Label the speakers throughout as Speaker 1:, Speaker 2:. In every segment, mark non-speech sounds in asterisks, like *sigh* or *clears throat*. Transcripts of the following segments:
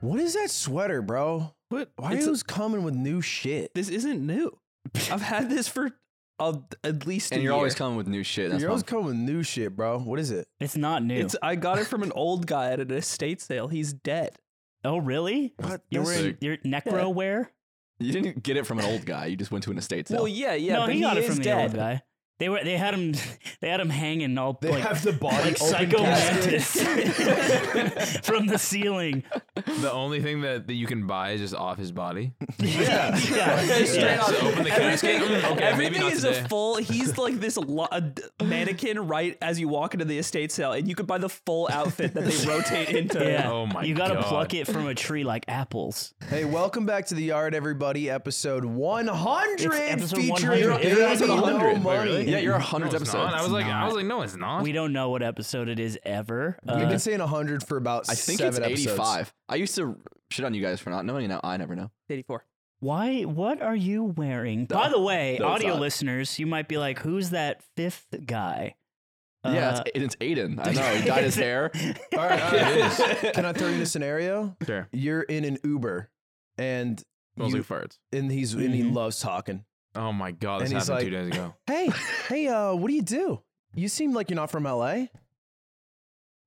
Speaker 1: What is that sweater, bro?
Speaker 2: What?
Speaker 1: Why
Speaker 2: It's-
Speaker 1: are those coming with new shit?
Speaker 2: this isn't new. I've *laughs* had this for a, at least.
Speaker 3: and
Speaker 2: a
Speaker 3: you're
Speaker 2: year.
Speaker 3: always coming with new shit. That's
Speaker 1: You're always
Speaker 3: fine.
Speaker 1: coming with new shit, bro. What is it?
Speaker 4: It's not new.
Speaker 2: It's. I got it from an old guy at an estate sale. He's dead.
Speaker 4: oh, really?
Speaker 1: What?
Speaker 4: You're
Speaker 1: This-
Speaker 4: wearing your necro wear?
Speaker 3: you didn't get it from an old guy. You just went to an estate sale.
Speaker 2: Well, yeah, yeah.
Speaker 4: no,
Speaker 2: but
Speaker 4: he got it
Speaker 2: is
Speaker 4: from the
Speaker 2: dead.
Speaker 4: old guy. They were they had him *laughs* they had him hanging all
Speaker 1: they
Speaker 4: like,
Speaker 1: have the body open
Speaker 4: like psycho
Speaker 1: casket.
Speaker 4: mantis *laughs* from the ceiling.
Speaker 5: The only thing that, that you can buy is just off his body.
Speaker 4: Yeah,
Speaker 2: Straight
Speaker 4: yeah.
Speaker 2: up.
Speaker 5: So open the
Speaker 2: Everything,
Speaker 5: casket. Mm, okay,
Speaker 2: everything
Speaker 5: maybe not
Speaker 2: is
Speaker 5: today.
Speaker 2: a full. He's like this lo- a d- mannequin right as you walk into the estate sale, and you could buy the full outfit that they rotate into.
Speaker 4: Yeah.
Speaker 5: Oh my
Speaker 4: You gotta
Speaker 5: God.
Speaker 4: pluck it from a tree like apples.
Speaker 1: Hey, welcome back to the yard, everybody. Episode 100
Speaker 4: It's episode
Speaker 1: featuring
Speaker 4: 100.
Speaker 1: Baby
Speaker 4: It's
Speaker 3: episode
Speaker 1: No
Speaker 3: 100. Wait,
Speaker 1: Money.
Speaker 5: really?
Speaker 3: yeah, you're a
Speaker 5: No,
Speaker 3: hundred
Speaker 5: it's
Speaker 3: episodes.
Speaker 5: not. I was like, I
Speaker 4: not.
Speaker 5: was like, no, it's not.
Speaker 4: We don't know what episode it is ever.
Speaker 1: We've
Speaker 4: Uh,
Speaker 1: been saying 100 for about
Speaker 3: I think
Speaker 1: seven
Speaker 3: it's
Speaker 1: episodes.
Speaker 3: 85. I used to shit on you guys for not knowing. Now I never know.
Speaker 2: eighty-four.
Speaker 4: why? What are you wearing? By the way,
Speaker 3: no, it's
Speaker 4: audio
Speaker 3: not.
Speaker 4: listeners, you might be like, "Who's that fifth guy?"
Speaker 3: yeah,
Speaker 4: Uh,
Speaker 3: it's, it's Aiden. I know. He dyed his hair.
Speaker 1: All right,
Speaker 5: Yeah, it is.
Speaker 1: Can I throw you in a scenario?
Speaker 5: Sure.
Speaker 1: You're in an Uber and
Speaker 5: Smells
Speaker 1: you-
Speaker 5: like farts.
Speaker 1: and he's and he
Speaker 4: Mhm.
Speaker 1: loves talking.
Speaker 5: Oh my god, this
Speaker 1: And he's
Speaker 5: happened two days ago.
Speaker 1: Hey, hey, uh, what do you do? You seem like you're not from LA.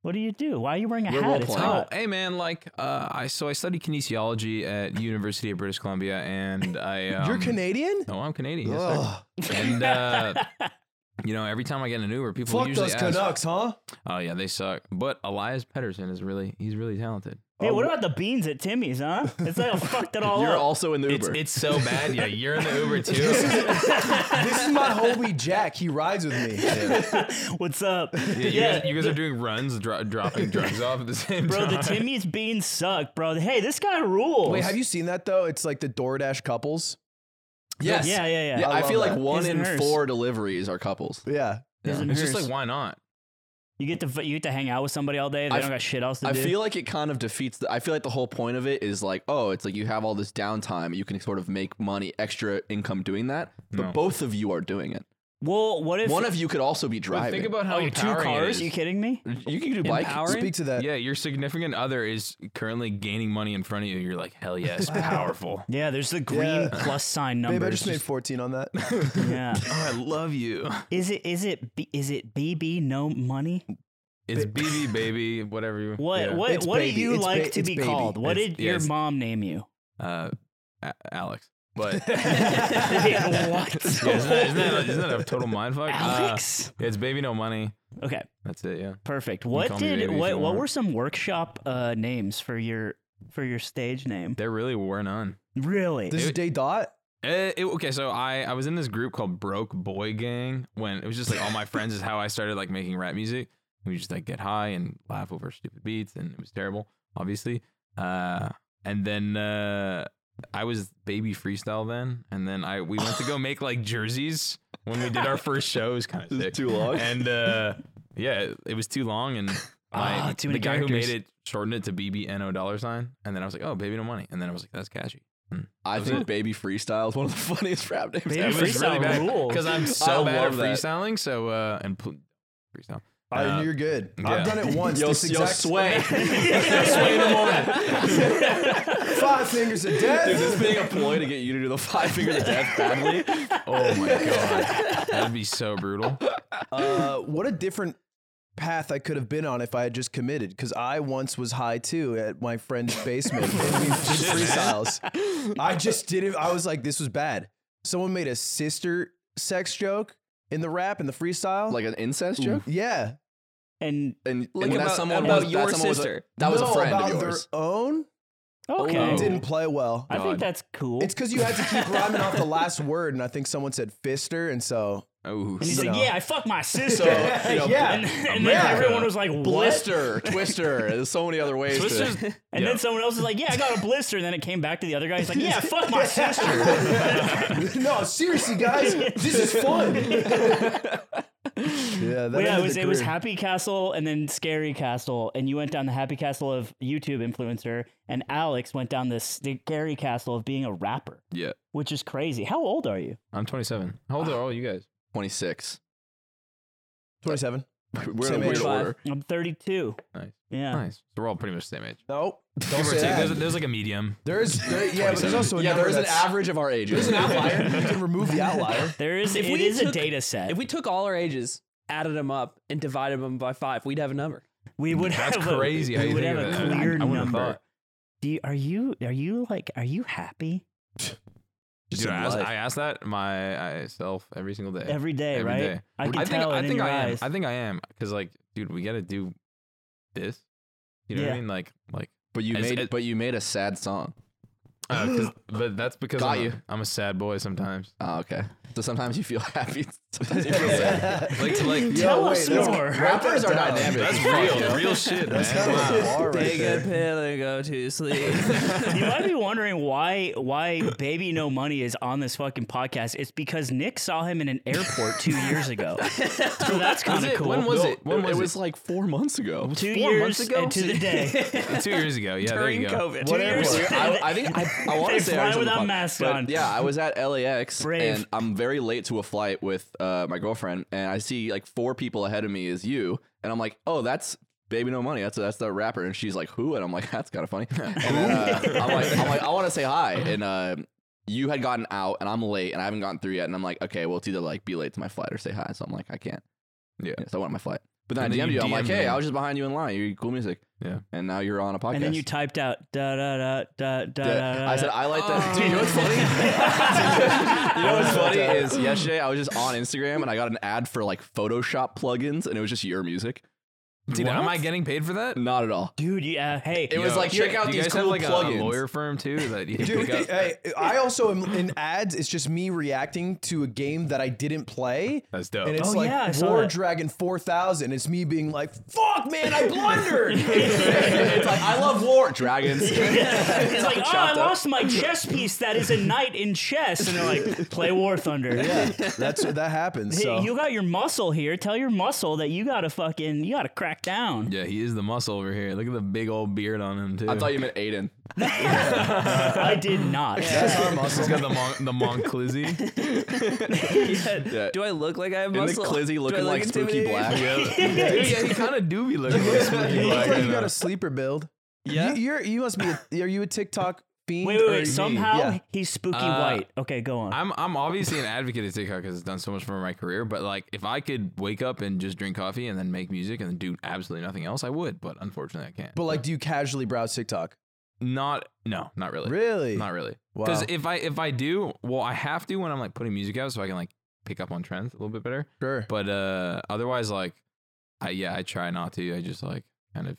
Speaker 4: what do you do? Why are you wearing a
Speaker 3: We're
Speaker 4: hat? It's
Speaker 3: role-playing.
Speaker 5: Oh,
Speaker 4: hot.
Speaker 5: hey man, like uh, I so I studied kinesiology at University of British Columbia, and I
Speaker 1: *laughs*
Speaker 5: um,
Speaker 1: you're Canadian?
Speaker 5: No, I'm Canadian. yes, sir.
Speaker 1: Ugh,
Speaker 5: and uh, you know, every time I get an Uber, people
Speaker 1: fuck
Speaker 5: usually
Speaker 1: those
Speaker 5: ask,
Speaker 1: Canucks, huh?
Speaker 5: "Oh yeah, they suck." But Elias Pettersson is really he's really talented.
Speaker 4: Hey, what about the beans at Timmy's? Huh? It's like I fucked it all
Speaker 3: You're
Speaker 4: up.
Speaker 3: also in the
Speaker 5: Oh. It's
Speaker 3: Uber.
Speaker 5: it's so bad. Yeah, you're in the
Speaker 3: *laughs*
Speaker 5: Uber too.
Speaker 1: this is my homie Jack. He rides with me.
Speaker 4: *laughs* What's up?
Speaker 5: Yeah, you, guys, you guys are doing runs, dro-
Speaker 3: *laughs*
Speaker 5: dropping drugs off at the same
Speaker 4: *laughs* bro,
Speaker 5: time. *laughs*
Speaker 4: the Timmy's beans suck, bro. Hey, this guy rules.
Speaker 1: Wait, have you seen that though? It's like the DoorDash couples.
Speaker 3: yes.
Speaker 4: Yeah, yeah, yeah.
Speaker 3: I,
Speaker 1: I love
Speaker 3: feel like
Speaker 1: that.
Speaker 3: one
Speaker 4: His
Speaker 3: in
Speaker 4: and hers.
Speaker 3: four deliveries are couples.
Speaker 1: Yeah.
Speaker 4: His and
Speaker 5: It's just
Speaker 4: hers.
Speaker 5: like why not?
Speaker 4: you get to you get to hang out with somebody all day. They
Speaker 3: I
Speaker 4: don't
Speaker 3: f-
Speaker 4: got shit else to
Speaker 3: I
Speaker 4: do.
Speaker 3: feel like it kind of defeats. The, I feel like the whole point of it is like, oh, it's like you have all this downtime. You can sort of make money, extra income doing that. But
Speaker 5: No.
Speaker 3: both of you are doing it.
Speaker 4: well, what if
Speaker 3: One of you could also be driving.
Speaker 5: But think about how
Speaker 4: oh, your two
Speaker 5: empowering it
Speaker 4: cars?
Speaker 5: is.
Speaker 4: You kidding me?
Speaker 3: you can do bike.
Speaker 2: Empowering?
Speaker 1: Speak to that.
Speaker 5: Yeah, your significant other is currently gaining money in front of you. You're like, hell
Speaker 3: *laughs*
Speaker 5: yes, powerful.
Speaker 4: Yeah, there's the green
Speaker 1: Yeah.
Speaker 4: plus sign numbers.
Speaker 1: Babe, I just made 14 on
Speaker 3: *laughs*
Speaker 1: that. *laughs*
Speaker 4: yeah.
Speaker 5: Oh, I love you.
Speaker 4: Is it is it B- is it BB no money?
Speaker 5: It's BB baby, whatever you.
Speaker 4: What
Speaker 5: yeah.
Speaker 4: what
Speaker 1: It's
Speaker 4: what
Speaker 1: baby.
Speaker 4: do you
Speaker 1: It's
Speaker 4: like
Speaker 1: ba-
Speaker 4: to
Speaker 1: it's
Speaker 4: be
Speaker 1: baby.
Speaker 4: called? What
Speaker 5: It's-
Speaker 4: did
Speaker 5: yeah,
Speaker 4: your
Speaker 5: it's-
Speaker 4: mom name you? *laughs*
Speaker 5: Uh, A- Alex,
Speaker 3: *laughs*
Speaker 5: but
Speaker 4: what?
Speaker 5: Yeah, isn't, that, isn't,
Speaker 4: *laughs*
Speaker 5: that- isn't that a total mindfuck?
Speaker 4: Alex.
Speaker 5: Uh, it's baby no money.
Speaker 4: okay,
Speaker 5: That's it. Yeah.
Speaker 4: perfect. What
Speaker 5: call me
Speaker 4: did
Speaker 5: baby if
Speaker 4: what
Speaker 5: you
Speaker 4: what
Speaker 5: want.
Speaker 4: were some workshop uh, names for your for your stage name?
Speaker 5: There really were none.
Speaker 4: Really?
Speaker 1: This is
Speaker 5: It-
Speaker 1: day dot.
Speaker 5: Uh, it- okay, so I, I was in this group called Broke Boy Gang when it was just like all my friends is how I started like making rap music. We just like get high and laugh over stupid beats, and it was terrible, obviously. Uh, and then uh, I was baby freestyle then, and then I we went to go make like jerseys when we did our
Speaker 4: *laughs*
Speaker 5: first show. It was kind of sick.
Speaker 3: too long.
Speaker 5: and uh, yeah, it- it was too long,
Speaker 4: *laughs*
Speaker 5: and my,
Speaker 4: Ah, too many
Speaker 5: the guy
Speaker 4: characters.
Speaker 5: who made it shortened it to BBNO dollar sign, and then I was like, oh, baby no money, and then I was like, that's catchy.
Speaker 3: I
Speaker 5: was
Speaker 3: think
Speaker 5: it.
Speaker 3: Baby Freestyle is one of the *laughs* funniest rap names.
Speaker 4: Baby
Speaker 3: ever.
Speaker 5: It was really
Speaker 4: freestyle
Speaker 5: bad
Speaker 4: rules.
Speaker 5: because I'm
Speaker 3: I
Speaker 5: so bad at
Speaker 3: love that.
Speaker 5: freestyling. So uh, and pl-
Speaker 3: *laughs*
Speaker 5: freestyle.
Speaker 1: I
Speaker 5: Uh,
Speaker 1: you're good.
Speaker 5: yeah.
Speaker 1: I've done it once.
Speaker 3: Yo,
Speaker 1: this
Speaker 3: yo,
Speaker 1: exact *laughs*
Speaker 3: sway. *laughs*
Speaker 1: Five fingers of
Speaker 3: Dude,
Speaker 1: death.
Speaker 3: this being a ploy to get you to do the five fingers of death badly.
Speaker 5: *laughs* Oh my god, that'd be so brutal.
Speaker 1: uh, what a different path I could have been on if I had just committed. Because I once was high too at my friend's basement. and we did freestyles. I just did it. I was like, this was bad. Someone made a sister sex joke in the rap and the freestyle.
Speaker 3: Like an incest joke?
Speaker 1: yeah,
Speaker 4: and
Speaker 3: And,
Speaker 2: Like
Speaker 3: and that
Speaker 2: about-
Speaker 3: someone
Speaker 2: about
Speaker 3: was,
Speaker 2: your
Speaker 3: that someone was a-
Speaker 2: sister.
Speaker 3: that was
Speaker 1: No,
Speaker 3: a friend
Speaker 1: about
Speaker 3: of yours.
Speaker 1: their own.
Speaker 4: okay.
Speaker 3: Oh.
Speaker 1: Didn't play well.
Speaker 4: I think
Speaker 3: God.
Speaker 4: that's cool.
Speaker 1: It's because you had to keep rhyming off the last word, and I think someone said fister, and so
Speaker 5: Oh,
Speaker 4: and he's
Speaker 1: you
Speaker 4: like,
Speaker 1: know.
Speaker 4: yeah, I fucked my *laughs* sister.
Speaker 3: So, you know,
Speaker 1: yeah.
Speaker 4: And, and then
Speaker 5: America.
Speaker 4: everyone was like, what?
Speaker 3: Blister, Twister. There's so many other ways.
Speaker 5: Twister's-
Speaker 3: To,
Speaker 4: And
Speaker 5: Yeah.
Speaker 4: then someone else was like, yeah, I got a blister. And then it came back to the other guy. He's like, yeah, fuck my sister.
Speaker 1: *laughs* no, seriously, guys, this is *laughs* fun. yeah, that
Speaker 4: yeah,
Speaker 1: ended
Speaker 4: it was
Speaker 1: the
Speaker 4: it was
Speaker 1: career.
Speaker 4: Happy Castle and then Scary Castle, and you went down the Happy Castle of YouTube influencer, and Alex went down the Scary Castle of being a rapper,
Speaker 5: yeah.
Speaker 4: which is crazy. How old are you?
Speaker 5: I'm 27. How old are all you guys?
Speaker 3: *laughs* 26.
Speaker 1: 27.
Speaker 3: We're in
Speaker 1: Same
Speaker 3: a weird
Speaker 1: age.
Speaker 3: order.
Speaker 4: I'm 32.
Speaker 5: Nice,
Speaker 4: Yeah,
Speaker 5: nice. So we're all pretty much the same age.
Speaker 1: No, Don't
Speaker 5: Give or
Speaker 1: say
Speaker 5: take. There's,
Speaker 1: that.
Speaker 5: there's like a medium.
Speaker 1: There's there- *laughs* yeah, but there's also a
Speaker 3: yeah,
Speaker 1: number
Speaker 3: there is an
Speaker 1: that's-
Speaker 3: average of our
Speaker 1: *laughs*
Speaker 3: ages.
Speaker 1: outlier. You can remove the outlier.
Speaker 4: There is
Speaker 2: If
Speaker 4: it
Speaker 2: we
Speaker 4: is a
Speaker 2: took-
Speaker 4: data set.
Speaker 2: If we took all our ages, added them up, and divided them by five, we'd have a number.
Speaker 4: we would
Speaker 5: That's
Speaker 4: have a-
Speaker 5: crazy how
Speaker 4: we
Speaker 5: you
Speaker 4: would
Speaker 5: think
Speaker 4: have
Speaker 5: of
Speaker 4: a
Speaker 5: that. I-
Speaker 4: clear
Speaker 5: I wouldn't have
Speaker 4: number.
Speaker 5: thought.
Speaker 4: Do you, are you are you like are you happy
Speaker 1: Just
Speaker 5: Dude,
Speaker 1: in
Speaker 5: I ask,
Speaker 1: life.
Speaker 5: I ask that myself every single day.
Speaker 4: every day?
Speaker 5: Every
Speaker 4: right?
Speaker 5: day.
Speaker 4: I can
Speaker 5: I think
Speaker 4: tell it
Speaker 5: I
Speaker 4: in
Speaker 5: think
Speaker 4: your
Speaker 5: I am.
Speaker 4: eyes.
Speaker 5: I think I am because like, dude, we gotta do this. You know what
Speaker 4: Yeah.
Speaker 5: I mean? Like, like,
Speaker 3: But you
Speaker 5: As-
Speaker 3: made
Speaker 5: as-
Speaker 3: but you made a sad song. *laughs*
Speaker 5: uh, 'cause- but that's because
Speaker 3: Got
Speaker 5: I'm,
Speaker 3: you.
Speaker 5: A, I'm a sad boy
Speaker 3: *laughs*
Speaker 5: sometimes.
Speaker 3: Oh, okay. So sometimes you feel *laughs* happy. Sometimes you
Speaker 1: *laughs*
Speaker 3: feel sad.
Speaker 5: Like, like,
Speaker 4: tell
Speaker 1: wait,
Speaker 4: us
Speaker 1: that's-
Speaker 4: more.
Speaker 3: Rappers are
Speaker 1: down.
Speaker 3: dynamic.
Speaker 5: that's real, real shit, man.
Speaker 1: That's kind of a bar right
Speaker 2: Take a
Speaker 1: there.
Speaker 2: pill and go to sleep.
Speaker 4: you might be wondering why why baby no money is on this fucking podcast. It's because Nick saw him in an airport two years ago. so that's kind of
Speaker 5: it?
Speaker 4: cool.
Speaker 5: When was
Speaker 3: No,
Speaker 5: it? When was it?
Speaker 3: was like four months ago.
Speaker 4: two
Speaker 2: four
Speaker 4: years
Speaker 2: months ago?
Speaker 4: and to the day.
Speaker 5: Two years ago, yeah.
Speaker 2: During
Speaker 5: there you go.
Speaker 2: COVID.
Speaker 1: What
Speaker 4: years
Speaker 1: airport?
Speaker 4: ago.
Speaker 3: I, I think I, I want
Speaker 4: They
Speaker 3: to say I
Speaker 4: fly
Speaker 3: was on the
Speaker 4: without
Speaker 3: pod,
Speaker 4: masks
Speaker 3: but
Speaker 4: on.
Speaker 3: Yeah, I was at LAX
Speaker 4: Brave.
Speaker 3: and I'm very late to a flight with uh, my girlfriend, and I see like four people ahead of me is you, and I'm like, oh, that's Baby No Money. That's that's the rapper, and she's like, who? And I'm like, that's kind of funny. *laughs* And then, uh, I'm like, I'm like, I want to say hi, and uh, you had gotten out, and I'm late, and I haven't gotten through yet, and I'm like, okay, well, it's either like be late to my flight or say hi. So I'm like, I can't.
Speaker 5: Yeah.
Speaker 3: Yeah, so I went on my flight. But then
Speaker 5: And
Speaker 3: I
Speaker 5: then
Speaker 3: DM'd
Speaker 5: you
Speaker 3: you. I'm like,
Speaker 5: DM'd
Speaker 3: hey,
Speaker 5: me.
Speaker 3: I was just behind you in line. You're cool music.
Speaker 5: Yeah.
Speaker 3: And now you're on a podcast.
Speaker 4: And then you typed out da da da da da da.
Speaker 3: Yeah,
Speaker 4: da,
Speaker 3: I said
Speaker 4: da.
Speaker 3: I like
Speaker 5: Oh.
Speaker 3: that. Dude, you know what's funny?
Speaker 5: *laughs*
Speaker 3: you know what's funny is yesterday I was just on Instagram and I got an ad for like Photoshop plugins and it was just your music.
Speaker 5: Dude, am I getting paid for that?
Speaker 3: Not at all.
Speaker 4: dude. Yeah. Hey.
Speaker 3: It was
Speaker 5: Yo,
Speaker 3: like check
Speaker 5: do
Speaker 3: out
Speaker 5: you
Speaker 3: these
Speaker 5: guys
Speaker 3: cool
Speaker 5: have like
Speaker 3: plugins.
Speaker 5: a lawyer firm too that you can
Speaker 1: Dude,
Speaker 5: pick up.
Speaker 1: hey, I also am in ads. It's just me reacting to a game that I didn't play.
Speaker 5: That's dope.
Speaker 1: And it's
Speaker 4: Oh,
Speaker 1: like
Speaker 4: yeah, I saw
Speaker 1: War
Speaker 4: that.
Speaker 1: Dragon 4000. It's me being like, fuck, man, I blundered.
Speaker 4: *laughs*
Speaker 3: it's like I love war *laughs* dragons.
Speaker 4: It's like, oh, I lost my chess piece that is a knight in chess, and they're like, play War Thunder.
Speaker 1: yeah, that's that happens.
Speaker 4: Hey,
Speaker 1: So.
Speaker 4: you got your muscle here. Tell your muscle that you gotta fucking you gotta crack down.
Speaker 5: yeah, he is the muscle over here. Look at the big old beard on him too.
Speaker 3: I thought you meant Aiden.
Speaker 4: I did not. *laughs*
Speaker 1: that's our muscle.
Speaker 5: *laughs* He's got the mon- the Monclizzy.
Speaker 3: *laughs* Yeah.
Speaker 2: Do I look like I have
Speaker 3: Isn't
Speaker 2: muscle?
Speaker 3: the Clizzy
Speaker 2: Do I
Speaker 3: looking
Speaker 2: look
Speaker 3: like Spooky
Speaker 2: intimidating?
Speaker 3: Black?
Speaker 5: Dude, yeah, he kind of do be looking like Spooky
Speaker 1: You look
Speaker 5: Black.
Speaker 1: like
Speaker 5: you
Speaker 1: you got
Speaker 5: know.
Speaker 1: a sleeper build.
Speaker 2: Yeah.
Speaker 1: You, you're, you must be. A, are you a TikTok fiend?
Speaker 4: Wait, wait,
Speaker 1: or are you-
Speaker 4: wait. Somehow
Speaker 1: Yeah.
Speaker 4: he's spooky
Speaker 5: Uh,
Speaker 4: white. Okay, go on.
Speaker 5: I'm I'm obviously an advocate of TikTok because it's done so much for my career. But like, if I could wake up and just drink coffee and then make music and then do absolutely nothing else, I would. But unfortunately, I can't.
Speaker 1: But like, do you casually browse TikTok?
Speaker 5: not no, not really.
Speaker 1: Really?
Speaker 5: Not really.
Speaker 1: Wow.
Speaker 5: Because if I if I do, well, I have to when I'm like putting music out so I can like pick up on trends a little bit better.
Speaker 1: Sure.
Speaker 5: But uh otherwise, like, I yeah, I try not to. I just like kind of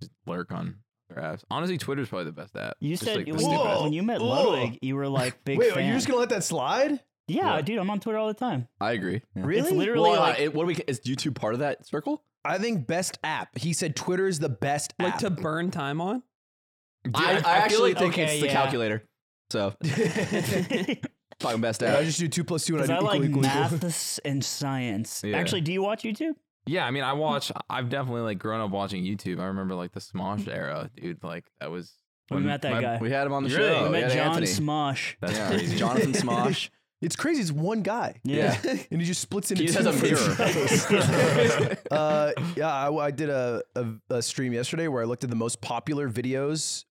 Speaker 5: just lurk on their apps. Honestly, Twitter's probably the best app.
Speaker 4: You
Speaker 5: Just,
Speaker 4: said
Speaker 5: like, the
Speaker 4: when,
Speaker 5: stupid
Speaker 4: you,
Speaker 5: app.
Speaker 4: when you met
Speaker 1: Whoa.
Speaker 4: Ludwig, you were like big
Speaker 1: Wait,
Speaker 4: fan.
Speaker 1: are you just gonna let that slide?
Speaker 4: yeah,
Speaker 5: What?
Speaker 4: dude, I'm on Twitter all the time.
Speaker 3: I agree. Yeah.
Speaker 1: Really?
Speaker 4: It's literally
Speaker 3: Well, uh,
Speaker 1: *laughs*
Speaker 4: like *laughs*
Speaker 3: it- what do we? Is YouTube part of that circle?
Speaker 1: I think best app. He said Twitter is the best
Speaker 2: Like
Speaker 1: app.
Speaker 2: to burn time on?
Speaker 5: Dude,
Speaker 3: I, I,
Speaker 5: feel
Speaker 3: actually
Speaker 5: like-
Speaker 3: think
Speaker 4: okay,
Speaker 3: it's the
Speaker 4: yeah.
Speaker 3: calculator. So fucking best
Speaker 1: Yeah, I
Speaker 3: app.
Speaker 1: just do two plus two, and I
Speaker 4: 'cause
Speaker 1: do
Speaker 4: I
Speaker 1: equal,
Speaker 4: like
Speaker 1: equal, equal.
Speaker 4: maths and science.
Speaker 5: Yeah.
Speaker 4: Actually, do you watch YouTube?
Speaker 5: yeah. I mean, I watch. I've definitely like grown up watching YouTube. I remember like the Smosh era, dude. Like that was.
Speaker 4: We
Speaker 5: when
Speaker 4: met that
Speaker 5: my-
Speaker 4: guy.
Speaker 3: We had him on the
Speaker 5: Really?
Speaker 3: show.
Speaker 5: We
Speaker 4: I
Speaker 3: We
Speaker 4: met
Speaker 3: had
Speaker 4: John
Speaker 3: Anthony.
Speaker 4: Smosh.
Speaker 5: That's
Speaker 3: yeah.
Speaker 5: crazy.
Speaker 4: *laughs*
Speaker 3: Jonathan Smosh.
Speaker 1: It's crazy. It's one guy.
Speaker 4: Yeah.
Speaker 1: *laughs* and he just splits into
Speaker 3: He
Speaker 1: two
Speaker 3: has a
Speaker 1: different *laughs*
Speaker 3: mirror.
Speaker 1: shows.
Speaker 4: *laughs*
Speaker 1: uh, yeah, I, I did a, a, a stream yesterday where I looked at the most popular videos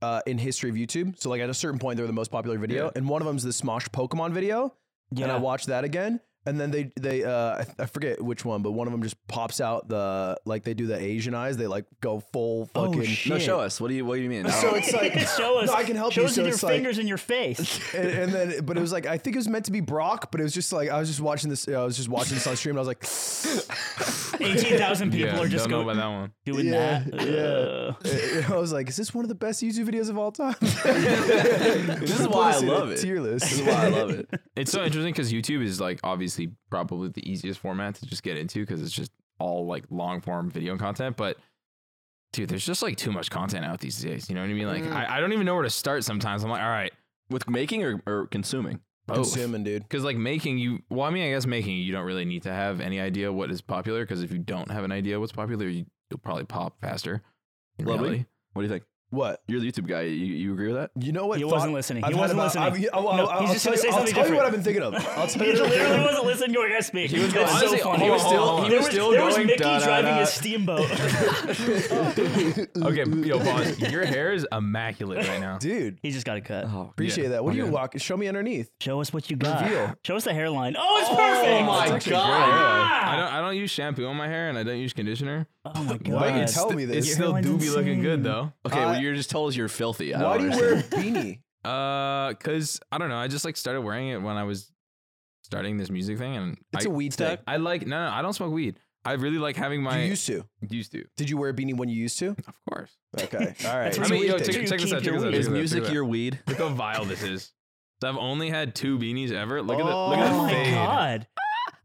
Speaker 1: uh, in history of YouTube. So like at a certain point, they were the most popular video,
Speaker 5: Yeah.
Speaker 1: and one of them is the Smosh Pokemon video, and I
Speaker 4: Yeah.
Speaker 1: watched that again. And then they they uh, I th- I forget which one, but one of them just pops out the like they do the Asian eyes. They like go full
Speaker 4: Oh,
Speaker 1: fucking.
Speaker 4: shit.
Speaker 3: No, show us. What do you What do you
Speaker 4: *laughs*
Speaker 3: mean? Oh. I
Speaker 1: so
Speaker 3: don't-
Speaker 1: *laughs* it's like
Speaker 4: show us.
Speaker 1: No, I can help
Speaker 4: show
Speaker 1: you.
Speaker 4: us
Speaker 1: So
Speaker 4: with your
Speaker 1: it's like-
Speaker 4: fingers in
Speaker 1: *laughs*
Speaker 4: your face.
Speaker 1: and, and then but it was like I think it was meant to be Brock, but it was just like I was just watching this. I was just watching this on stream, and I was like,
Speaker 4: Eighteen thousand people
Speaker 5: Yeah,
Speaker 4: are just
Speaker 5: don't know
Speaker 4: going
Speaker 5: about that
Speaker 4: *laughs*
Speaker 5: one.
Speaker 4: doing
Speaker 1: Yeah,
Speaker 4: that.
Speaker 1: yeah. *laughs*
Speaker 4: Ugh.
Speaker 1: I was like, is this one of the best YouTube videos of all time?
Speaker 3: *laughs* this is why I love it.
Speaker 1: Tier list.
Speaker 3: This is why I
Speaker 1: *laughs*
Speaker 3: love it.
Speaker 5: It's so interesting because YouTube is like obviously probably the easiest format to just get into because it's just all like long form video content. But dude, there's just like too much content out these days. You know what I mean?
Speaker 4: Mm.
Speaker 5: Like I, I don't even know where to start sometimes. I'm like, all right,
Speaker 3: With making or, or consuming?
Speaker 5: both.
Speaker 1: Consuming, dude.
Speaker 5: Because like making you, well, I mean, I guess making you don't really need to have any idea what is popular because if you don't have an idea what's popular, you, you'll probably pop faster. in
Speaker 3: Ludwig?
Speaker 5: reality.
Speaker 3: What do you think?
Speaker 1: What?
Speaker 3: You're the YouTube guy. You, you agree with that?
Speaker 1: You know what?
Speaker 4: He
Speaker 1: thought-
Speaker 4: wasn't listening. He
Speaker 1: I've had
Speaker 4: wasn't
Speaker 1: about- I've-
Speaker 4: listening.
Speaker 1: I'll- I'll-
Speaker 4: No,
Speaker 1: I'll
Speaker 4: he's just
Speaker 1: tell
Speaker 4: gonna say
Speaker 1: you-
Speaker 4: something
Speaker 1: I'll tell you what I've
Speaker 4: different.
Speaker 1: been thinking of. I'll tell
Speaker 4: He
Speaker 1: you. what I've been
Speaker 4: literally
Speaker 1: thinking of.
Speaker 4: wasn't listening to our guys speak. He
Speaker 5: was
Speaker 4: That's
Speaker 5: going-
Speaker 4: so
Speaker 5: Honestly,
Speaker 4: funny.
Speaker 5: he was still- he
Speaker 4: there
Speaker 5: was
Speaker 4: was,
Speaker 5: still
Speaker 4: there was
Speaker 5: going
Speaker 4: Mickey
Speaker 5: da, da,
Speaker 4: driving
Speaker 5: da.
Speaker 4: his steamboat. *laughs*
Speaker 1: *laughs*
Speaker 5: Okay, yo, boss, your hair is immaculate right now.
Speaker 1: Dude,
Speaker 4: he just got a cut.
Speaker 3: Oh,
Speaker 1: appreciate
Speaker 5: Yeah.
Speaker 1: that. What are you
Speaker 5: Okay.
Speaker 1: walking? Show me underneath.
Speaker 4: Show us what you got.
Speaker 1: Reveal.
Speaker 4: Show us the hairline. Oh, it's perfect.
Speaker 3: my
Speaker 1: actually
Speaker 3: god!
Speaker 5: I don't. I don't use shampoo on my hair, and I don't use conditioner.
Speaker 4: Oh my god.
Speaker 1: Why are you
Speaker 4: It's-
Speaker 1: telling me
Speaker 5: It's
Speaker 1: this?
Speaker 5: still
Speaker 4: hairline's
Speaker 5: do be looking
Speaker 4: insane.
Speaker 5: good though.
Speaker 3: Okay, well,
Speaker 1: Uh,
Speaker 3: you just told us you're filthy. I
Speaker 1: Why do
Speaker 3: don't
Speaker 1: you wear a
Speaker 3: understand.
Speaker 1: beanie?
Speaker 4: *laughs*
Speaker 5: Uh, cause I don't know. I just like started wearing it when I was starting this music thing, and
Speaker 1: It's
Speaker 5: I-
Speaker 1: a weed thing.
Speaker 5: I like no, no. I don't smoke weed. I really like having my
Speaker 1: You used to.
Speaker 5: used to,
Speaker 1: Did you wear a beanie when you used to?
Speaker 5: of course.
Speaker 1: Okay. All right.
Speaker 4: *laughs* That's
Speaker 5: I
Speaker 4: It's
Speaker 5: mean,
Speaker 4: weed
Speaker 5: yo,
Speaker 4: thing.
Speaker 5: check, check this out. Check
Speaker 4: Keep
Speaker 5: this
Speaker 4: your
Speaker 5: out.
Speaker 4: weed.
Speaker 5: check
Speaker 3: Is
Speaker 5: this out, check
Speaker 3: music
Speaker 5: this out.
Speaker 3: your weed?
Speaker 5: Look how vile this is. So I've only had two beanies ever. Look at the look at
Speaker 4: Oh
Speaker 5: the
Speaker 4: my
Speaker 5: fade.
Speaker 4: god.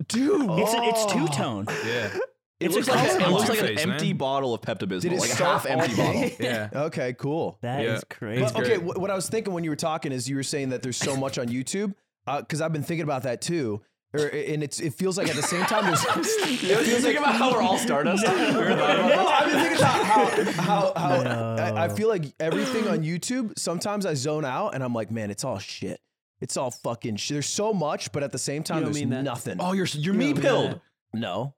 Speaker 1: dude.
Speaker 4: It's
Speaker 1: Oh.
Speaker 4: it's two tone.
Speaker 5: Yeah,
Speaker 3: It looks
Speaker 5: like
Speaker 3: like,
Speaker 5: a
Speaker 3: it looks like an
Speaker 5: Two-Face,
Speaker 3: empty
Speaker 5: man.
Speaker 3: bottle of Pepto-Bismol,
Speaker 1: Did it
Speaker 3: like a
Speaker 1: start
Speaker 3: half empty
Speaker 1: all
Speaker 2: *laughs*
Speaker 3: bottle.
Speaker 1: day?
Speaker 5: yeah.
Speaker 1: Okay, cool.
Speaker 4: That
Speaker 5: Yeah.
Speaker 4: is crazy.
Speaker 5: It's
Speaker 1: But,
Speaker 4: *laughs*
Speaker 5: great.
Speaker 1: okay, wh- what I was thinking when you were talking is you were saying that there's so much on YouTube because I've been thinking about that too, or, and it's it feels like at the same time
Speaker 2: *laughs*
Speaker 1: there's. *laughs*
Speaker 3: You know, you think about how we're all stardust.
Speaker 1: No, I've been thinking about how how, how I, I feel like everything on YouTube. Sometimes I zone out and I'm like, man, it's all shit. It's all fucking shit. There's so much, but at the same time,
Speaker 2: You don't
Speaker 1: there's
Speaker 2: mean that.
Speaker 1: nothing.
Speaker 3: oh, you're you're me pilled.
Speaker 1: no,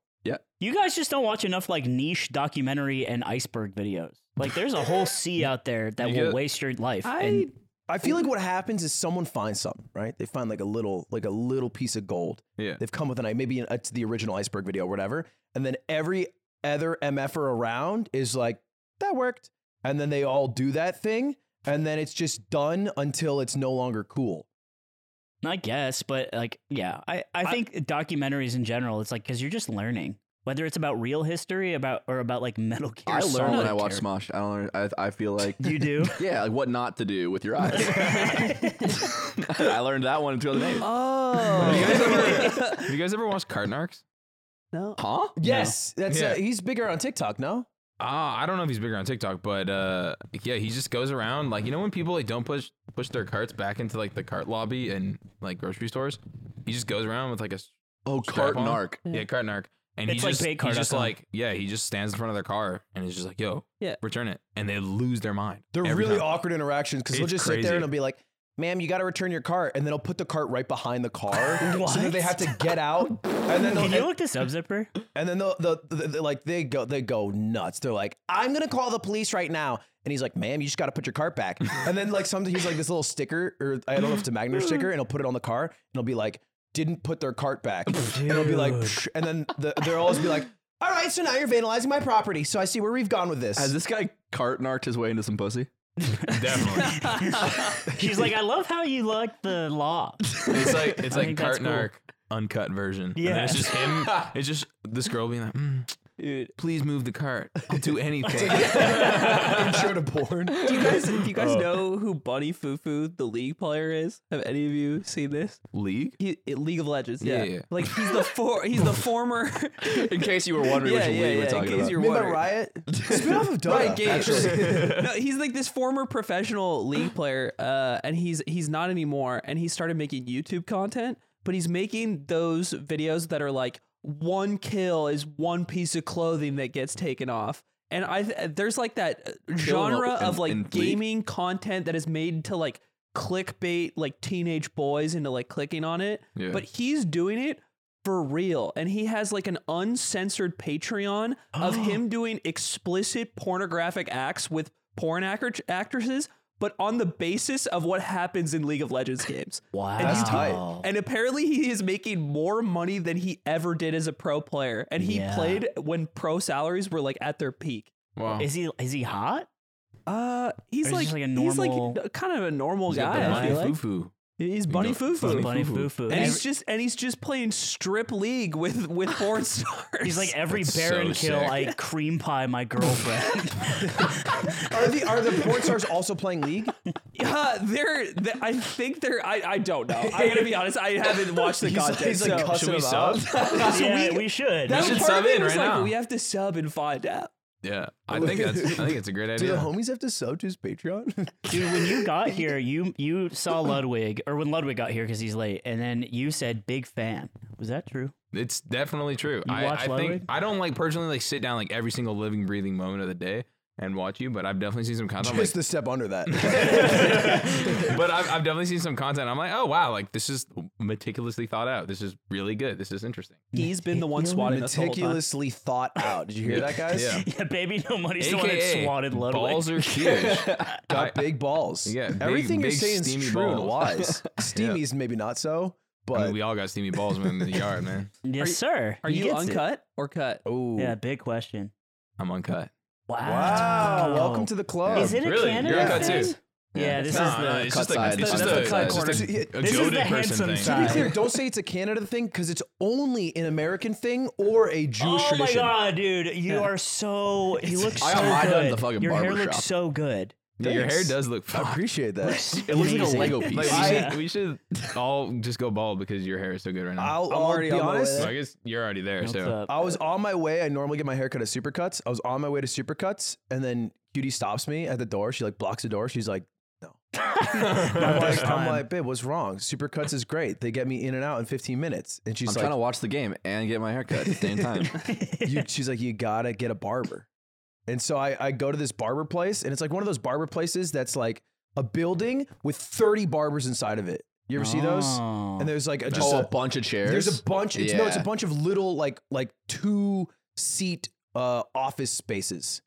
Speaker 4: You guys just don't watch enough like niche documentary and iceberg videos. Like there's a whole sea out there that
Speaker 5: You
Speaker 4: will
Speaker 5: get-
Speaker 4: waste your life. and
Speaker 1: I feel like what happens is someone finds something, right? They find like a little like a little piece of gold.
Speaker 5: Yeah.
Speaker 1: They've come with an maybe an, it's the original iceberg video, or whatever, and then every other mf'er around is like that worked, and then they all do that thing, and then it's just done until it's no longer cool.
Speaker 4: I guess, but like yeah, I, I think documentaries in general, it's like because you're just learning. Whether it's about real history about or about like Metal Gear
Speaker 3: I learn when
Speaker 4: Solid
Speaker 3: I watch
Speaker 4: characters.
Speaker 3: Smosh. I don't. learn- I I feel like
Speaker 4: You do?
Speaker 3: *laughs* yeah, like what not to do with your eyes.
Speaker 4: *laughs*
Speaker 3: I learned that one in 2008.
Speaker 5: Have you, guys
Speaker 2: Oh
Speaker 5: *laughs* ever, have you guys ever watched Cartnarks?
Speaker 2: no!
Speaker 3: Huh?
Speaker 1: Yes, that's
Speaker 5: Yeah.
Speaker 1: uh, he's bigger on TikTok, no?
Speaker 5: Ah, I don't know if he's bigger on TikTok, but uh, yeah, he just goes around like you know when people like don't push push their carts back into like the cart lobby and like grocery stores. He just goes around with like a
Speaker 3: Oh,
Speaker 5: strap
Speaker 3: cart
Speaker 5: on.
Speaker 3: narc.
Speaker 5: Yeah, cart narc. And
Speaker 4: It's
Speaker 5: he
Speaker 4: like
Speaker 5: just,
Speaker 4: bait
Speaker 5: he
Speaker 4: cart
Speaker 5: just
Speaker 4: outcome.
Speaker 5: like yeah, he just stands in front of their car and is just like, yo,
Speaker 2: Yeah.
Speaker 5: return it. And they lose their mind.
Speaker 1: They're
Speaker 5: every
Speaker 1: really
Speaker 5: time.
Speaker 1: awkward interactions because they'll
Speaker 5: It's
Speaker 1: just sit there
Speaker 5: crazy.
Speaker 1: and they'll be like, "Ma'am, you got to return your cart," and then they'll put the cart right behind the
Speaker 5: *laughs*
Speaker 1: car, so that they have to get out, and then they'll
Speaker 4: Can you look this up, Zipper?
Speaker 1: And then the, the, the, the- like they go they go nuts. They're like, "I'm gonna call the police right now." And he's like, "Ma'am, you just got to put your cart back." and then like something he's like this little sticker, or I don't know if it's a Magnet sticker, and he'll put it on the car, and it'll be like, "Didn't put their cart back," and it'll be like, "Psh," and then the, they'll always be like, "All right, so now you're vandalizing my property." So I see where we've gone with this. *laughs*
Speaker 3: Has this guy cart narked his way into some pussy?
Speaker 5: *laughs* Definitely.
Speaker 4: She's like, I love how you like the law.
Speaker 5: it's like it's like
Speaker 4: think that's
Speaker 5: cart
Speaker 4: cool.
Speaker 5: narc uncut version. And then it's
Speaker 4: Yeah.
Speaker 5: just him. It's just this girl being like, mm,
Speaker 2: Dude,
Speaker 5: please move the cart. I'll do anything.
Speaker 1: intro to porn?
Speaker 2: do you guys do you
Speaker 3: Oh.
Speaker 2: guys know who Bunny Fufu, the league player, is? Have any of you seen this?
Speaker 5: League.
Speaker 2: He, it- League of Legends, yeah.
Speaker 5: Yeah, yeah.
Speaker 2: Like he's the for he's the former.
Speaker 3: In case you were wondering
Speaker 2: yeah,
Speaker 3: which
Speaker 2: yeah,
Speaker 3: league
Speaker 2: yeah.
Speaker 3: we're
Speaker 2: In
Speaker 3: talking
Speaker 2: case
Speaker 3: about.
Speaker 2: you're
Speaker 1: Midnight
Speaker 2: wondering.
Speaker 1: Riot spin off of *laughs* Dota.
Speaker 2: Riot Games.
Speaker 1: actually.
Speaker 3: *laughs*
Speaker 2: no, he's like this former professional league player, uh, and he's he's not anymore. And he started making YouTube content, but he's making those videos that are like one kill is one piece of clothing that gets taken off. And I th- there's like that uh, genre
Speaker 3: in-
Speaker 2: of like
Speaker 3: in league?
Speaker 2: gaming content that is made to like clickbait like teenage boys into like clicking on it.
Speaker 5: Yeah.
Speaker 2: But he's doing it for real and he has like an uncensored patreon of him doing explicit pornographic acts with porn actor- actresses but on the basis of what happens in league of legends games
Speaker 4: Wow.
Speaker 1: That's
Speaker 4: Oh.
Speaker 1: tight.
Speaker 2: and apparently he is making more money than he ever did as a pro player and he
Speaker 4: Yeah.
Speaker 2: played when pro salaries were like at their peak
Speaker 5: Wow.
Speaker 4: Is he is he hot?
Speaker 2: uh
Speaker 4: Or
Speaker 2: he's
Speaker 4: is
Speaker 2: like
Speaker 4: this like a
Speaker 2: he's
Speaker 4: normal-
Speaker 2: like kind of a normal
Speaker 5: He's got the
Speaker 2: guy I
Speaker 5: bunny
Speaker 2: feel like.
Speaker 5: foo-foo.
Speaker 2: he's bunny
Speaker 5: got
Speaker 2: foo
Speaker 5: bunny
Speaker 2: foo
Speaker 4: Bunny
Speaker 5: foo-foo.
Speaker 4: foo foo.
Speaker 2: and he's just and he's just playing strip league with with porn stars *laughs*
Speaker 4: He's like every
Speaker 5: That's
Speaker 4: Baron
Speaker 5: so
Speaker 4: kill,
Speaker 5: sick.
Speaker 4: I cream pie my girlfriend.
Speaker 3: *laughs*
Speaker 1: Are the are the porn stars also playing League?
Speaker 2: Uh, they're, th- I think they're. I, I don't know. I'm gonna be honest. I haven't watched
Speaker 1: *laughs* *laughs*
Speaker 2: the
Speaker 1: He's,
Speaker 2: content.
Speaker 1: he's like
Speaker 2: so-
Speaker 1: cussing
Speaker 5: Should we
Speaker 1: them out.
Speaker 5: sub?
Speaker 4: yeah, we, should.
Speaker 2: that
Speaker 5: should
Speaker 2: part
Speaker 5: sub
Speaker 2: of it
Speaker 5: in
Speaker 2: was
Speaker 5: right
Speaker 2: like
Speaker 5: now.
Speaker 2: we have to sub and find out.
Speaker 5: *laughs* Yeah, I think that's. I think it's a great
Speaker 1: *laughs* Do the
Speaker 5: idea.
Speaker 1: homies have to sub to his Patreon? *laughs*
Speaker 4: Dude, when you got here, you you saw Ludwig, or when Ludwig got here because he's late, and then you said big fan. Was that true?
Speaker 5: It's definitely true. I,
Speaker 4: watch
Speaker 5: I
Speaker 4: Ludwig?
Speaker 5: think I don't like personally like sit down like every single living, breathing moment of the day. and watch you, but I've definitely seen some content. I'm like,
Speaker 1: Just the step under that.
Speaker 5: *laughs* but I've, I've definitely seen some content. I'm like, oh wow, like this is meticulously thought out. This is really good. This is interesting.
Speaker 2: He's been the one swatting us the whole time.
Speaker 1: Meticulously thought out. Did you hear that, guys?
Speaker 5: Yeah.
Speaker 4: Yeah, baby, no money's the one that
Speaker 5: AKA,
Speaker 4: swatted Ludwig.
Speaker 5: balls are
Speaker 3: *laughs*
Speaker 5: huge.
Speaker 1: Got big balls.
Speaker 5: Yeah, big-
Speaker 1: Everything
Speaker 5: big
Speaker 1: you're saying is
Speaker 5: steamy
Speaker 1: true and
Speaker 5: balls.
Speaker 1: wise.
Speaker 5: *laughs*
Speaker 1: Steamy's maybe not so,
Speaker 5: I
Speaker 1: but
Speaker 5: mean, we all got steamy balls when in the yard, man.
Speaker 4: yes,
Speaker 2: Are you-
Speaker 4: sir.
Speaker 2: Are
Speaker 4: He
Speaker 2: you
Speaker 4: gets it.
Speaker 2: uncut or cut?
Speaker 1: ooh.
Speaker 4: Yeah, big question.
Speaker 5: I'm uncut.
Speaker 4: Wow.
Speaker 1: Wow. Welcome to the club.
Speaker 4: Is it a
Speaker 5: Really?
Speaker 4: Canada
Speaker 5: You're uncut
Speaker 4: thing?
Speaker 5: too.
Speaker 4: Yeah, this
Speaker 5: No,
Speaker 4: is
Speaker 5: no,
Speaker 4: the
Speaker 5: it's
Speaker 3: cut
Speaker 5: just like
Speaker 3: side.
Speaker 5: it's
Speaker 3: That's
Speaker 5: just
Speaker 2: the-
Speaker 5: a,
Speaker 2: that's the cut
Speaker 5: it's just
Speaker 1: corner.
Speaker 5: a, a
Speaker 1: This
Speaker 4: is
Speaker 5: goaded
Speaker 4: the
Speaker 5: person
Speaker 4: handsome
Speaker 5: thing.
Speaker 1: To be
Speaker 4: side.
Speaker 1: clear, don't say it's a Canada thing because it's only an American thing or a Jewish
Speaker 4: Oh my
Speaker 1: tradition.
Speaker 4: god, dude! You are so. You look so
Speaker 3: I got mine
Speaker 4: good.
Speaker 3: done at the fucking
Speaker 4: Your hair
Speaker 3: barber
Speaker 4: looks
Speaker 3: shop.
Speaker 4: so good.
Speaker 5: Yeah, *laughs* your hair
Speaker 1: Thanks.
Speaker 5: does look
Speaker 1: I
Speaker 5: fucked.
Speaker 1: appreciate that.
Speaker 3: It looks like a
Speaker 4: Amazing.
Speaker 3: Lego piece.
Speaker 5: Like,
Speaker 1: I-
Speaker 5: we, should, we should all just go bald because your hair is so good right now.
Speaker 1: I'll, uh,
Speaker 2: I'm
Speaker 1: I'll be
Speaker 2: already on my way
Speaker 1: honest.
Speaker 5: so I guess you're already there.
Speaker 4: What's
Speaker 5: so
Speaker 4: up?
Speaker 1: I
Speaker 4: *laughs*
Speaker 1: was on my way. I normally get my haircut at Supercuts. I was on my way to Supercuts, and then Cutie stops me at the door. She like blocks the door. She's like,
Speaker 4: *laughs*
Speaker 1: "No." I'm,
Speaker 4: this
Speaker 1: like, I'm
Speaker 4: time.
Speaker 1: like, "Babe, what's wrong? Supercuts is great. They get me in and out in 15 minutes." And she's
Speaker 3: I'm trying to
Speaker 1: like,
Speaker 3: watch the game and get my hair cut at the same time.
Speaker 4: *laughs*
Speaker 1: you, "She's like, you gotta get a barber." And so I, I go to this barber place, and it's like one of those barber places that's like a building with 30 barbers inside of it. You ever see those?
Speaker 4: Oh.
Speaker 1: And there's like a, just
Speaker 3: oh,
Speaker 1: a-
Speaker 3: a bunch of chairs.
Speaker 1: There's a bunch. It's, No, it's a
Speaker 3: Yeah.
Speaker 1: bunch of little like like two seat uh, office spaces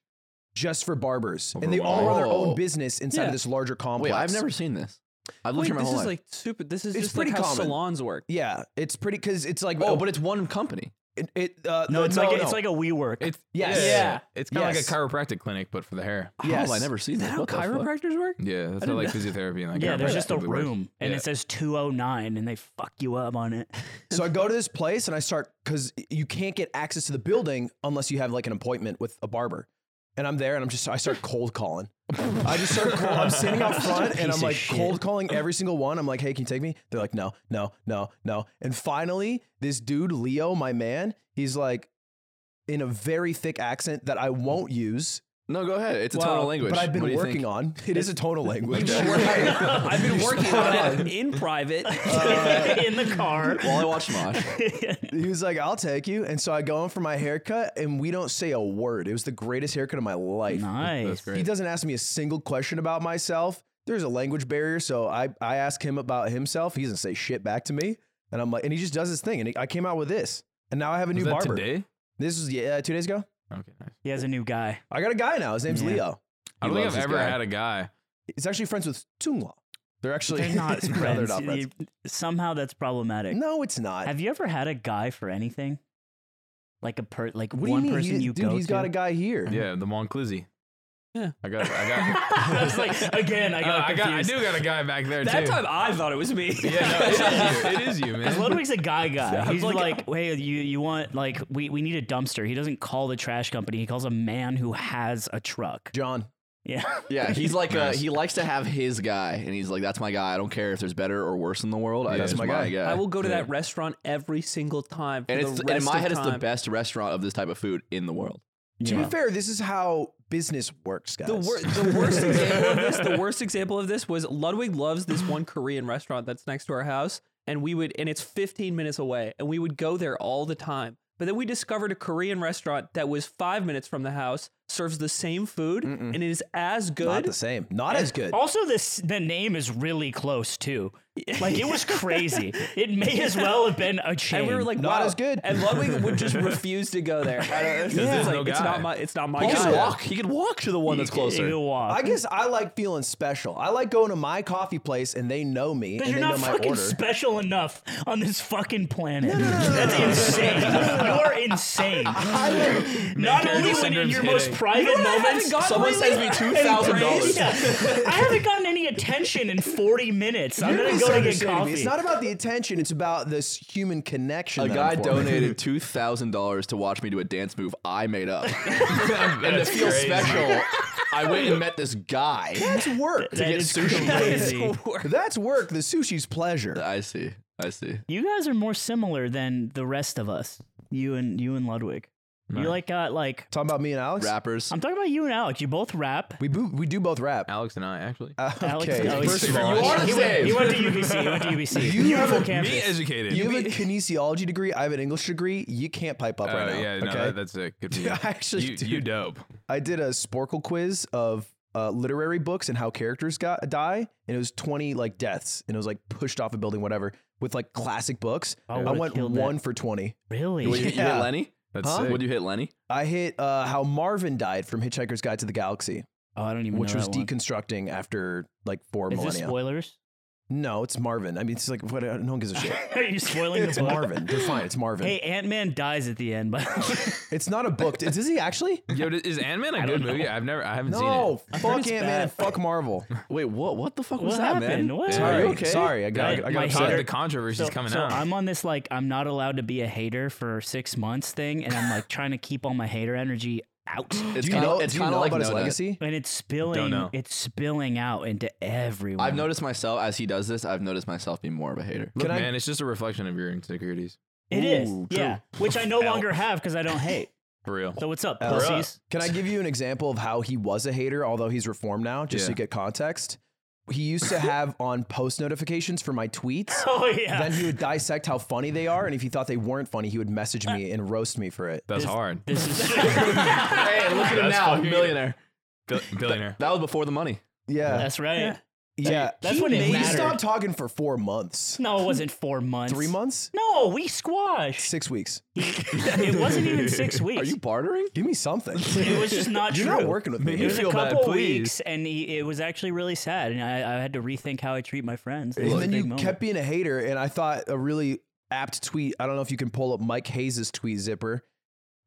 Speaker 1: just for barbers, and they all run their
Speaker 3: Whoa.
Speaker 1: own business inside
Speaker 2: Yeah.
Speaker 1: of this larger complex.
Speaker 3: Oh. Wait, I've never seen this. I've lived
Speaker 2: Wait,
Speaker 3: here my
Speaker 2: this
Speaker 3: whole
Speaker 2: is
Speaker 3: life.
Speaker 2: like super. This is
Speaker 1: It's
Speaker 2: just like
Speaker 1: pretty
Speaker 2: how
Speaker 1: common.
Speaker 2: salons work.
Speaker 1: Yeah, it's pretty because it's like
Speaker 3: oh, but it's one company.
Speaker 1: it. it uh,
Speaker 4: no, it's like
Speaker 1: no.
Speaker 4: it's like a WeWork.
Speaker 5: *laughs* it's
Speaker 1: Yes.
Speaker 5: yeah,
Speaker 1: Yeah.
Speaker 5: It's kind of
Speaker 1: Yes.
Speaker 5: like a chiropractic clinic, but for the hair.
Speaker 3: How
Speaker 1: yes.
Speaker 3: have Oh, I never seen
Speaker 2: Is
Speaker 3: this?
Speaker 2: that how
Speaker 3: What the fuck?
Speaker 2: chiropractors work?
Speaker 5: Yeah, that's
Speaker 2: I
Speaker 5: how
Speaker 2: didn't
Speaker 5: like
Speaker 2: know.
Speaker 5: physiotherapy and like
Speaker 4: yeah, there's just a
Speaker 5: chiropractic works.
Speaker 4: room, and
Speaker 5: Yeah.
Speaker 4: it says 209, and they fuck you up on it.
Speaker 1: *laughs* So I go to this place and I start because you can't get access to the building unless you have like an appointment with a barber. And I'm there and I'm just I start cold calling. I just start cold. I'm standing out front and
Speaker 4: Piece
Speaker 1: I'm
Speaker 4: of
Speaker 1: like
Speaker 4: shit.
Speaker 1: cold calling every single one. I'm like, hey, can you take me? They're like, no, no, no, no. And finally, this dude Leo, my man, he's like in a very thick accent that I won't use,
Speaker 3: No, go ahead. It's a
Speaker 2: Wow,
Speaker 3: tonal language.
Speaker 1: but I've
Speaker 3: What do
Speaker 1: been
Speaker 3: you
Speaker 1: working
Speaker 3: think?
Speaker 1: on. It is a
Speaker 3: *laughs*
Speaker 1: tonal language.
Speaker 2: *laughs* I've been working on it in private.
Speaker 1: Uh,
Speaker 4: in the car.
Speaker 3: While I watch
Speaker 4: *laughs*
Speaker 3: Mosh.
Speaker 1: he was like, I'll take you. And so I go in for my haircut and we don't say a word. It was the greatest haircut of my life.
Speaker 4: nice.
Speaker 5: great.
Speaker 1: He doesn't ask me a single question about myself. There's a language barrier, so I, I ask him about himself. He doesn't say shit back to me, and I'm like, and he just does his thing. And he, I came out with this, and now I have a
Speaker 5: Was
Speaker 1: new
Speaker 5: that
Speaker 1: barber.
Speaker 5: today?
Speaker 1: This was yeah, two days ago.
Speaker 5: Okay, nice.
Speaker 4: He has a new guy.
Speaker 1: I got a guy now. His name's
Speaker 4: Yeah.
Speaker 1: Leo.
Speaker 5: I
Speaker 3: He
Speaker 5: don't think
Speaker 3: loves
Speaker 5: I've
Speaker 3: this
Speaker 5: ever
Speaker 3: guy.
Speaker 5: had a guy.
Speaker 1: He's actually friends with Tungla. *laughs* They're actually *laughs*
Speaker 4: They're not
Speaker 1: no,
Speaker 4: friends.
Speaker 1: not friends.
Speaker 4: *laughs* You- Somehow that's problematic.
Speaker 1: No, it's not.
Speaker 4: Have you ever had a guy for anything? Like a per, like
Speaker 1: what do you
Speaker 4: one
Speaker 1: mean,
Speaker 4: person
Speaker 1: He-
Speaker 4: you
Speaker 1: dude?
Speaker 4: go
Speaker 1: He's
Speaker 4: to. *laughs*
Speaker 1: got a guy here.
Speaker 5: Yeah, the Monclizzy.
Speaker 2: Yeah.
Speaker 5: I got. I got.
Speaker 4: *laughs* I was like, again, I
Speaker 5: Uh,
Speaker 4: got
Speaker 5: I got. I
Speaker 4: confused.
Speaker 5: do got a guy back there
Speaker 2: That
Speaker 5: too.
Speaker 2: time I thought it was me.
Speaker 5: Yeah,
Speaker 2: *laughs*
Speaker 5: no, it is you. It is you,
Speaker 4: Because
Speaker 5: man.
Speaker 4: Ludwig's a guy guy.
Speaker 1: *laughs*
Speaker 2: I'm
Speaker 4: He's
Speaker 2: like-
Speaker 4: like, hey, you, you want like we, we need a dumpster. He doesn't call the trash company. He calls a man who has a truck.
Speaker 1: John.
Speaker 4: Yeah.
Speaker 3: Yeah, he's like uh,
Speaker 5: Nice.
Speaker 3: he likes to have his guy, and he's like, "That's my guy. I don't care if there's better or worse in the world. I
Speaker 5: Yeah.
Speaker 3: that's
Speaker 5: That's
Speaker 3: my
Speaker 1: my
Speaker 3: guy."
Speaker 1: guy.
Speaker 2: I will go to that restaurant every single time. For
Speaker 3: And
Speaker 2: the
Speaker 3: it's
Speaker 2: rest
Speaker 3: and in my
Speaker 2: of
Speaker 3: head, it's the
Speaker 2: time.
Speaker 3: best restaurant of this type of food in the world.
Speaker 1: To
Speaker 4: Yeah.
Speaker 1: be fair, this is how business works, guys.
Speaker 2: The, wor- the worst example of this, the worst example of this was Ludwig loves this one Korean restaurant that's next to our house, and we would, and it's 15 minutes away, and we would go there all the time. But then we discovered a Korean restaurant that was five minutes from the house, serves the same food, and it is as
Speaker 1: not
Speaker 2: good.
Speaker 1: the same. Not as good.
Speaker 4: Also, this the name is really close too. Like it was crazy. it may as well have been a chain.
Speaker 2: and we were like,
Speaker 1: Not
Speaker 2: wow.
Speaker 1: as good.
Speaker 2: And Ludwig would
Speaker 5: *laughs*
Speaker 2: just refuse to go there. I don't,
Speaker 5: Yeah.
Speaker 2: it's,
Speaker 5: there's
Speaker 2: like,
Speaker 5: no
Speaker 2: it's
Speaker 5: guy.
Speaker 2: not my, it's not my
Speaker 3: He
Speaker 2: guy.
Speaker 3: can walk. He can walk to the one that's closer.
Speaker 4: You walk.
Speaker 1: I guess I like feeling special. I like going to my coffee place and they know me and
Speaker 4: Because
Speaker 1: they
Speaker 4: you're
Speaker 1: know
Speaker 4: not
Speaker 1: my
Speaker 4: fucking
Speaker 1: order.
Speaker 4: special enough on this fucking planet. That's insane. You're insane. not only when in
Speaker 5: syndrome's
Speaker 4: your most
Speaker 5: hitting.
Speaker 4: private moments,
Speaker 3: Someone sends
Speaker 2: *laughs*
Speaker 3: me two thousand dollars.
Speaker 4: Yeah. I haven't gotten any attention in 40 minutes. I'm
Speaker 1: You're
Speaker 4: gonna go to get
Speaker 1: misunderstanding me.
Speaker 4: coffee.
Speaker 1: It's not about the attention, it's about this human connection.
Speaker 3: A
Speaker 1: that
Speaker 3: guy
Speaker 1: I'm forming.
Speaker 3: donated two thousand dollars to watch me do a dance move I made up, and to
Speaker 5: That's
Speaker 3: feel
Speaker 5: crazy.
Speaker 3: special, I went and met this guy.
Speaker 1: *laughs* That's work.
Speaker 4: That
Speaker 3: get
Speaker 4: is
Speaker 3: sushi.
Speaker 4: crazy.
Speaker 1: That's work. The sushi's pleasure.
Speaker 3: I see. I see.
Speaker 4: You guys are more similar than the rest of us. You and you and Ludwig. You like got like
Speaker 1: Talking about me and Alex.
Speaker 3: Rappers.
Speaker 4: I'm talking about you and Alex. You both rap.
Speaker 1: We bo- we do both rap.
Speaker 5: Alex and I actually.
Speaker 1: Uh,
Speaker 4: Alex
Speaker 1: okay.
Speaker 4: is always-
Speaker 1: First of all,
Speaker 3: You are the
Speaker 4: he, went, he
Speaker 3: same.
Speaker 4: went to UBC. He went to UBC.
Speaker 1: You have
Speaker 4: Beautiful
Speaker 1: a-
Speaker 5: Me
Speaker 4: campus.
Speaker 5: educated.
Speaker 1: you
Speaker 4: *laughs*
Speaker 1: have a kinesiology degree. I have an English degree. You can't pipe up
Speaker 5: Oh,
Speaker 1: right now.
Speaker 5: yeah, no,
Speaker 1: okay.
Speaker 5: that- that's it.
Speaker 1: *laughs*
Speaker 5: Good for you.
Speaker 1: I actually
Speaker 5: you,
Speaker 1: do.
Speaker 5: you dope.
Speaker 1: I did a Sporkle quiz of uh, literary books and how characters got die, and it was twenty like deaths, and it was like pushed off a building, whatever, with like classic books.
Speaker 4: I
Speaker 1: I
Speaker 4: would've
Speaker 1: went
Speaker 4: killed that.
Speaker 1: one for twenty.
Speaker 4: Really?
Speaker 3: Would you, you
Speaker 1: *laughs* Yeah.
Speaker 3: hit Lenny?
Speaker 5: That's
Speaker 1: Huh?
Speaker 5: sick.
Speaker 3: Would you hit Lenny?
Speaker 1: I hit uh, how Marvin died from Hitchhiker's Guide to the Galaxy,
Speaker 4: oh, I don't even
Speaker 1: which
Speaker 4: know
Speaker 1: was
Speaker 4: that one.
Speaker 1: deconstructing after like four
Speaker 4: Is this
Speaker 1: millennia.
Speaker 4: spoilers? *laughs*
Speaker 1: no, it's Marvin. I mean, it's like what? No one gives a shit.
Speaker 4: Are you spoiling
Speaker 1: it's
Speaker 4: the book?
Speaker 1: Marvin. They're fine. It's Marvin.
Speaker 4: Hey, Ant Man dies at the end, but *laughs*
Speaker 1: It's not a book. Is, is he actually?
Speaker 5: Yo, d- is Ant Man a
Speaker 4: I
Speaker 5: good
Speaker 4: don't
Speaker 5: movie?
Speaker 4: know.
Speaker 5: I've never, I haven't
Speaker 1: No,
Speaker 4: heard
Speaker 1: fuck
Speaker 4: it's
Speaker 1: Ant Man and
Speaker 4: bad.
Speaker 1: fuck Marvel.
Speaker 3: Wait, what? What the fuck
Speaker 4: what
Speaker 3: was that,
Speaker 4: happened?
Speaker 3: man?
Speaker 4: What?
Speaker 5: Yeah.
Speaker 1: Sorry,
Speaker 5: Are you
Speaker 3: okay?
Speaker 1: sorry. I got.
Speaker 4: My-
Speaker 1: I
Speaker 5: seen
Speaker 1: got
Speaker 5: it.
Speaker 4: my
Speaker 5: Sorry,
Speaker 1: upset.
Speaker 4: hair-
Speaker 5: the controversy's coming
Speaker 4: so
Speaker 5: out.
Speaker 4: I'm on this like I'm not allowed to be a hater for six months thing, and I'm like trying to keep all my hater energy out,
Speaker 3: It's
Speaker 1: Do you
Speaker 3: kinda-
Speaker 1: know?
Speaker 3: it's
Speaker 1: do you
Speaker 3: kinda
Speaker 1: know
Speaker 3: like
Speaker 1: about his
Speaker 3: Donut.
Speaker 1: legacy?
Speaker 4: and it's
Speaker 5: Don't know.
Speaker 4: spilling. It's spilling out into everyone.
Speaker 3: I've noticed myself as he does this. I've noticed myself being more of a hater.
Speaker 5: Look,
Speaker 1: Can I-
Speaker 5: man, it's just a reflection of your insecurities.
Speaker 4: it is,
Speaker 1: Ooh,
Speaker 4: yeah, which I no longer have because I don't hate.
Speaker 5: For real.
Speaker 4: So what's up,
Speaker 1: Bruh.
Speaker 4: pussies?
Speaker 1: Can I give you an example of how he was a hater, although he's reformed now, just so
Speaker 5: Yeah.
Speaker 1: you get context? He used to have *laughs* on post notifications for my tweets.
Speaker 4: *laughs* Oh yeah.
Speaker 1: Then he would dissect how funny they are, and if he thought they weren't funny, he would message me and roast me for it.
Speaker 5: That's
Speaker 4: This-
Speaker 5: hard.
Speaker 4: this is
Speaker 3: hey, look at him
Speaker 5: That's
Speaker 3: now,
Speaker 5: fucking-
Speaker 3: millionaire.
Speaker 5: Bill- billionaire.
Speaker 3: That was before the money.
Speaker 1: Yeah,
Speaker 4: that's right.
Speaker 1: yeah.
Speaker 4: That's
Speaker 1: He
Speaker 4: when it
Speaker 1: made- he
Speaker 4: mattered.
Speaker 1: stopped talking for four months,
Speaker 4: No, it wasn't four months.
Speaker 1: three months,
Speaker 4: No,
Speaker 1: *laughs*
Speaker 4: we squashed.
Speaker 1: six weeks.
Speaker 4: It wasn't even six weeks.
Speaker 3: Are you bartering?
Speaker 1: Give me something.
Speaker 4: *laughs* It was just not
Speaker 1: You're
Speaker 4: true.
Speaker 1: not working with me.
Speaker 5: Maybe
Speaker 4: It was
Speaker 5: Feel
Speaker 4: a
Speaker 5: bad,
Speaker 4: couple
Speaker 5: please.
Speaker 4: weeks, and he, it was actually really sad, and I, I had to rethink how I treat my friends. It was a
Speaker 1: and then
Speaker 4: big
Speaker 1: you
Speaker 4: moment.
Speaker 1: kept being a hater, and I thought a really apt tweet. I don't know if you can pull up Mike Hayes' tweet zipper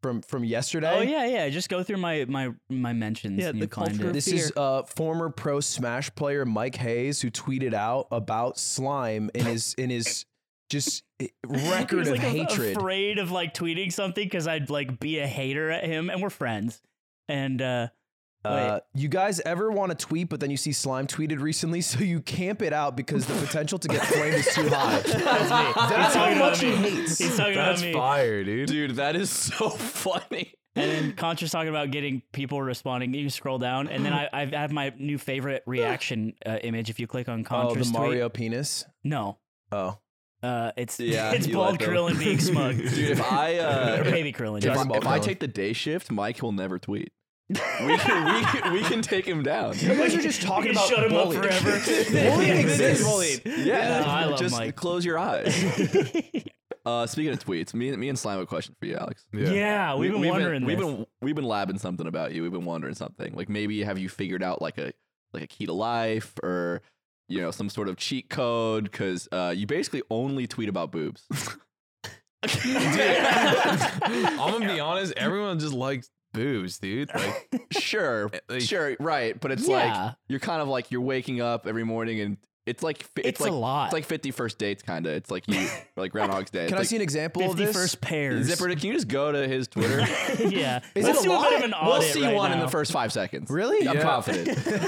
Speaker 1: from from yesterday.
Speaker 4: Oh yeah, yeah. Just go through my my my mentions.
Speaker 2: Yeah,
Speaker 4: and
Speaker 2: the
Speaker 4: you'll find
Speaker 2: culture-
Speaker 4: it.
Speaker 1: This is uh, former pro Smash player Mike Hayes who tweeted out about slime in his in his just
Speaker 4: *laughs* He
Speaker 1: record
Speaker 4: was, like,
Speaker 1: of
Speaker 4: a-
Speaker 1: hatred.
Speaker 4: Afraid of like tweeting something because I'd like be a hater at him, and we're friends. And uh,
Speaker 1: Uh, you guys ever want to tweet, but then you see slime tweeted recently, so you camp it out because the potential to get flamed is too high.
Speaker 4: *laughs* that's me.
Speaker 1: That's
Speaker 4: He's
Speaker 1: how
Speaker 4: talking about
Speaker 1: much he
Speaker 4: me.
Speaker 1: hates.
Speaker 4: He's talking
Speaker 5: That's
Speaker 4: about me.
Speaker 5: fire, dude.
Speaker 3: *laughs* Dude, that is so funny.
Speaker 4: And then Contra's talking about getting people responding. You scroll down, and then I,
Speaker 1: *gasps*
Speaker 4: I have my new favorite reaction uh, image. If you click on
Speaker 1: Oh,
Speaker 4: Contra's
Speaker 1: the
Speaker 4: tweet,
Speaker 1: Mario penis.
Speaker 4: no,
Speaker 1: Oh,
Speaker 4: uh, it's
Speaker 3: Yeah,
Speaker 4: *laughs* it's
Speaker 3: you
Speaker 4: bald
Speaker 3: like them.
Speaker 4: Krillin
Speaker 1: *laughs*
Speaker 4: being smug,
Speaker 3: Dude, if
Speaker 4: *laughs*
Speaker 3: I
Speaker 4: or
Speaker 3: uh,
Speaker 4: baby Krillin.
Speaker 3: if,
Speaker 1: Dragon
Speaker 3: I,
Speaker 1: Ball
Speaker 3: if I
Speaker 1: Colin.
Speaker 3: take the day shift, Mike will never tweet. We can, we, can, we can take him down.
Speaker 1: you guys are just talking
Speaker 4: *laughs* You
Speaker 1: about
Speaker 4: shut him up
Speaker 1: bullying.
Speaker 4: forever.
Speaker 1: *laughs*
Speaker 4: *laughs*
Speaker 1: Bullying exists.
Speaker 3: Yeah,
Speaker 4: No,
Speaker 3: *laughs*
Speaker 4: I love
Speaker 3: just
Speaker 4: Mike.
Speaker 3: close
Speaker 4: *laughs*
Speaker 3: your eyes. uh, speaking of tweets, me, me and Slime have a question for you, Alex.
Speaker 4: Yeah, we've been wondering.
Speaker 3: We've
Speaker 4: this.
Speaker 3: been we've been labbing something about you. We've been wondering something. Like maybe have you figured out like a like a key to life or you know some sort of cheat code? Because uh, you basically only tweet
Speaker 4: *laughs*
Speaker 3: about boobs. *laughs*
Speaker 5: I'm gonna be honest. Everyone just likes boobs, dude. Like,
Speaker 3: sure,
Speaker 5: like-
Speaker 3: sure, right. But it's
Speaker 4: Yeah.
Speaker 3: like you're kind of like you're waking up every morning and it's like fi- it's,
Speaker 4: It's a
Speaker 3: like
Speaker 4: lot.
Speaker 3: It's like fifty first dates kind of. It's like you
Speaker 4: *laughs*
Speaker 3: like Groundhog's Day.
Speaker 1: Can I
Speaker 3: It's
Speaker 1: see an example of
Speaker 4: Fifty
Speaker 1: this?
Speaker 4: first
Speaker 3: like,
Speaker 4: pairs.
Speaker 3: Zipper?
Speaker 4: *laughs*
Speaker 3: Can you just go to his Twitter?
Speaker 4: yeah.
Speaker 1: Is
Speaker 4: Let's
Speaker 1: it a
Speaker 4: do a
Speaker 1: lot?
Speaker 4: bit of an
Speaker 3: we'll
Speaker 4: audit
Speaker 3: see
Speaker 4: right
Speaker 3: one in
Speaker 4: now.
Speaker 3: the first five seconds.
Speaker 1: Really?
Speaker 3: I'm
Speaker 5: Yeah.
Speaker 3: confident. *laughs*
Speaker 5: yeah,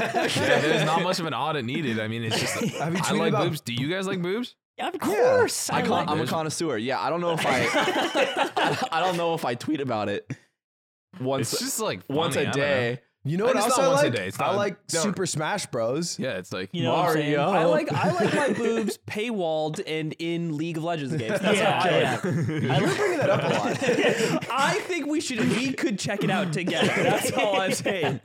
Speaker 5: there's not much of an audit needed. I mean, it's
Speaker 1: *laughs*
Speaker 5: just like,
Speaker 1: Have you
Speaker 5: I
Speaker 1: tweeted
Speaker 5: like
Speaker 1: about-
Speaker 5: boobs. Do you guys like boobs?
Speaker 4: Of course, I
Speaker 3: I
Speaker 4: like.
Speaker 3: am a
Speaker 5: There's-
Speaker 3: connoisseur. Yeah, I don't know if I, *laughs* I, don't know if I tweet about it once
Speaker 5: It's just like
Speaker 3: once
Speaker 5: funny,
Speaker 3: a
Speaker 5: I don't know.
Speaker 3: day.
Speaker 1: You know what
Speaker 5: And it's
Speaker 1: else
Speaker 5: not
Speaker 1: I
Speaker 5: once a
Speaker 1: like?
Speaker 5: day. It's
Speaker 1: I
Speaker 5: not-
Speaker 1: like
Speaker 5: don't-
Speaker 1: Super Smash Bros.
Speaker 5: Yeah, it's like
Speaker 4: You know *laughs* what I'm saying?
Speaker 3: Mario.
Speaker 2: I like I like my boobs paywalled and in League of Legends games. That's
Speaker 4: Yeah,
Speaker 2: how I like.
Speaker 4: yeah.
Speaker 1: You're bringing that up a
Speaker 2: *laughs*
Speaker 1: lot.
Speaker 3: *laughs*
Speaker 2: it. I think we should we could check it out together. That's all I'm saying.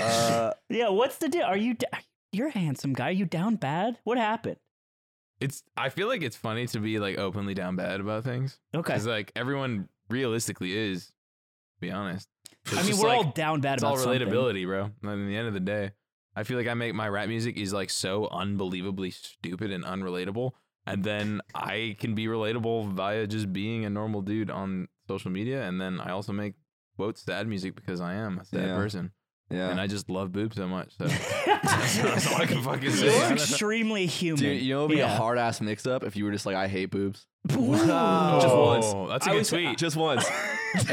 Speaker 1: Uh,
Speaker 4: yeah. What's the deal? Are you? d- You're a handsome guy. Are you down bad? What happened?
Speaker 5: *laughs* it's. I feel like it's funny to be like openly down bad about things
Speaker 4: Okay.
Speaker 5: because like everyone realistically is. To be honest, It's
Speaker 4: I mean,
Speaker 5: just
Speaker 4: we're
Speaker 5: like-
Speaker 4: all down bad
Speaker 5: it's
Speaker 4: about
Speaker 5: all
Speaker 4: something.
Speaker 5: relatability, bro. And at the end of the day, I feel like I make my rap music is like so unbelievably stupid and unrelatable, and then I can be relatable via just being a normal dude on social media, and then I also make quote sad music because I am a sad
Speaker 3: Yeah.
Speaker 5: person, and
Speaker 3: Yeah,
Speaker 5: I just love boobs so much. So that's, that's all I can fucking
Speaker 3: *laughs*
Speaker 4: You're
Speaker 5: say.
Speaker 4: extremely human.
Speaker 3: dude, you know, it'd be
Speaker 4: Yeah.
Speaker 3: a hard ass mix up if you were just like, I hate boobs.
Speaker 1: *laughs* wow.
Speaker 3: Just
Speaker 5: Oh,
Speaker 3: once.
Speaker 5: That's a
Speaker 2: I
Speaker 5: good
Speaker 2: was-
Speaker 5: tweet.
Speaker 3: Just once.
Speaker 5: I'm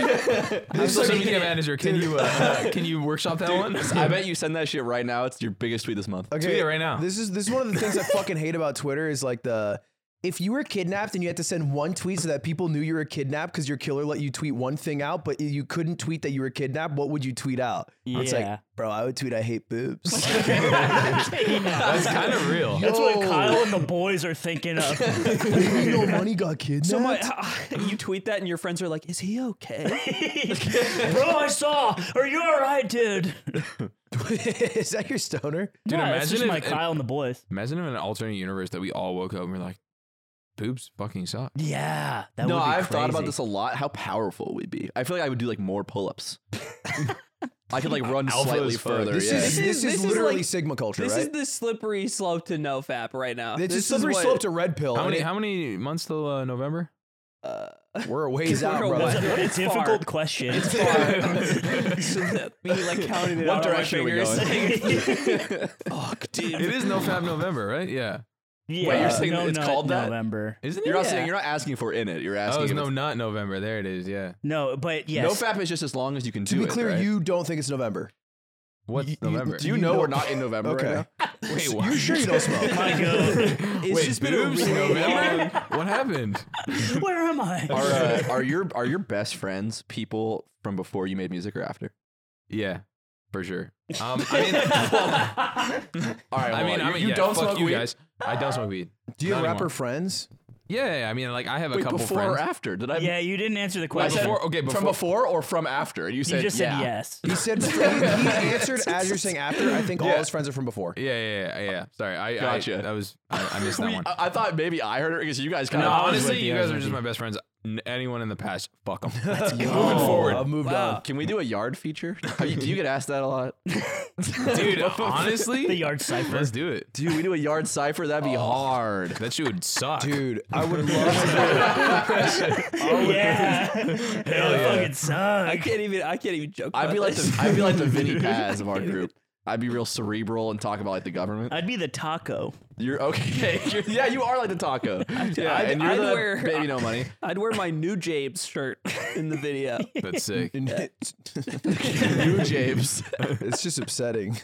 Speaker 1: It's
Speaker 5: social
Speaker 1: like-
Speaker 5: media manager. Can you uh, can you workshop that one? *laughs*
Speaker 3: I bet you send that shit right now. It's your biggest tweet this month.
Speaker 1: okay,
Speaker 5: Tweet it right now.
Speaker 1: This is this is one of the things I fucking hate about Twitter is like the if you were kidnapped and you had to send one tweet so that people knew you were kidnapped because your killer let you tweet one thing out, but you couldn't tweet that you were kidnapped, what would you tweet out? It's
Speaker 4: Yeah.
Speaker 1: like, bro, I would tweet I hate boobs. *laughs*
Speaker 5: That's kind of real.
Speaker 4: *laughs* That's what
Speaker 3: Oh.
Speaker 1: Yo.
Speaker 4: Kyle and the boys are thinking
Speaker 3: *laughs*
Speaker 4: of. *laughs*
Speaker 1: Yo, money got kidnapped.
Speaker 2: So my, *laughs* you tweet that and your friends are like, "Is he
Speaker 3: *laughs*
Speaker 2: okay?"
Speaker 4: Bro, I saw. Are you all right, dude?
Speaker 1: *laughs* Is that your stoner?
Speaker 5: Dude,
Speaker 4: Nah,
Speaker 5: imagine
Speaker 4: it's just
Speaker 5: if-
Speaker 4: my
Speaker 5: if-
Speaker 4: Kyle and the boys.
Speaker 5: Imagine if in an alternate universe that we all woke up and we're like, boobs fucking suck.
Speaker 4: Yeah, that
Speaker 3: no,
Speaker 4: would be
Speaker 3: I've thought
Speaker 4: crazy.
Speaker 3: about this a lot. How powerful we'd be. I feel like I would do like more *laughs* pull-ups. I could like run
Speaker 5: Alpha
Speaker 3: slightly
Speaker 5: as fuck.
Speaker 3: further.
Speaker 1: This
Speaker 3: yeah.
Speaker 1: is
Speaker 2: This is-
Speaker 1: this
Speaker 2: this is
Speaker 1: is literally
Speaker 2: like-
Speaker 1: Sigma culture,
Speaker 2: this
Speaker 1: right?
Speaker 2: is the slippery slope to nofap right now.
Speaker 1: it's a
Speaker 2: This is
Speaker 1: slippery
Speaker 2: what-
Speaker 1: slope to red pill.
Speaker 5: How
Speaker 1: and
Speaker 5: many
Speaker 1: it-
Speaker 5: how many months till uh, November?
Speaker 1: we're a ways
Speaker 2: We're
Speaker 1: out,
Speaker 2: a
Speaker 1: bro.
Speaker 2: ways
Speaker 4: What a
Speaker 2: It's
Speaker 4: difficult
Speaker 2: far. *laughs*
Speaker 4: question. *laughs*
Speaker 2: so that me like counting it
Speaker 3: What
Speaker 2: out on my
Speaker 3: direction are we
Speaker 2: fingers.
Speaker 4: *laughs*
Speaker 3: Fuck,
Speaker 5: It
Speaker 3: dude.
Speaker 5: is no Fab November, right? Yeah.
Speaker 4: yeah,
Speaker 3: Wait, you're saying
Speaker 4: no
Speaker 3: it's
Speaker 4: nut
Speaker 3: called that?
Speaker 4: November.
Speaker 5: Isn't it?
Speaker 3: You're not
Speaker 5: Yeah.
Speaker 3: saying you're not asking for in it. You're
Speaker 5: Oh,
Speaker 3: asking.
Speaker 5: it's
Speaker 3: if
Speaker 5: no
Speaker 3: it's-
Speaker 5: nut November. There it is. Yeah.
Speaker 4: No, but yes. *laughs*
Speaker 3: no fap is just as long as you can
Speaker 1: To
Speaker 3: do
Speaker 1: be
Speaker 3: it,
Speaker 1: clear,
Speaker 3: right?
Speaker 1: you don't think it's November.
Speaker 5: What's
Speaker 1: you-
Speaker 5: November?
Speaker 1: do
Speaker 3: Do you
Speaker 1: you
Speaker 3: know
Speaker 1: know-
Speaker 3: we're not in November
Speaker 1: Okay.
Speaker 3: right
Speaker 5: *laughs*
Speaker 3: *laughs*
Speaker 5: Wait, what?
Speaker 1: You
Speaker 5: *laughs*
Speaker 1: sure you don't smoke?
Speaker 4: My
Speaker 2: *laughs*
Speaker 4: God.
Speaker 2: It's
Speaker 5: Wait,
Speaker 2: just been a
Speaker 5: boobs
Speaker 2: really
Speaker 5: November? what happened?
Speaker 4: Where am I?
Speaker 3: now? Are, uh, are your are your best friends people from before you made music or after?
Speaker 5: Yeah, for
Speaker 3: *laughs*
Speaker 5: sure. Um, I mean,
Speaker 3: All right.
Speaker 5: I
Speaker 3: well,
Speaker 5: mean,
Speaker 3: you,
Speaker 5: I mean,
Speaker 3: you
Speaker 5: yeah,
Speaker 3: don't
Speaker 5: fuck
Speaker 3: smoke
Speaker 5: you
Speaker 3: weed?
Speaker 5: guys. I don't smoke weed.
Speaker 1: Do you have
Speaker 5: Not
Speaker 1: rapper
Speaker 5: anymore.
Speaker 1: friends?
Speaker 5: Yeah, yeah, I mean, like I have a
Speaker 3: Wait,
Speaker 5: couple
Speaker 3: before
Speaker 5: friends.
Speaker 3: or after? Did I?
Speaker 4: yeah, you didn't answer the
Speaker 3: I
Speaker 4: question.
Speaker 3: said,
Speaker 5: Before- okay,
Speaker 3: from
Speaker 5: before-
Speaker 3: before or from after? And you
Speaker 4: you
Speaker 3: said
Speaker 4: just
Speaker 3: yeah.
Speaker 4: said yes.
Speaker 1: He said he, he answered as you're saying after. I think all
Speaker 3: Yeah.
Speaker 1: his friends are from before.
Speaker 5: Yeah, yeah, yeah. yeah. Sorry, I
Speaker 3: Gotcha.
Speaker 5: I, that was I, I
Speaker 3: *laughs*
Speaker 5: missed that
Speaker 3: We-
Speaker 5: one.
Speaker 3: I, I thought maybe I heard it because you guys kind
Speaker 5: No,
Speaker 3: of
Speaker 5: honestly,
Speaker 4: with you,
Speaker 5: you
Speaker 4: I was
Speaker 5: guys are
Speaker 4: with
Speaker 5: just
Speaker 4: you.
Speaker 5: my best friends. N- anyone in the past, fuck
Speaker 3: *laughs*
Speaker 5: them.
Speaker 1: Moving
Speaker 5: forward.
Speaker 1: Oh, I've moved on.
Speaker 3: Can we do a
Speaker 5: *laughs*
Speaker 3: yard feature? Are you- do you get asked that a lot?
Speaker 5: Dude, honestly,
Speaker 4: The yard cipher.
Speaker 5: Let's do it.
Speaker 3: Dude, we do a yard cipher. That'd be hard.
Speaker 5: That shit would suck.
Speaker 1: Dude, I would love to
Speaker 4: yeah. *laughs* Hell yeah. fucking
Speaker 2: *laughs* I
Speaker 4: suck.
Speaker 2: can't even. I can't even joke.
Speaker 3: I'd
Speaker 2: about
Speaker 3: be like
Speaker 2: this. *laughs*
Speaker 3: the I'd be like the Vinny Paz of our group. I'd be real cerebral and talk about like the government.
Speaker 4: I'd be the taco.
Speaker 3: You're okay. *laughs* You're- yeah, you are like the taco. Yeah,
Speaker 2: I'd-
Speaker 3: and you're
Speaker 2: I'd
Speaker 3: the
Speaker 2: wear-
Speaker 3: baby no money.
Speaker 2: I'd wear my new James shirt in the video.
Speaker 5: That's sick.
Speaker 1: do
Speaker 3: You *laughs* James.
Speaker 1: *laughs* It's just upsetting.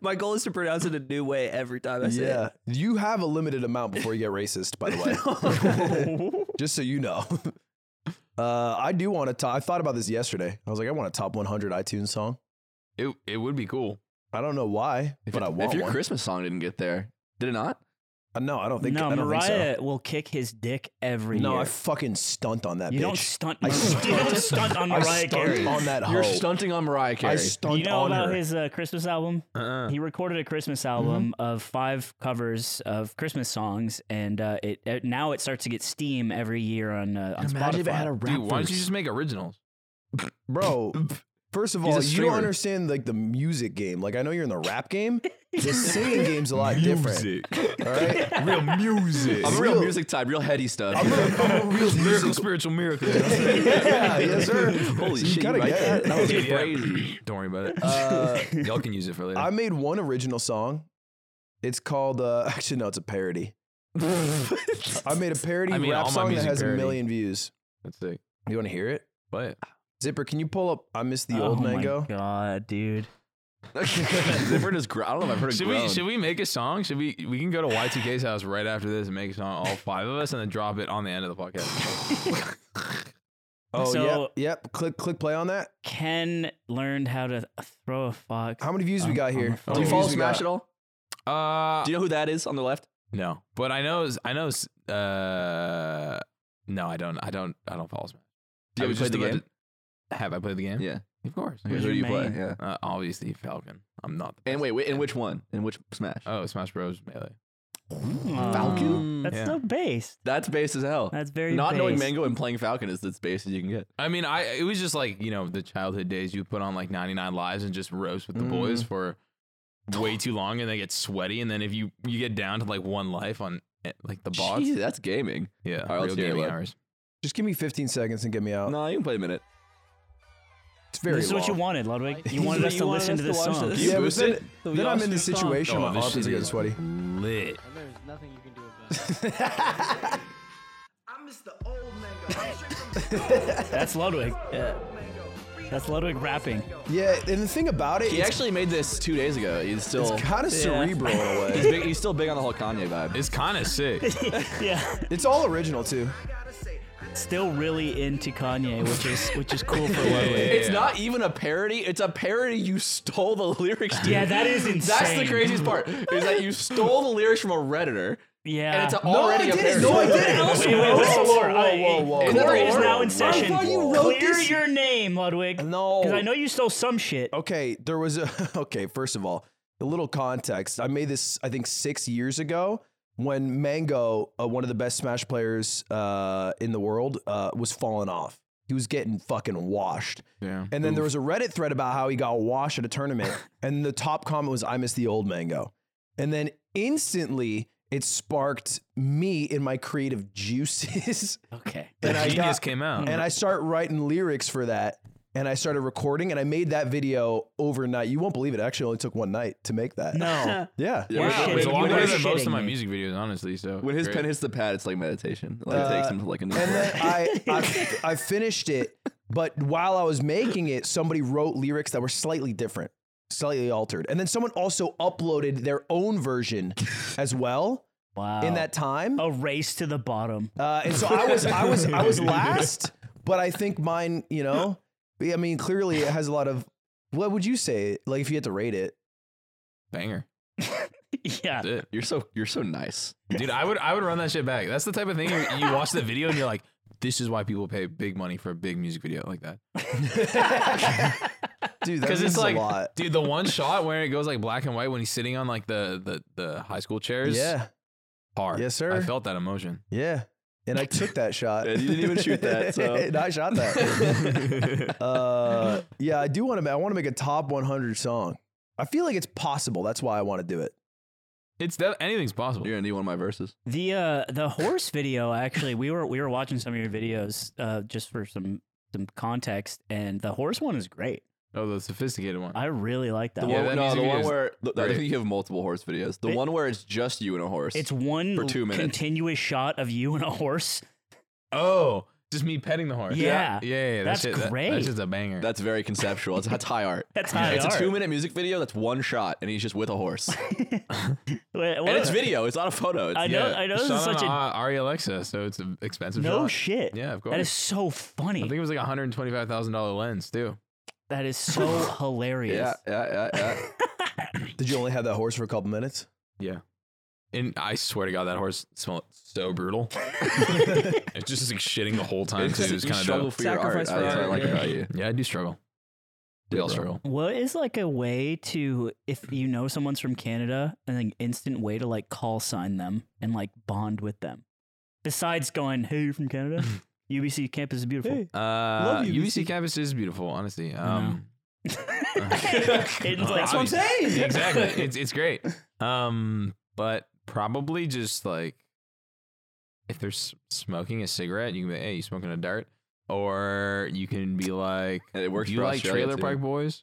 Speaker 2: my goal is to pronounce it a new way every time I say
Speaker 1: yeah.
Speaker 2: it.
Speaker 1: You have a limited amount before you get racist, by the way.
Speaker 4: *laughs*
Speaker 1: just so you know. Uh, I do want to top. I thought about this yesterday. I was like, I want a top 100 iTunes song.
Speaker 5: It it would be cool.
Speaker 1: I don't know why, but I want
Speaker 3: if your
Speaker 1: one.
Speaker 3: Christmas song didn't get there, did it not?
Speaker 1: Uh, no, I don't think.
Speaker 4: No,
Speaker 1: I don't
Speaker 4: Mariah
Speaker 1: Think
Speaker 4: will kick his dick every
Speaker 1: so. No,
Speaker 4: year.
Speaker 1: I fucking stunt on that.
Speaker 4: you
Speaker 1: bitch.
Speaker 4: don't stunt.
Speaker 1: I
Speaker 4: *laughs* you don't stunt on
Speaker 1: I
Speaker 4: Mariah Carey.
Speaker 1: stunt on that
Speaker 3: You're
Speaker 1: hoe.
Speaker 3: stunting on Mariah
Speaker 1: Oh. I
Speaker 3: Carey.
Speaker 1: stunt
Speaker 4: You know
Speaker 1: on
Speaker 4: about
Speaker 1: her.
Speaker 4: his uh, Christmas album?
Speaker 5: Uh-uh.
Speaker 4: *laughs* He recorded a Christmas album
Speaker 1: Mm-hmm.
Speaker 4: of five covers of Christmas songs, and uh, it, it now it starts to get steam every year on uh, on Spotify.
Speaker 5: Dude, why don't you just make originals?
Speaker 4: *laughs*
Speaker 1: Bro, first of
Speaker 3: He's a
Speaker 1: all, you
Speaker 3: streamer.
Speaker 1: don't understand like the music game. Like I know you're in the rap
Speaker 4: *laughs*
Speaker 1: game. The singing game's a lot different. All right.
Speaker 4: *laughs*
Speaker 5: real music.
Speaker 3: I'm a
Speaker 5: I'm
Speaker 3: real
Speaker 1: Real-
Speaker 3: music type, real heady stuff.
Speaker 1: *laughs*
Speaker 3: *laughs*
Speaker 5: a real miracle, spiritual miracle.
Speaker 1: Yeah, yes, sir.
Speaker 3: Holy
Speaker 1: So
Speaker 3: shit,
Speaker 1: you gotta
Speaker 3: you like
Speaker 1: get
Speaker 3: that?
Speaker 1: it.
Speaker 3: That was
Speaker 5: Yeah, yeah.
Speaker 3: crazy.
Speaker 5: Don't worry about it.
Speaker 1: Uh,
Speaker 5: *laughs* Y'all can use it for later.
Speaker 1: I made one original song. It's called uh, *laughs* actually no, it's a
Speaker 4: *laughs*
Speaker 1: parody. I made a parody
Speaker 5: I mean,
Speaker 1: rap
Speaker 5: all my
Speaker 1: song that
Speaker 5: music
Speaker 1: has
Speaker 5: parody.
Speaker 1: a million views.
Speaker 5: That's sick.
Speaker 1: You want to hear it?
Speaker 5: But
Speaker 1: Zipper, can you pull up? I miss the
Speaker 4: oh
Speaker 1: old
Speaker 4: my
Speaker 1: mango.
Speaker 4: God, dude.
Speaker 3: Zipper just gro- I don't know if I've heard it
Speaker 5: should
Speaker 3: groan.
Speaker 5: we should we make a song? Should we we can go to Y2K's house right after this and make a song all five of us and then drop it on the end of the
Speaker 3: *sighs*
Speaker 5: podcast.
Speaker 1: Oh
Speaker 4: So-
Speaker 1: yeah, yep. Click click play on that.
Speaker 4: Ken learned how to throw a fox.
Speaker 1: How many views we
Speaker 4: Um,
Speaker 1: got
Speaker 4: I'm
Speaker 1: here?
Speaker 4: a
Speaker 1: How
Speaker 3: Do
Speaker 1: many
Speaker 3: you
Speaker 1: views
Speaker 3: follow
Speaker 1: we
Speaker 3: Smash
Speaker 1: got?
Speaker 3: at all?
Speaker 5: uh
Speaker 3: Do you know who that is on the left?
Speaker 5: no. But I know I know uh no, I don't I don't I don't follow Smash.
Speaker 3: Do
Speaker 5: I
Speaker 3: you ever
Speaker 5: was
Speaker 3: play
Speaker 5: just
Speaker 3: the
Speaker 5: about
Speaker 3: game?
Speaker 5: to- have I played the game?
Speaker 3: Yeah.
Speaker 5: Of course.
Speaker 3: Okay,
Speaker 4: Who's
Speaker 3: who
Speaker 4: your
Speaker 3: do you play?
Speaker 4: main?
Speaker 3: Yeah.
Speaker 5: Uh, obviously Falcon. I'm not the
Speaker 3: And
Speaker 5: best.
Speaker 3: wait, wait, in which one? In which Smash?
Speaker 5: Oh, Smash Bros. Melee.
Speaker 3: Falcon?
Speaker 4: Um, That's
Speaker 5: Yeah.
Speaker 4: so based.
Speaker 3: That's based as hell.
Speaker 4: That's very
Speaker 3: Not knowing
Speaker 4: based.
Speaker 3: Mango and playing Falcon is as based as you can get.
Speaker 5: I mean, I it was just like you know the childhood days. You put on like 99 lives and just roast with the boys
Speaker 3: Mm-hmm.
Speaker 5: for way too long, and they get sweaty. And then if you you get down to like one life on eh, like the bots,
Speaker 3: Jeez, that's gaming.
Speaker 5: yeah,
Speaker 3: All right, let's
Speaker 5: real
Speaker 3: hear it,
Speaker 5: gaming
Speaker 3: bud.
Speaker 5: hours.
Speaker 1: Just give me 15 seconds and get me out.
Speaker 3: No, you can play a minute.
Speaker 1: It's very
Speaker 4: this is what you
Speaker 1: long.
Speaker 4: wanted, Ludwig. You
Speaker 2: is
Speaker 4: wanted
Speaker 2: what
Speaker 4: us
Speaker 2: you
Speaker 4: to
Speaker 2: wanted
Speaker 4: listen
Speaker 2: us to
Speaker 4: to this
Speaker 2: watch
Speaker 4: song.
Speaker 2: this.
Speaker 1: Yeah,
Speaker 3: You
Speaker 1: but
Speaker 3: boost
Speaker 1: then,
Speaker 3: it?
Speaker 2: So we
Speaker 1: then
Speaker 2: all
Speaker 1: I'm in this
Speaker 2: switched on?
Speaker 1: situation.
Speaker 5: Oh,
Speaker 1: my
Speaker 5: this
Speaker 1: arms
Speaker 5: shit
Speaker 1: are getting
Speaker 5: is
Speaker 1: sweaty.
Speaker 5: Lit.
Speaker 6: And there's nothing you can do about it.
Speaker 7: I miss the *laughs* old mango. I'm straight
Speaker 4: *laughs*
Speaker 7: from
Speaker 4: That's Ludwig.
Speaker 7: mango. Free
Speaker 4: That's Ludwig rapping.
Speaker 1: Yeah, and the thing about it,
Speaker 3: He
Speaker 1: it's,
Speaker 3: actually made this two days ago. He's still
Speaker 1: kind of cerebral in a
Speaker 4: *laughs*
Speaker 3: he's
Speaker 1: way.
Speaker 3: big. He's still big on the whole Kanye vibe.
Speaker 5: It's kind of
Speaker 3: *laughs*
Speaker 5: sick.
Speaker 4: yeah, *laughs*
Speaker 1: It's all original too.
Speaker 4: still really into Kanye, which is which is cool for Ludwig.
Speaker 3: It's not even a parody. It's a parody. You stole the lyrics. to.
Speaker 4: Yeah, that is insane.
Speaker 3: *laughs* That's the craziest part is that you stole the lyrics from a redditor.
Speaker 4: Yeah.
Speaker 3: And it's
Speaker 1: No,
Speaker 3: already
Speaker 1: I
Speaker 3: a
Speaker 1: didn't.
Speaker 3: parody.
Speaker 1: No, I
Speaker 4: Wait,
Speaker 1: didn't.
Speaker 4: wait, wait, what's the lore? Uh,
Speaker 1: whoa, whoa.
Speaker 4: Corey
Speaker 3: Another
Speaker 4: is
Speaker 3: lore?
Speaker 4: now in session.
Speaker 1: I thought you wrote
Speaker 4: Clear
Speaker 1: this-
Speaker 4: your name, Ludwig.
Speaker 1: No.
Speaker 4: because I know you stole some shit.
Speaker 1: Okay, there was a *laughs* okay. First of all, a little context. I made this I think six years ago when Mango, uh, one of the best Smash players uh, in the world, uh, was falling off. He was getting fucking washed.
Speaker 5: Yeah.
Speaker 1: And then there was a Reddit thread about how he got washed at a tournament, and the top comment was, "I miss the old Mango." And then instantly, it sparked me in my creative juices.
Speaker 4: *laughs* Okay.
Speaker 1: and I
Speaker 5: Genius
Speaker 1: got,
Speaker 5: came out.
Speaker 1: and I started writing lyrics for that. And I started recording and I made that video overnight. You won't believe it. It actually only took one night to make that.
Speaker 4: No.
Speaker 1: *laughs* Yeah.
Speaker 3: Yeah,
Speaker 4: Wow.
Speaker 3: when-
Speaker 5: It
Speaker 4: Wait,
Speaker 5: was
Speaker 4: you
Speaker 5: longer
Speaker 4: were
Speaker 5: than most
Speaker 4: shitting
Speaker 5: of my
Speaker 4: me.
Speaker 5: music videos, honestly. So
Speaker 3: When his
Speaker 5: great.
Speaker 3: pen hits the pad, it's like meditation. Like it takes him to like a new
Speaker 1: And then I,
Speaker 3: *laughs*
Speaker 1: I, I finished it. But while I was making it, somebody wrote lyrics that were slightly different, slightly altered. And then someone also uploaded their own version as well
Speaker 4: Wow.
Speaker 1: in that time.
Speaker 3: Oh.
Speaker 4: a race to the bottom. *laughs*
Speaker 1: Uh, and so I was, I was, I
Speaker 3: *laughs*
Speaker 1: was last, but I think mine, you know, I mean, clearly it has a lot of. What would you say? Like, if you had to rate it,
Speaker 5: banger.
Speaker 4: yeah.
Speaker 5: That's it.
Speaker 3: You're so you're so nice.
Speaker 5: Dude, I would I would run that shit back. That's the type of thing you, you watch the video and you're like, this is why people pay big money for a big music video like that.
Speaker 1: dude, that
Speaker 5: Because
Speaker 1: means
Speaker 5: it's like,
Speaker 1: a lot.
Speaker 5: dude, the one shot where it goes like black and white when he's sitting on like the the the high school chairs.
Speaker 1: Yeah,
Speaker 5: hard.
Speaker 1: Yes, sir.
Speaker 5: I felt that emotion.
Speaker 1: yeah. And I took that shot.
Speaker 3: And you didn't even shoot that,
Speaker 1: *laughs*
Speaker 3: so.
Speaker 1: And I shot
Speaker 3: *laughs*
Speaker 1: that. uh, yeah, I do want to. I want to make a top 100 song. I feel like it's possible. That's why I want to do it.
Speaker 5: It's that anything's possible.
Speaker 3: You're gonna need one of my verses.
Speaker 4: The uh the horse video actually we were we were watching some of your videos uh just for some some context and the horse one is great.
Speaker 5: Oh, the sophisticated one.
Speaker 4: I really like that.
Speaker 3: The
Speaker 5: Yeah,
Speaker 4: one.
Speaker 3: one,
Speaker 5: that
Speaker 3: no,
Speaker 5: music
Speaker 3: the one
Speaker 5: video's
Speaker 3: where the, I
Speaker 5: great.
Speaker 3: think you have multiple horse videos. The
Speaker 4: It-
Speaker 3: one where it's just you and a horse.
Speaker 4: It's one
Speaker 3: For two minutes.
Speaker 4: continuous shot of you and a horse.
Speaker 5: oh, just me petting the horse.
Speaker 4: Yeah.
Speaker 5: yeah, yeah, yeah, that
Speaker 4: That's
Speaker 5: shit- that-
Speaker 4: great.
Speaker 5: that's just a banger.
Speaker 3: that's very conceptual. It's, that's high art.
Speaker 4: That's high
Speaker 3: it's
Speaker 4: art.
Speaker 3: a two minute music video. That's one shot, and he's just with a horse.
Speaker 4: Wait, what?
Speaker 3: and it's video. It's not a photo. It's,
Speaker 4: I know I know this is
Speaker 5: Shot
Speaker 4: such
Speaker 5: on
Speaker 4: a
Speaker 5: Ari Alexa, so it's an expensive.
Speaker 4: no
Speaker 5: shot.
Speaker 4: shit.
Speaker 5: Yeah, of course.
Speaker 4: That is so funny.
Speaker 5: I think it was like a hundred twenty-five thousand dollar lens too.
Speaker 4: that
Speaker 5: *laughs*
Speaker 4: is so hilarious.
Speaker 3: yeah, yeah, yeah, *laughs*
Speaker 1: Did you only have that horse for a couple minutes?
Speaker 5: Yeah, and I swear to God, that horse smelled so
Speaker 4: *laughs*
Speaker 5: brutal. *laughs* it's just like shitting the whole
Speaker 3: yeah.
Speaker 5: time
Speaker 3: It's,
Speaker 5: too. It
Speaker 3: you
Speaker 5: was kind
Speaker 3: struggle
Speaker 5: of
Speaker 3: for your art.
Speaker 2: Sacrifice for
Speaker 3: That's what I
Speaker 2: art,
Speaker 3: like
Speaker 2: yeah.
Speaker 3: about you.
Speaker 5: yeah. I do struggle. We all
Speaker 3: bro.
Speaker 5: struggle.
Speaker 4: What is like a way to if you know someone's from Canada, an like, instant way to like call sign them and like bond with them? Besides going, "Hey, you're from Canada.
Speaker 5: *laughs*
Speaker 4: UBC campus is beautiful."
Speaker 5: Uh,
Speaker 1: UBC.
Speaker 5: UBC campus is beautiful, honestly.
Speaker 4: know.
Speaker 5: Um,
Speaker 4: *laughs* Aiden's like,
Speaker 5: That's what I'm
Speaker 1: saying.
Speaker 5: *laughs* exactly. It's it's great. Um, but probably just like if they're s- smoking a cigarette, you can be, hey, you smoking a dart, or you can be like,
Speaker 3: And it works
Speaker 5: Do you
Speaker 3: for
Speaker 5: like
Speaker 3: Australia,
Speaker 5: Trailer
Speaker 3: too.
Speaker 5: Park Boys?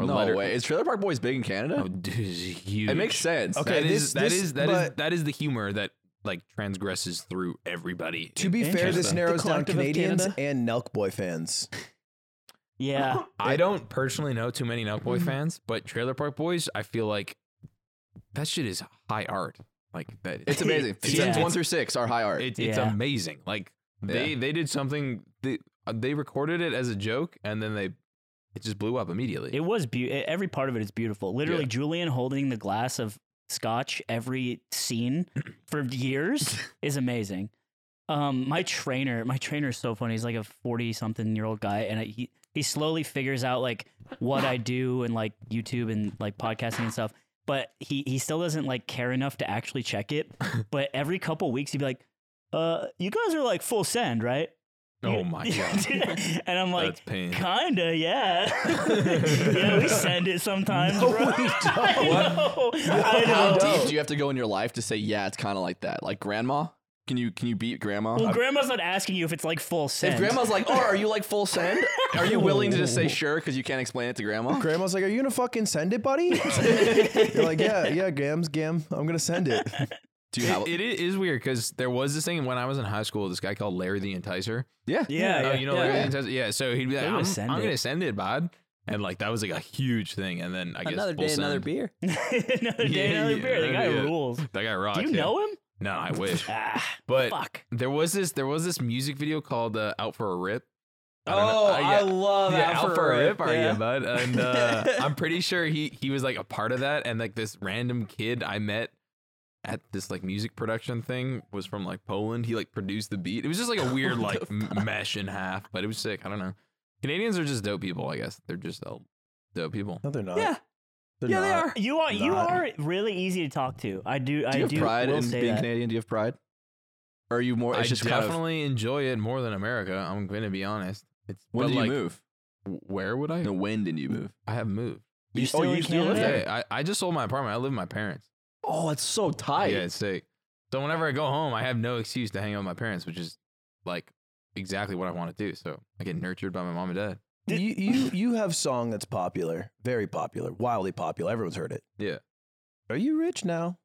Speaker 3: no
Speaker 5: letter-
Speaker 3: way. Is Trailer Park Boys big in Canada?
Speaker 5: Oh, *laughs* dude, it's huge.
Speaker 3: it makes sense.
Speaker 1: Okay.
Speaker 5: that
Speaker 1: this-
Speaker 5: is that
Speaker 1: this-
Speaker 5: is that is
Speaker 1: but-
Speaker 5: that is the humor that like transgresses through everybody.
Speaker 1: To be fair, this
Speaker 5: Interesting.
Speaker 1: narrows
Speaker 2: The
Speaker 1: down
Speaker 2: collective of
Speaker 1: Canadians
Speaker 2: Canada.
Speaker 1: and Nelk Boy fans.
Speaker 4: "Yeah,
Speaker 5: I don't personally know too many Nelk Boy fans, but Trailer Park Boys, I feel like that shit is high art. Like that, *laughs*
Speaker 3: It's amazing.
Speaker 4: Yeah.
Speaker 3: Seasons
Speaker 4: It's-
Speaker 3: one through six are high art.
Speaker 5: It, It's
Speaker 4: Yeah.
Speaker 5: amazing. Like they they did something. They uh, they recorded it as a joke, and then they it just blew up immediately.
Speaker 4: it was beautiful. Every part of it is beautiful. Literally,
Speaker 5: Yeah.
Speaker 4: Julian holding the glass of scotch every scene
Speaker 5: *clears throat*
Speaker 4: for years
Speaker 5: *laughs*
Speaker 4: is amazing." Um, my trainer, my trainer is so funny. He's like a forty-something-year-old guy, and I, he he slowly figures out like what I do and like YouTube and like podcasting and stuff. But he he still doesn't like care enough to actually check
Speaker 5: *laughs*
Speaker 4: it. But every couple weeks he'd be like, "Uh, you guys are like full send, right?"
Speaker 5: oh
Speaker 4: *laughs*
Speaker 5: my god, *laughs*
Speaker 4: and I'm like,
Speaker 5: that's pain.
Speaker 4: Kinda,
Speaker 3: *laughs*
Speaker 4: yeah. yeah, we send it sometimes, bro. *laughs* I know. I
Speaker 3: How
Speaker 4: know.
Speaker 3: deep do you have to go in your life to say, yeah, it's kind of like that? Like grandma? Can you can you beat grandma?
Speaker 4: Well, grandma's not asking you if it's like full send.
Speaker 3: if grandma's like, oh, are you like full send? Are you willing to just say sure because you can't explain it to grandma?
Speaker 1: Grandma's like, "Are you
Speaker 2: *laughs*
Speaker 1: gonna fucking send it, buddy?" You're like, "Yeah, yeah, Gams, Gam, I'm gonna send it."
Speaker 3: Do you have?
Speaker 5: It, it i- is weird because there was this thing when I was in high school. This guy called Larry the Enticer.
Speaker 3: yeah.
Speaker 4: Yeah,
Speaker 5: oh, you know
Speaker 2: yeah.
Speaker 5: Larry the Enticer. Yeah, so he'd be like, "I'm,
Speaker 4: They're gonna
Speaker 5: I'm
Speaker 4: send it."
Speaker 5: gonna send it, bud," and like that was like a huge thing. And then I guess
Speaker 2: another
Speaker 5: Bull
Speaker 2: day, another
Speaker 5: Send-
Speaker 2: beer.
Speaker 4: *laughs* another day,
Speaker 5: Yeah,
Speaker 4: another
Speaker 5: yeah,
Speaker 4: beer. The guy
Speaker 5: yeah.
Speaker 4: rules.
Speaker 5: That guy rocks.
Speaker 4: Do you
Speaker 5: yeah.
Speaker 4: know him?
Speaker 5: No, I wish.
Speaker 4: Ah,
Speaker 5: But
Speaker 4: fuck.
Speaker 5: there was this there was this music video called uh, "Out for a Rip." I don't know-
Speaker 2: Oh,
Speaker 5: uh, yeah.
Speaker 2: I love
Speaker 5: yeah, out for a rip, are
Speaker 2: yeah.
Speaker 5: you, bud? And uh, I'm pretty sure he he was like a part of that, and like this random kid I met at this like music production thing was from like Poland. He like produced the beat. It was just like a weird like m- mesh in half, but it was sick. I don't know. Canadians are just dope people, I guess. They're just uh, dope people.
Speaker 1: No, they're not.
Speaker 2: Yeah.
Speaker 1: They're
Speaker 2: Yeah,
Speaker 1: not.
Speaker 2: they are.
Speaker 4: You are you
Speaker 1: Not-
Speaker 4: are really easy to talk to. I do. I
Speaker 3: Do you have
Speaker 4: do.
Speaker 3: pride
Speaker 4: will
Speaker 3: in
Speaker 4: say
Speaker 3: being
Speaker 4: that.
Speaker 3: Canadian? Do you have pride? Or are you more?
Speaker 5: I
Speaker 3: It's just kind of.
Speaker 5: definitely enjoy it more than America. I'm gonna be honest. It's
Speaker 3: When
Speaker 5: but,
Speaker 3: did you
Speaker 5: like,
Speaker 3: move?
Speaker 5: w- Where would I?
Speaker 3: No, when did you move?
Speaker 5: I have moved.
Speaker 4: Hmm. You still
Speaker 3: you
Speaker 4: in
Speaker 3: still live
Speaker 4: Canada?
Speaker 3: there?
Speaker 5: Yeah, I, I just sold my apartment. I live with my parents.
Speaker 3: Oh, it's so tight.
Speaker 5: Yeah, it's sick. So whenever I go home, I have no excuse to hang out with my parents, which is like exactly what I want to do. So I get nurtured by my mom and dad.
Speaker 4: Did-
Speaker 1: you, you you have song that's popular, very popular, wildly popular. Everyone's heard it.
Speaker 5: Yeah.
Speaker 1: Are you rich now?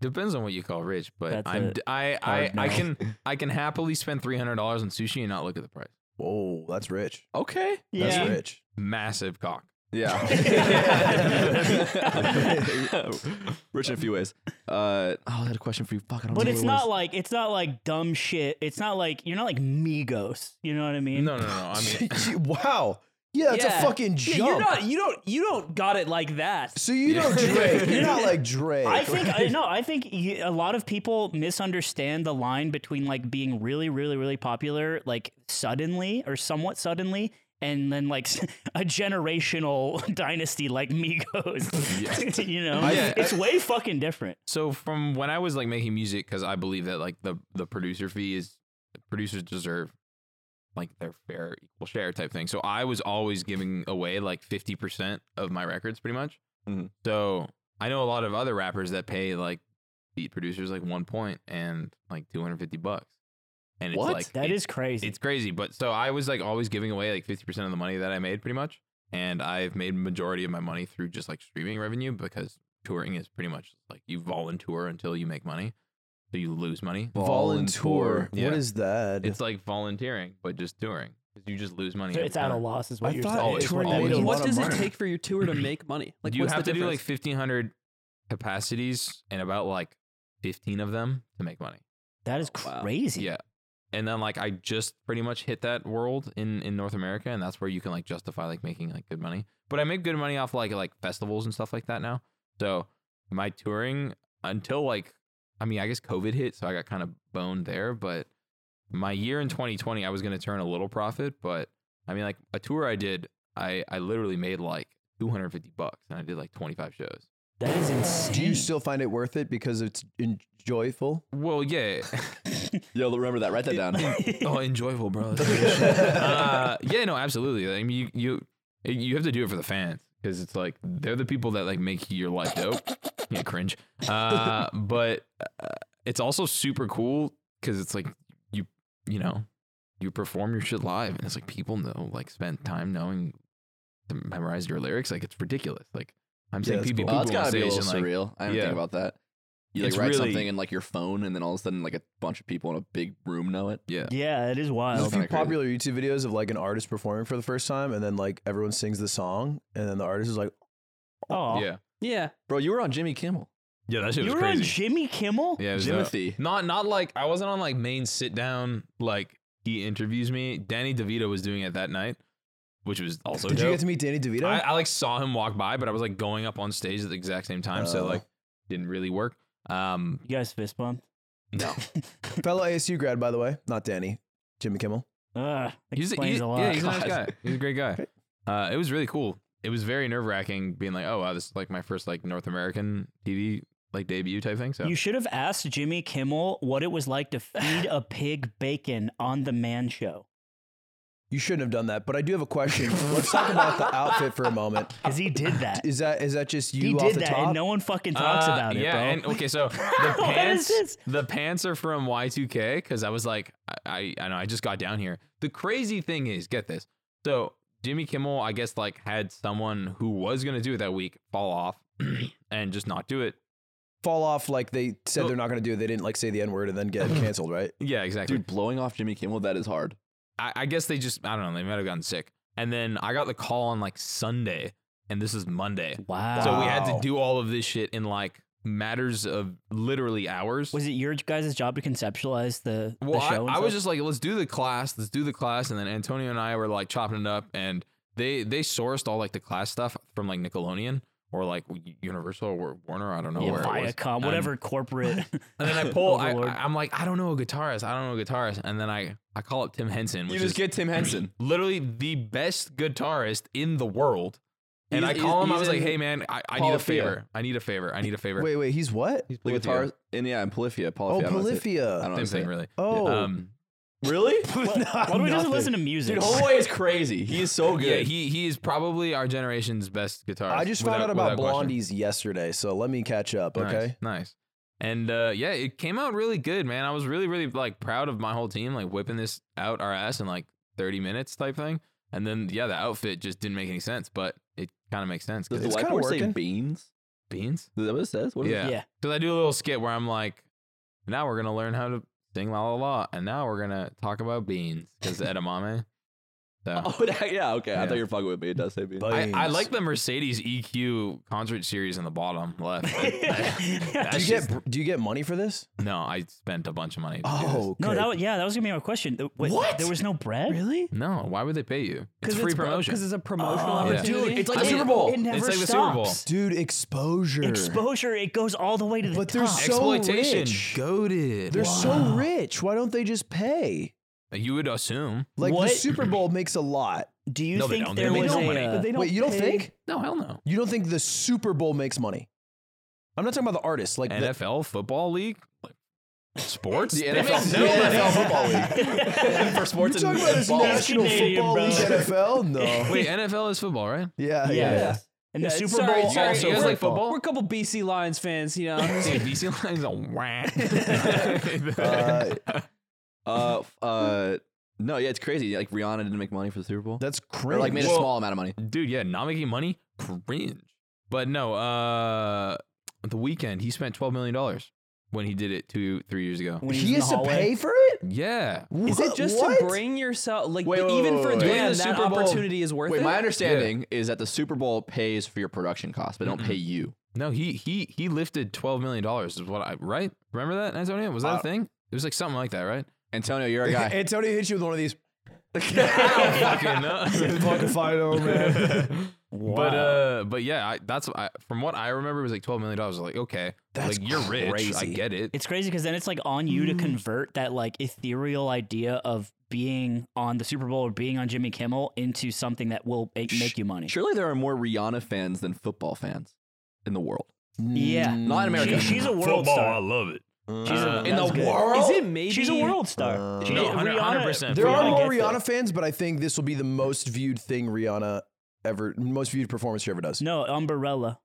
Speaker 5: Depends on what you call rich, but
Speaker 4: That's
Speaker 5: I'm
Speaker 4: a
Speaker 5: d- I I,
Speaker 4: hard
Speaker 5: I
Speaker 4: no. *laughs*
Speaker 5: can I can happily spend three hundred dollars on sushi and not look at the price.
Speaker 1: Whoa, that's rich.
Speaker 3: Okay.
Speaker 1: That's
Speaker 4: Yeah.
Speaker 1: rich. *laughs*
Speaker 5: Massive cock.
Speaker 3: *laughs* Yeah. Rich in a few ways. Uh, oh, I had a question for you. Fuck, I don't
Speaker 4: But
Speaker 3: know
Speaker 4: it's
Speaker 3: what it
Speaker 4: not
Speaker 3: was.
Speaker 4: like it's not like dumb shit. It's not like you're not like Migos. You know what I mean?
Speaker 5: No, no, no. no. I mean,
Speaker 1: wow. Yeah, that's
Speaker 2: Yeah.
Speaker 1: a fucking
Speaker 2: Yeah,
Speaker 1: jump.
Speaker 2: you're not. You don't. You don't got it like that.
Speaker 1: so you don't
Speaker 5: *laughs*
Speaker 1: Drake. You're not like Drake.
Speaker 4: I think I, no. I think you, a lot of people misunderstand the line between like being really, really, really popular, like suddenly or somewhat suddenly, and then like *laughs* a generational *laughs* dynasty like Migos. *laughs* you know,
Speaker 5: Yeah.
Speaker 4: it's way fucking different.
Speaker 5: so from when I was like making music, because I believe that like the the producer fee is producers deserve like their fair equal share type thing. So I was always giving away like fifty percent of my records, pretty much.
Speaker 4: Mm-hmm.
Speaker 3: Mhm.
Speaker 5: So I know a lot of other rappers that pay like beat producers like one point and like two hundred fifty bucks, and it's
Speaker 3: What?
Speaker 5: like
Speaker 4: That
Speaker 5: it's-
Speaker 4: is crazy.
Speaker 5: it's crazy. But so I was like always giving away like fifty percent of the money that I made, pretty much. And I've made majority of my money through just like streaming revenue because touring is pretty much like you volunteer until you make money, so you lose money.
Speaker 1: volunteer.
Speaker 5: Yeah.
Speaker 1: What is that?
Speaker 5: It's like volunteering, but just touring because you just lose money.
Speaker 4: So
Speaker 5: every
Speaker 4: it's at a
Speaker 5: time.
Speaker 4: loss, is what
Speaker 1: I
Speaker 4: you're
Speaker 1: thought
Speaker 4: saying.
Speaker 5: it toured
Speaker 4: Always
Speaker 5: made a
Speaker 1: lot
Speaker 2: what
Speaker 1: of
Speaker 2: does
Speaker 1: money.
Speaker 2: it take for your tour to make money? Like,
Speaker 5: you
Speaker 2: what's
Speaker 5: have
Speaker 2: the
Speaker 5: to do like
Speaker 2: difference?
Speaker 5: fifteen hundred capacities and about like fifteen of them to make money.
Speaker 4: That is
Speaker 2: Wow.
Speaker 4: crazy.
Speaker 5: Yeah. And then like I just pretty much hit that world in in North America and that's where you can like justify like making like good money. But I make good money off like like festivals and stuff like that now. So my touring until like I mean, I guess COVID hit, so I got kind of boned there, but my year in 2020 I was going to turn a little profit, but I mean like a tour I did, I I literally made like 250 bucks and I did like 25 shows.
Speaker 4: That is
Speaker 5: *laughs*
Speaker 4: insane.
Speaker 1: Do you still find it worth it because it's enjoyful?
Speaker 5: Well, yeah.
Speaker 3: Yo, remember that. Write
Speaker 4: *laughs*
Speaker 3: that down.
Speaker 5: oh, enjoyable, bro. That's good shit. uh, yeah, no, absolutely. I mean, you you you have to do it for the fans because it's like they're the people that like make your life dope. yeah, cringe. Uh, but uh, it's also super cool because it's like you you know you perform your shit live and it's like people know like spend time knowing to memorize your lyrics. Like it's ridiculous. Like I'm
Speaker 1: Yeah,
Speaker 5: saying,
Speaker 1: that's
Speaker 5: people,
Speaker 1: cool.
Speaker 3: Oh,
Speaker 5: people
Speaker 3: that's
Speaker 5: on
Speaker 3: gotta be a
Speaker 5: stage
Speaker 3: little
Speaker 5: and, like,
Speaker 3: surreal. I didn't
Speaker 5: yeah.
Speaker 3: think about that. You like
Speaker 5: It's
Speaker 3: write
Speaker 5: really-
Speaker 3: something in like your phone, and then all of a sudden, like a bunch of people in a big room know it.
Speaker 5: Yeah.
Speaker 4: yeah, it is
Speaker 1: There's a
Speaker 5: *laughs*
Speaker 4: wild.
Speaker 1: few
Speaker 3: kinda crazy.
Speaker 1: popular YouTube videos of like an artist performing for the first time, and then like everyone sings the song, and then the artist is like,
Speaker 4: Oh,
Speaker 5: Yeah.
Speaker 2: yeah.
Speaker 3: Bro, you were on Jimmy Kimmel.
Speaker 5: Yeah, that shit
Speaker 4: you were on Jimmy Kimmel.
Speaker 5: yeah, it was uh, dope.
Speaker 3: uh, Jimothy.
Speaker 5: Not not like I wasn't on like main sit down like he interviews me. Danny DeVito was doing it that night, which was also
Speaker 1: "Did
Speaker 5: dope.
Speaker 1: you get to meet Danny DeVito?"
Speaker 5: I, I like saw him walk by, but I was like going up on stage at the exact same time, so
Speaker 1: Oh.
Speaker 5: like didn't really work. Um,
Speaker 4: You guys fist bump. *laughs*
Speaker 5: no,
Speaker 1: *laughs* Fellow ASU grad, by the way, not Danny, Jimmy Kimmel.
Speaker 4: Ugh,
Speaker 5: he's a,
Speaker 4: explains
Speaker 5: he's-
Speaker 4: a lot.
Speaker 5: yeah, he's a nice
Speaker 4: *laughs*
Speaker 3: God.
Speaker 5: guy. He's a great guy. Uh, it was really cool. It was very nerve wracking being like, oh wow, this is like my first like North American TV like debut type thing. So
Speaker 4: You should have asked Jimmy Kimmel what it was like to feed a pig bacon on the Man Show,
Speaker 1: You shouldn't have done that, but I do have a
Speaker 5: *laughs*
Speaker 1: question. Let's talk about the outfit for a moment.
Speaker 4: because he did that.
Speaker 1: Is that is that just you
Speaker 4: he
Speaker 1: off
Speaker 4: did
Speaker 1: the
Speaker 4: that,
Speaker 1: top?
Speaker 4: and no one fucking talks
Speaker 5: Uh,
Speaker 4: about it,
Speaker 5: yeah,
Speaker 4: bro.
Speaker 5: and okay,
Speaker 4: *laughs*
Speaker 5: so the
Speaker 4: What is
Speaker 5: pants,
Speaker 4: this?
Speaker 5: the pants are from Y2K because I was like, I, I, I know, I just got down here. The crazy thing is, get this. So Jimmy Kimmel, I guess, *clears throat* like had someone who was gonna do it that week fall off and just not do it,
Speaker 1: fall off like they said
Speaker 5: No.
Speaker 1: they're not going to do. They didn't like say the N word and then
Speaker 5: *laughs*
Speaker 1: get canceled, right?
Speaker 5: Yeah, exactly.
Speaker 3: Dude, blowing off Jimmy Kimmel, that is hard.
Speaker 5: I, I guess they just I don't know, they might have gotten sick. And then I got the call on like Sunday, and this is Monday.
Speaker 4: Wow.
Speaker 5: So we had
Speaker 1: Wow.
Speaker 5: to do all of this shit in like matters of literally hours.
Speaker 4: was it your guys' job to conceptualize the, the
Speaker 5: well, I,
Speaker 4: show? and
Speaker 5: I was
Speaker 4: stuff?
Speaker 5: just like, let's do the class, let's do the class, and then Antonio and I were like chopping it up, and they they sourced all like the class stuff from like Nickelodeon or like Universal or Warner, I don't know where it
Speaker 4: yeah,
Speaker 5: was.
Speaker 4: Viacom,
Speaker 5: And- *laughs*
Speaker 4: whatever Oh, corporate.
Speaker 5: And
Speaker 4: *laughs*
Speaker 5: then I pull, I,
Speaker 4: Overlord.
Speaker 5: I, am like, I don't know a guitarist, I don't know a guitarist, and then I I call up Tim Henson, which
Speaker 3: you
Speaker 5: is
Speaker 3: just get Tim *clears throat* Henson.
Speaker 5: *clears throat* literally the best guitarist in the world. And
Speaker 3: He's-
Speaker 5: I call
Speaker 3: he's-
Speaker 5: him. I
Speaker 3: he's
Speaker 5: was like,
Speaker 3: in
Speaker 5: "Hey, man, I, I
Speaker 3: Hall
Speaker 5: need a
Speaker 3: of Fear.
Speaker 5: favor. I need a favor. I need a favor."
Speaker 1: Wait, wait, he's what?
Speaker 5: He's
Speaker 3: the
Speaker 5: Polyphia.
Speaker 3: guitarist, and yeah, and Polyphia. Polyphia.
Speaker 1: Oh,
Speaker 3: I don't know how to say it. I
Speaker 1: Polyphia.
Speaker 3: don't know.
Speaker 5: Same thing,
Speaker 3: really.
Speaker 5: really.
Speaker 1: Oh,
Speaker 5: Um,
Speaker 3: *laughs* Really?
Speaker 4: Why do we just listen to music?
Speaker 3: Dude, Holloway is crazy. He is so
Speaker 5: yeah,
Speaker 3: Oh, good.
Speaker 5: he he is probably our generation's best guitarist.
Speaker 1: I just found
Speaker 5: without-
Speaker 1: out about eh?
Speaker 5: without question.
Speaker 1: Blondie's yesterday, so let me catch up.
Speaker 5: Nice,
Speaker 1: Okay.
Speaker 5: Nice. And uh, yeah, it came out really good, man. I was really, really like proud of my whole team, like whipping this out our ass in like 30 minutes type thing. And then yeah, the outfit just didn't make any sense, but it kind of makes sense.
Speaker 3: Does
Speaker 5: Cause
Speaker 3: the
Speaker 1: It's kinda
Speaker 3: whiteboard say
Speaker 1: working.
Speaker 3: beans?
Speaker 5: beans.
Speaker 3: Is that what it says? What is
Speaker 5: Yeah.
Speaker 4: *laughs* yeah. *laughs*
Speaker 5: Because I do a little skit where I'm like, now we're gonna learn how to sing la la la, and now we're gonna talk about beans because edamame.
Speaker 1: *laughs*
Speaker 5: So.
Speaker 3: It? *laughs* Oh, that- yeah. Okay. I
Speaker 5: Yeah.
Speaker 3: thought you were fucking with me. It does say beans. *laughs*
Speaker 5: I, I
Speaker 1: Beans.
Speaker 5: like the Mercedes EQ concert series in the bottom left.
Speaker 4: *laughs*
Speaker 5: *laughs*
Speaker 1: Do you
Speaker 5: That's
Speaker 1: get
Speaker 5: just-
Speaker 1: do you get money for this?
Speaker 5: no, I spent a bunch of money. To do this.
Speaker 1: Oh,
Speaker 4: No,
Speaker 1: okay.
Speaker 4: that was, yeah, that was gonna be my question. The- wait,
Speaker 3: What?
Speaker 4: There was no bread.
Speaker 2: Really?
Speaker 5: no, why would they pay you? It's free promotion.
Speaker 2: Because it's a promotional
Speaker 5: Oh, yeah.
Speaker 2: opportunity.
Speaker 3: Dude, it's like
Speaker 5: I
Speaker 3: the
Speaker 5: mean,
Speaker 3: Super Bowl.
Speaker 4: It never
Speaker 5: it's like
Speaker 4: stops.
Speaker 5: the Super Bowl.
Speaker 1: dude exposure.
Speaker 4: Exposure. It goes all the way to the
Speaker 1: But
Speaker 4: top.
Speaker 1: there's so
Speaker 5: Exploitation,
Speaker 1: rich.
Speaker 5: goaded.
Speaker 1: They're so rich. Why don't they just pay?
Speaker 5: you would assume.
Speaker 1: Like
Speaker 4: What?
Speaker 1: the Super Bowl makes a lot.
Speaker 4: Do you
Speaker 5: No, they
Speaker 4: think
Speaker 5: don't. They
Speaker 4: there
Speaker 5: make
Speaker 4: was
Speaker 5: no
Speaker 4: a?
Speaker 5: money.
Speaker 4: uh,
Speaker 2: But they don't
Speaker 1: Wait, you don't
Speaker 2: pay-
Speaker 1: think?
Speaker 5: No, hell no.
Speaker 1: You don't think the Super Bowl makes money? I'm not talking about the artists. Like the,
Speaker 5: NFL football league, like, sports.
Speaker 3: The
Speaker 5: They
Speaker 3: NFL,
Speaker 5: make
Speaker 3: the
Speaker 5: no money.
Speaker 3: *laughs* NFL football league for sports
Speaker 1: you
Speaker 3: and,
Speaker 1: talking about
Speaker 3: and
Speaker 1: this
Speaker 3: balls.
Speaker 1: National
Speaker 4: Canadian,
Speaker 1: Football
Speaker 4: bro.
Speaker 1: League NFL? No.
Speaker 5: Wait, NFL is football, right?
Speaker 1: yeah, yeah.
Speaker 4: yeah. And the
Speaker 2: Yeah,
Speaker 4: Super
Speaker 2: sorry,
Speaker 4: Bowl
Speaker 2: sorry,
Speaker 4: also.
Speaker 5: you guys
Speaker 2: we're-
Speaker 5: like football?
Speaker 2: We're a couple BC Lions fans,
Speaker 5: *laughs*
Speaker 2: you know.
Speaker 5: Dude, DC Lions a whack. *laughs*
Speaker 1: Uh,
Speaker 3: Uh, f- *laughs* uh, no, yeah, it's crazy. Like Rihanna didn't make money for the Super Bowl.
Speaker 1: that's crazy.
Speaker 3: Or like made a
Speaker 5: Well-
Speaker 3: small amount of money.
Speaker 5: Dude, yeah, not making money, cringe. But no, uh, the weekend he spent twelve million dollars when he did it two, three years ago.
Speaker 4: when he was
Speaker 1: he
Speaker 4: in the
Speaker 1: has to
Speaker 4: hallway.
Speaker 1: pay for it.
Speaker 5: Yeah,
Speaker 2: Is
Speaker 1: Wha-
Speaker 2: it just
Speaker 1: what?
Speaker 2: to
Speaker 1: *laughs*
Speaker 2: bring yourself like
Speaker 3: Wait,
Speaker 2: the-
Speaker 3: wait,
Speaker 2: even
Speaker 3: wait,
Speaker 2: for
Speaker 3: wait,
Speaker 2: a
Speaker 3: wait.
Speaker 5: Doing
Speaker 2: band
Speaker 5: the
Speaker 2: that
Speaker 5: Super Bowl-
Speaker 2: opportunity is worth
Speaker 3: Wait,
Speaker 2: it?
Speaker 3: my understanding is that the Super Bowl pays for your production costs, but they don't pay you.
Speaker 5: no, he he he lifted twelve million dollars. Is what I right? Remember that Antonio? Was that a thing? It was like something like that, right?
Speaker 3: Antonio, you're
Speaker 1: *laughs*
Speaker 3: a guy.
Speaker 1: Antonio hit you with one of these.
Speaker 5: Fucking no.
Speaker 1: Fucking Fido, man.
Speaker 5: *laughs* But uh, but yeah, I, that's I, from what I remember it was like twelve million dollars. I was Like okay,
Speaker 1: That's
Speaker 5: like you're rich. I
Speaker 1: crazy.
Speaker 5: get
Speaker 4: *laughs*
Speaker 5: it.
Speaker 4: It's crazy because then it's like on you
Speaker 1: Mm.
Speaker 4: to convert that like ethereal idea of being on the Super Bowl or being on Jimmy Kimmel into something that will make, make you money.
Speaker 3: Surely there are more Rihanna fans than football fans in the world.
Speaker 4: Yeah.
Speaker 3: Not
Speaker 1: Mm.
Speaker 3: in America.
Speaker 4: She- she's a world star.
Speaker 5: love it.
Speaker 4: She's a,
Speaker 3: in the
Speaker 4: that's good.
Speaker 3: world,
Speaker 2: Is it maybe
Speaker 4: She's a world star.
Speaker 1: Uh,
Speaker 4: She-
Speaker 5: No,
Speaker 4: Rihanna-
Speaker 5: 100%.
Speaker 1: There are
Speaker 4: Rihanna
Speaker 1: more
Speaker 4: gets it.
Speaker 1: Rihanna fans, but I think this will be the most viewed thing Rihanna ever, most viewed performance she ever does.
Speaker 4: No, Umbrella.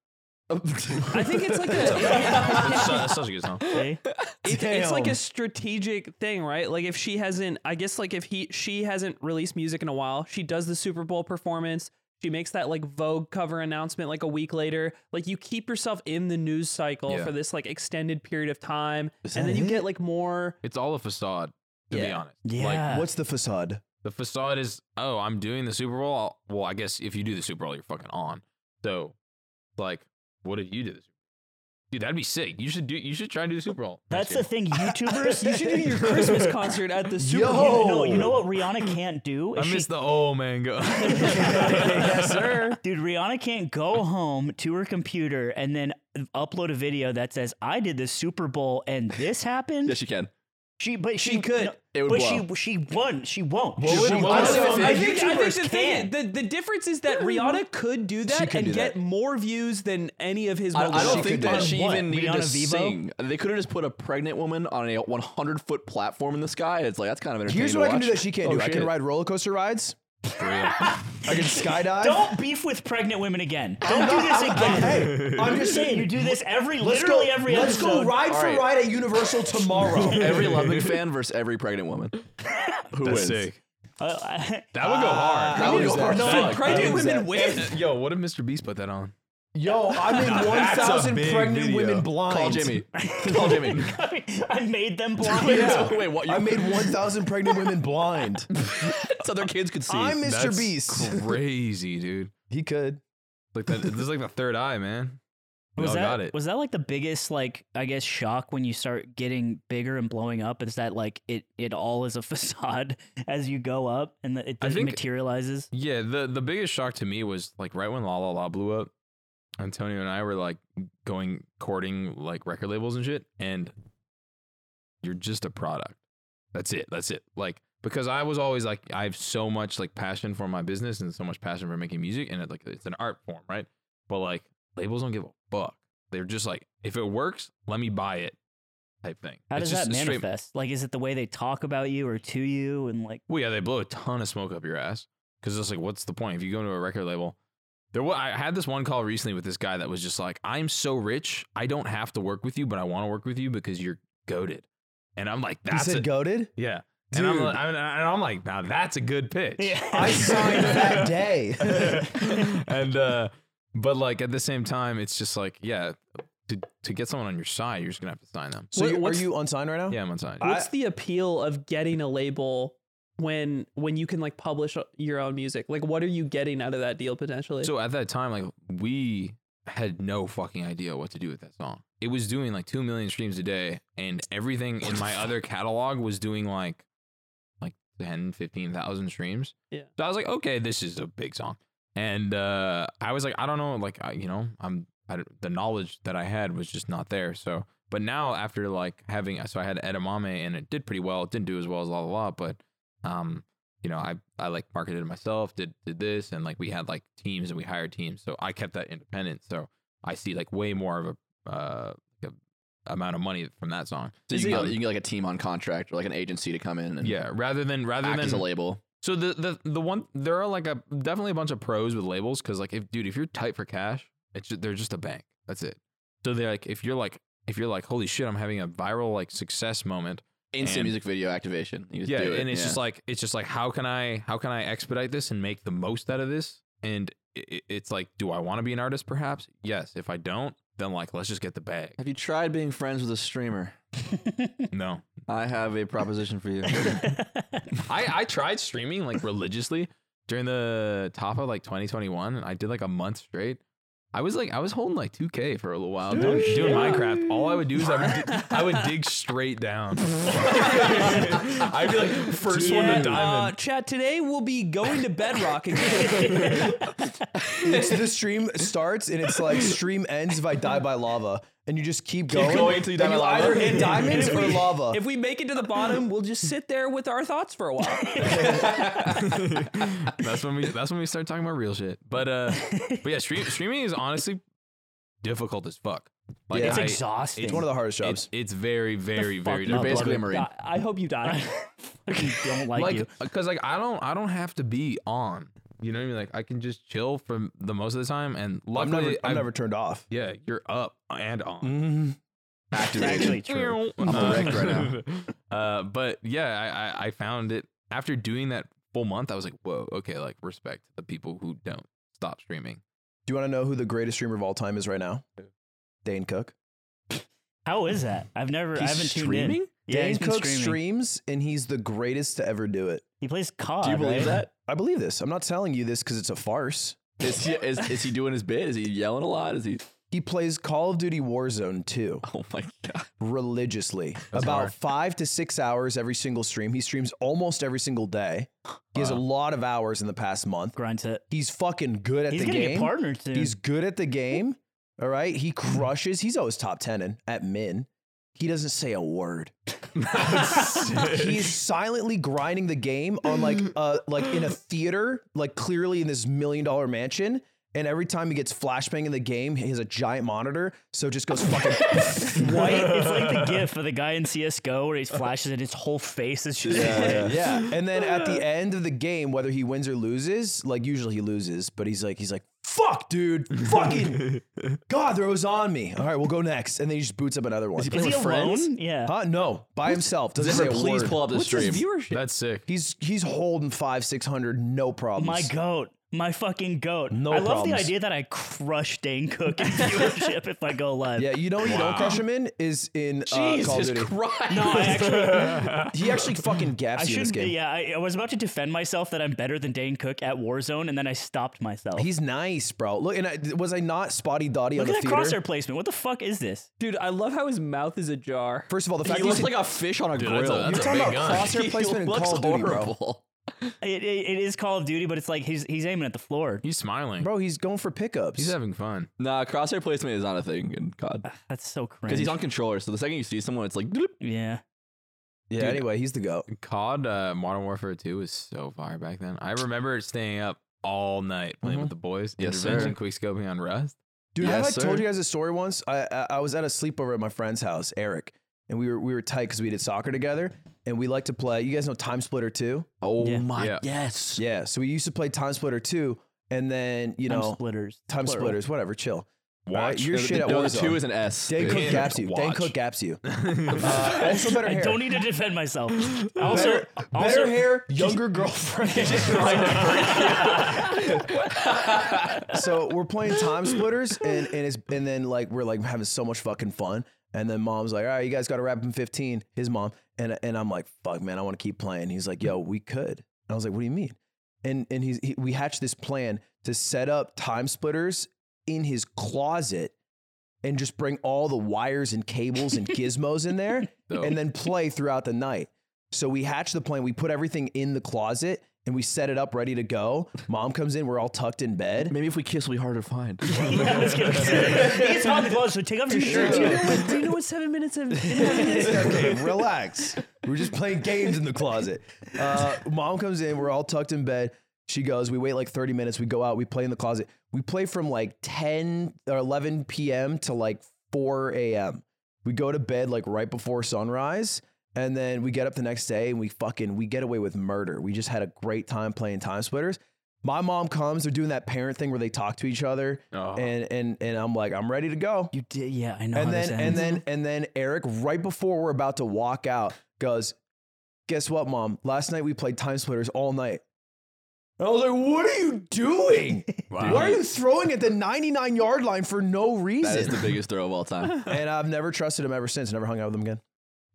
Speaker 2: I think it's like a
Speaker 5: that's, su- that's such a good song.
Speaker 4: Okay?
Speaker 5: *laughs*
Speaker 2: it's, it's like
Speaker 1: Damn.
Speaker 2: a strategic thing, right? Like if she hasn't, I guess like if he she hasn't released music in a while, she does the Super Bowl performance. She makes that like Vogue cover announcement like a week later. Like you keep yourself in the news cycle
Speaker 5: Yeah.
Speaker 2: for this like extended period of time,
Speaker 1: Is
Speaker 2: and
Speaker 1: that
Speaker 2: then you
Speaker 1: it?
Speaker 2: get like more.
Speaker 5: It's all a facade, to be
Speaker 2: Yeah.
Speaker 5: honest. Like,
Speaker 4: yeah.
Speaker 1: What's the facade?
Speaker 5: The facade is, oh, I'm doing the Super Bowl. I'll- well, I guess if you do the Super Bowl, you're fucking on. So, like, what if you do this? Dude, that'd be sick. You should do. You should try and do the Super Bowl.
Speaker 4: That's the
Speaker 5: *laughs*
Speaker 4: thing, YouTubers.
Speaker 2: You should do
Speaker 1: *laughs*
Speaker 2: your
Speaker 4: *laughs*
Speaker 2: Christmas concert at the Super
Speaker 1: Yo!
Speaker 2: Bowl.
Speaker 4: You know, you know what Rihanna can't do?
Speaker 5: I
Speaker 4: Is she-
Speaker 5: miss the oh, old man
Speaker 4: *laughs*
Speaker 5: go. *laughs*
Speaker 1: yes, sir.
Speaker 4: Dude, Rihanna can't go home to her computer and then upload a video that says, I did the Super Bowl and this happened.
Speaker 3: yes, you can.
Speaker 4: She, but she,
Speaker 2: could.
Speaker 4: no,
Speaker 3: It would
Speaker 4: but
Speaker 3: blow.
Speaker 4: she, she won. She won't.
Speaker 5: What
Speaker 4: she
Speaker 5: would-
Speaker 4: won't.
Speaker 5: what would it
Speaker 2: I
Speaker 5: be?
Speaker 2: think, I think
Speaker 4: YouTubers
Speaker 2: the
Speaker 4: can.
Speaker 2: thing, the, the difference is that Rihanna could do that
Speaker 1: could
Speaker 2: and
Speaker 1: do
Speaker 2: get
Speaker 1: that.
Speaker 2: more views than any of his.
Speaker 3: I, I
Speaker 2: moments.
Speaker 3: don't
Speaker 1: She
Speaker 3: think
Speaker 1: could
Speaker 3: that
Speaker 1: do it.
Speaker 3: she
Speaker 4: What,
Speaker 3: even needed to
Speaker 4: Rihanna Vivo?
Speaker 3: sing. They could have just put a pregnant woman on a 100 foot platform in the sky. It's like that's kind of entertaining.
Speaker 1: Here's
Speaker 3: to
Speaker 1: what I can
Speaker 3: watch.
Speaker 1: do that she can't
Speaker 3: Oh,
Speaker 1: do. I
Speaker 3: shit.
Speaker 1: can ride roller coaster rides. *laughs* I can skydive.
Speaker 4: Don't beef with pregnant women again. Don't do this again.
Speaker 1: Hey, I'm just saying.
Speaker 4: you do this every,
Speaker 1: Let's
Speaker 4: literally
Speaker 1: go,
Speaker 4: every
Speaker 1: let's
Speaker 4: episode.
Speaker 1: go ride for
Speaker 3: All right.
Speaker 1: ride at Universal *laughs*
Speaker 5: *laughs*
Speaker 1: tomorrow.
Speaker 3: *laughs* Every Ludwig fan versus every
Speaker 1: *laughs*
Speaker 3: pregnant woman. Who wins?
Speaker 4: Uh, *laughs* I-
Speaker 5: That would go hard. Uh,
Speaker 1: That
Speaker 4: Ah.
Speaker 3: would
Speaker 1: was
Speaker 3: go
Speaker 1: that.
Speaker 3: hard as
Speaker 1: No,
Speaker 3: fuck.
Speaker 2: pregnant women win.
Speaker 5: Yo, what if Mr. Beast put that on?
Speaker 1: Yo, I made one
Speaker 5: *laughs* that's a
Speaker 1: thousand
Speaker 5: big
Speaker 1: pregnant
Speaker 5: video.
Speaker 1: women blind.
Speaker 3: Call Jimmy. Call Jimmy.
Speaker 4: I made them blind.
Speaker 1: Yeah.
Speaker 3: *laughs* Wait, what? You,
Speaker 1: I made one thousand pregnant women blind.
Speaker 3: so their kids could see.
Speaker 1: I'm Mr.
Speaker 5: That's
Speaker 1: Beast.
Speaker 4: *laughs*
Speaker 5: Crazy, dude.
Speaker 1: He could.
Speaker 5: Like that. This is like the third eye, man. We
Speaker 4: Was
Speaker 5: all
Speaker 4: that
Speaker 5: Oh, got it.
Speaker 4: was that like the biggest like I guess shock when you start getting bigger and blowing up? Is that like it it all is a *laughs* facade as you go up and that it,
Speaker 5: I
Speaker 4: it
Speaker 5: think-
Speaker 4: materializes?
Speaker 5: Yeah, the the biggest shock to me was like right when La La La blew up, Antonio and I were like going courting like record labels and shit, and you're just a product. That's it. That's it. Like because I was always like I have so much like passion for my business and so much passion for making music, and it, like it's an art form, right? But like labels don't give a fuck. They're just like if it works, let me buy it, type thing.
Speaker 4: How
Speaker 5: It's
Speaker 4: does that
Speaker 5: just a straight-
Speaker 4: manifest? Like, is it the way they talk about you or to you and
Speaker 3: *laughs*
Speaker 4: like?
Speaker 5: well, yeah, they blow a ton of smoke up your ass because it's like, what's the point if you go into a record label? There, wa- I had this one call recently with this guy that was just like, "I'm so rich, I don't have to work with you, but I want to work with you because you're goaded." And I'm like, "That's
Speaker 1: he
Speaker 5: a,
Speaker 1: said goaded.
Speaker 5: yeah." And I'm,
Speaker 1: Dude.
Speaker 5: like, I'm- and I'm like, "Now that's a good pitch."
Speaker 1: *laughs*
Speaker 4: *laughs*
Speaker 1: I signed that day.
Speaker 5: *laughs* and uh, but like at the same time, it's just like, yeah, to to get someone on your side, you're just gonna have to sign them.
Speaker 1: So
Speaker 2: What-
Speaker 1: you, are
Speaker 2: what's-
Speaker 1: you on sign right now?
Speaker 5: Yeah, I'm on side.
Speaker 1: I-
Speaker 2: What's the appeal of getting a label when when you can like publish your own music? Like, what are you getting out of that deal potentially?
Speaker 5: So at that time, like we had no fucking idea what to do with that song. It was doing like two million streams a day, and everything in my other catalog was doing like like 10, 15,000 streams.
Speaker 2: Yeah.
Speaker 5: So I was like, okay, this is a big song, and uh, I was like, I don't know, like I, you know, I'm I, don't- the knowledge that I had was just not there. So, but now after like having, so I had Edamame, and it did pretty well. It didn't do as well as La La La, but um, you know, I I like marketed myself, did did this, and like we had like teams and we hired teams, so I kept that independent. So I see like way more of a uh a amount of money from that song.
Speaker 3: so you
Speaker 5: Is
Speaker 3: can,
Speaker 5: it-
Speaker 3: get, you can get like a team on contract or like an agency to come in and
Speaker 5: Yeah, rather than rather
Speaker 3: act
Speaker 5: than
Speaker 3: as a label.
Speaker 5: so the the the one there are like a definitely a bunch of pros with labels because like if dude if you're tight for cash, it's just, they're just a bank. That's it. So they're like if you're like if you're like holy shit, I'm having a viral like success moment.
Speaker 3: Instant
Speaker 5: And-
Speaker 3: music video activation. You just
Speaker 5: yeah,
Speaker 3: do it.
Speaker 5: and it's
Speaker 3: yeah.
Speaker 5: just like it's just like how can I how can I expedite this and make the most out of this? And i- i it's like, do I want to be an artist? Perhaps yes. If I don't, then like let's just get the
Speaker 3: *laughs*
Speaker 5: bag.
Speaker 3: Have you tried being friends with a streamer?
Speaker 5: No,
Speaker 3: I have a proposition for you.
Speaker 5: I I tried streaming like religiously during the top of like 2021, and I did like a month straight. I was like I was holding like 2K for a little while doing, doing Minecraft. All I would do is I
Speaker 3: *laughs*
Speaker 5: would, di- I would dig straight down. *laughs* I'd be like first one
Speaker 2: Yeah,
Speaker 5: to diamond.
Speaker 2: Uh, chat today we'll be going to Bedrock again.
Speaker 1: It's the stream starts and it's like stream ends if I die by lava, and you just keep going.
Speaker 3: going until you die
Speaker 1: and
Speaker 3: by lava.
Speaker 1: Either hit diamonds
Speaker 2: If
Speaker 1: or
Speaker 2: we-
Speaker 1: lava.
Speaker 2: if we make it to the bottom, we'll just sit there with our thoughts for a while.
Speaker 5: that's when we that's when we start talking about real shit. But
Speaker 4: *laughs*
Speaker 5: uh but yeah, stream, streaming is honestly difficult as fuck. Like
Speaker 1: Yeah.
Speaker 4: it's
Speaker 5: I-
Speaker 4: exhausting.
Speaker 1: it's one of the hardest jobs.
Speaker 5: it's, it's very very very
Speaker 4: fuck
Speaker 5: difficult.
Speaker 4: up,
Speaker 3: You're basically a
Speaker 4: brother.
Speaker 3: marine.
Speaker 2: I hope you
Speaker 5: *laughs*
Speaker 4: *laughs*
Speaker 2: die.
Speaker 4: Fucking don't like, you.
Speaker 5: like because like I don't I don't have to be on. You know what I mean? Like I can just chill for the most of the time, and
Speaker 1: I'm never,
Speaker 5: luckily
Speaker 1: I'm
Speaker 5: I've-
Speaker 1: never turned off.
Speaker 5: Yeah, you're up and on.
Speaker 4: It's
Speaker 5: *laughs*
Speaker 4: Mm, actually true. Um,
Speaker 3: I'm
Speaker 4: *laughs*
Speaker 3: erect right
Speaker 5: now. Uh, but yeah, I, I I found it after doing that full month. I was like, whoa, okay, like respect the people who don't stop streaming.
Speaker 1: Do you want to know who the greatest streamer of all time is right now? Dane Cook.
Speaker 4: How is that? I've never. I haven't tuned in. Yeah,
Speaker 1: Dane
Speaker 4: he's been
Speaker 1: Cook
Speaker 4: streaming.
Speaker 1: streams, and he's the greatest to ever do it.
Speaker 4: He plays COD.
Speaker 3: Do you believe
Speaker 4: right?
Speaker 3: that?
Speaker 1: I believe this. I'm not telling you this because it's a farce.
Speaker 3: *laughs* Is he is, is he doing his bit? Is he yelling a lot? Is he?
Speaker 1: He plays Call of Duty Warzone 2
Speaker 3: Oh my god!
Speaker 1: religiously, about
Speaker 5: hard.
Speaker 1: five to six hours every single stream. He streams almost every single day. He has a lot of hours in the past month.
Speaker 4: Grind it.
Speaker 1: He's fucking good at
Speaker 4: He's
Speaker 1: the
Speaker 4: gonna get
Speaker 1: game.
Speaker 4: partnered soon.
Speaker 1: He's good at the game. All right. He crushes. He's always top 10 in, at min. He doesn't say a word. He's silently grinding the game on like uh like in a theater, like clearly in this million dollar mansion. And every time he gets flashbang in the game, he has a giant monitor, so it just goes fucking
Speaker 3: *laughs*
Speaker 4: white. It's like the gif of the guy in CS:GO where he flashes and his whole face is just.
Speaker 1: yeah. And then at the end of the game, whether he wins or loses, like usually he loses, but he's like, he's like, fuck, dude,
Speaker 4: *laughs*
Speaker 1: fucking God, there was on me. All right, we'll go next. And then he just boots up another one.
Speaker 4: Is he
Speaker 3: with friends?
Speaker 4: alone? Yeah.
Speaker 1: Huh? No, by himself. Doesn't say
Speaker 3: Zipper,
Speaker 1: a
Speaker 3: please
Speaker 1: word.
Speaker 3: pull up the
Speaker 2: What's
Speaker 3: stream.
Speaker 2: his viewership?
Speaker 5: That's sick.
Speaker 1: He's he's holding five, six hundred, no problems.
Speaker 4: My goat. my fucking goat.
Speaker 1: No
Speaker 4: I love the
Speaker 1: problems.
Speaker 4: idea that I crush Dane
Speaker 3: *laughs*
Speaker 4: Cook in viewership if I go live.
Speaker 1: Yeah, you know what you don't
Speaker 5: Wow.
Speaker 1: crush him in is in uh, Call of
Speaker 3: Jesus
Speaker 1: Duty.
Speaker 3: Christ!
Speaker 4: No, I actually,
Speaker 1: He actually
Speaker 4: *laughs*
Speaker 1: fucking gaps
Speaker 4: I
Speaker 1: you in this
Speaker 4: shouldn't.
Speaker 1: game.
Speaker 4: Yeah, I, I was about to defend myself that I'm better than Dane Cook at Warzone, and then I stopped myself.
Speaker 1: He's nice, bro. Look, and I, was I not spotty dotty
Speaker 4: Look
Speaker 1: on
Speaker 4: at
Speaker 1: the
Speaker 4: that
Speaker 1: theater?
Speaker 4: crosshair placement. What the fuck is this?
Speaker 2: Dude, I love how his mouth is ajar.
Speaker 1: First of all, the fact
Speaker 3: he
Speaker 1: that you
Speaker 3: looks
Speaker 1: said-
Speaker 3: like a fish on a grill.
Speaker 5: that's a-
Speaker 1: you're
Speaker 5: that's
Speaker 1: talking
Speaker 5: big
Speaker 1: about
Speaker 5: gun.
Speaker 1: crosshair placement in
Speaker 3: looks
Speaker 1: Call of Duty, bro.
Speaker 3: horrible.
Speaker 4: It, it, it is Call of Duty, but it's like he's he's aiming at the floor.
Speaker 5: He's smiling.
Speaker 1: Bro, he's going for pickups.
Speaker 5: He's having fun.
Speaker 3: Nah, crosshair placement is not a thing in COD
Speaker 4: *sighs* That's so crazy.
Speaker 3: because he's on controller. So the second you see someone, it's like bloop.
Speaker 4: yeah.
Speaker 1: yeah.
Speaker 5: Dude.
Speaker 1: Anyway, he's the goat.
Speaker 5: COD uh, Modern Warfare 2 was so fire back then. I remember staying up all night playing with the boys.
Speaker 3: Yes, sir.
Speaker 5: Intervention, quick scoping on Rust.
Speaker 1: Dude, have
Speaker 3: Yes,
Speaker 1: I told
Speaker 3: sir.
Speaker 1: you guys a story once? I, I I was at a sleepover at my friend's house, Eric, and we were we were tight because we did soccer together, and we like to play. You guys know Time Splitter two?
Speaker 3: Oh
Speaker 4: Yeah.
Speaker 3: my
Speaker 5: Yeah.
Speaker 3: yes.
Speaker 1: Yeah. So we used to play Time Splitter two, and then you
Speaker 4: Time
Speaker 1: know
Speaker 4: splitters.
Speaker 1: Time
Speaker 4: Plural.
Speaker 1: Splitters, whatever. Chill. All right,
Speaker 5: Watch.
Speaker 1: Your
Speaker 3: The-
Speaker 1: shit at
Speaker 3: no, the
Speaker 1: Warzone.
Speaker 3: two is an S.
Speaker 1: Dan
Speaker 3: dude.
Speaker 1: Cook gaps you. Dan
Speaker 3: Watch.
Speaker 1: Cook gaps
Speaker 3: *laughs*
Speaker 1: you. Uh, also better
Speaker 4: I
Speaker 1: hair.
Speaker 4: don't need to defend
Speaker 1: *gasps*
Speaker 4: myself. Also,
Speaker 1: better,
Speaker 4: also
Speaker 1: better hair, younger *laughs* girlfriend. so we're playing time splitters, and and it's and then like we're like having so much fucking fun, and then mom's like, all right, you guys got to wrap up in fifteen. His mom and and I'm like, fuck, man, I want to keep playing. He's like, yo, we could. And I was like, what do you mean? And and he's he, we hatched this plan to set up time splitters in his closet. And just bring all the wires and cables and gizmos in there,
Speaker 5: Dope.
Speaker 1: and then play throughout the night. So we hatched the plan. We put everything in the closet and we set it up ready to go. Mom comes in. We're all tucked in bed.
Speaker 3: Maybe if we kiss, we hard to find.
Speaker 4: Yeah, I was gonna say. It's on close, so take
Speaker 1: *laughs*
Speaker 4: off your shirt.
Speaker 2: Do you know what, do you know what seven minutes of
Speaker 1: okay, relax. We're just playing games in the closet. Uh, mom comes in. We're all tucked in bed. She goes. We wait like 30 minutes. We go out. We play in the closet. We play from like 10 or 11 p.m. to like 4 a.m. We go to bed like right before sunrise. And then we get up the next day and we fucking we get away with murder. We just had a great time playing time splitters. My mom comes, they're doing that parent thing where they talk to each other
Speaker 5: Oh.
Speaker 1: and and and I'm like, I'm ready to go
Speaker 4: You did, yeah, I know. how
Speaker 1: and
Speaker 4: this
Speaker 1: then and
Speaker 4: ends.
Speaker 1: then and then Eric, right before we're about to walk out, goes, "Guess what, mom? Last night we played Time Splitters all night." And I was like, "What are you doing?
Speaker 5: Wow.
Speaker 1: Why are you throwing at the 99 yard line for no
Speaker 3: that is
Speaker 1: reason?"
Speaker 3: the biggest throw of all *laughs* time.
Speaker 1: *laughs* and I've never trusted him ever since. Never hung out with him again.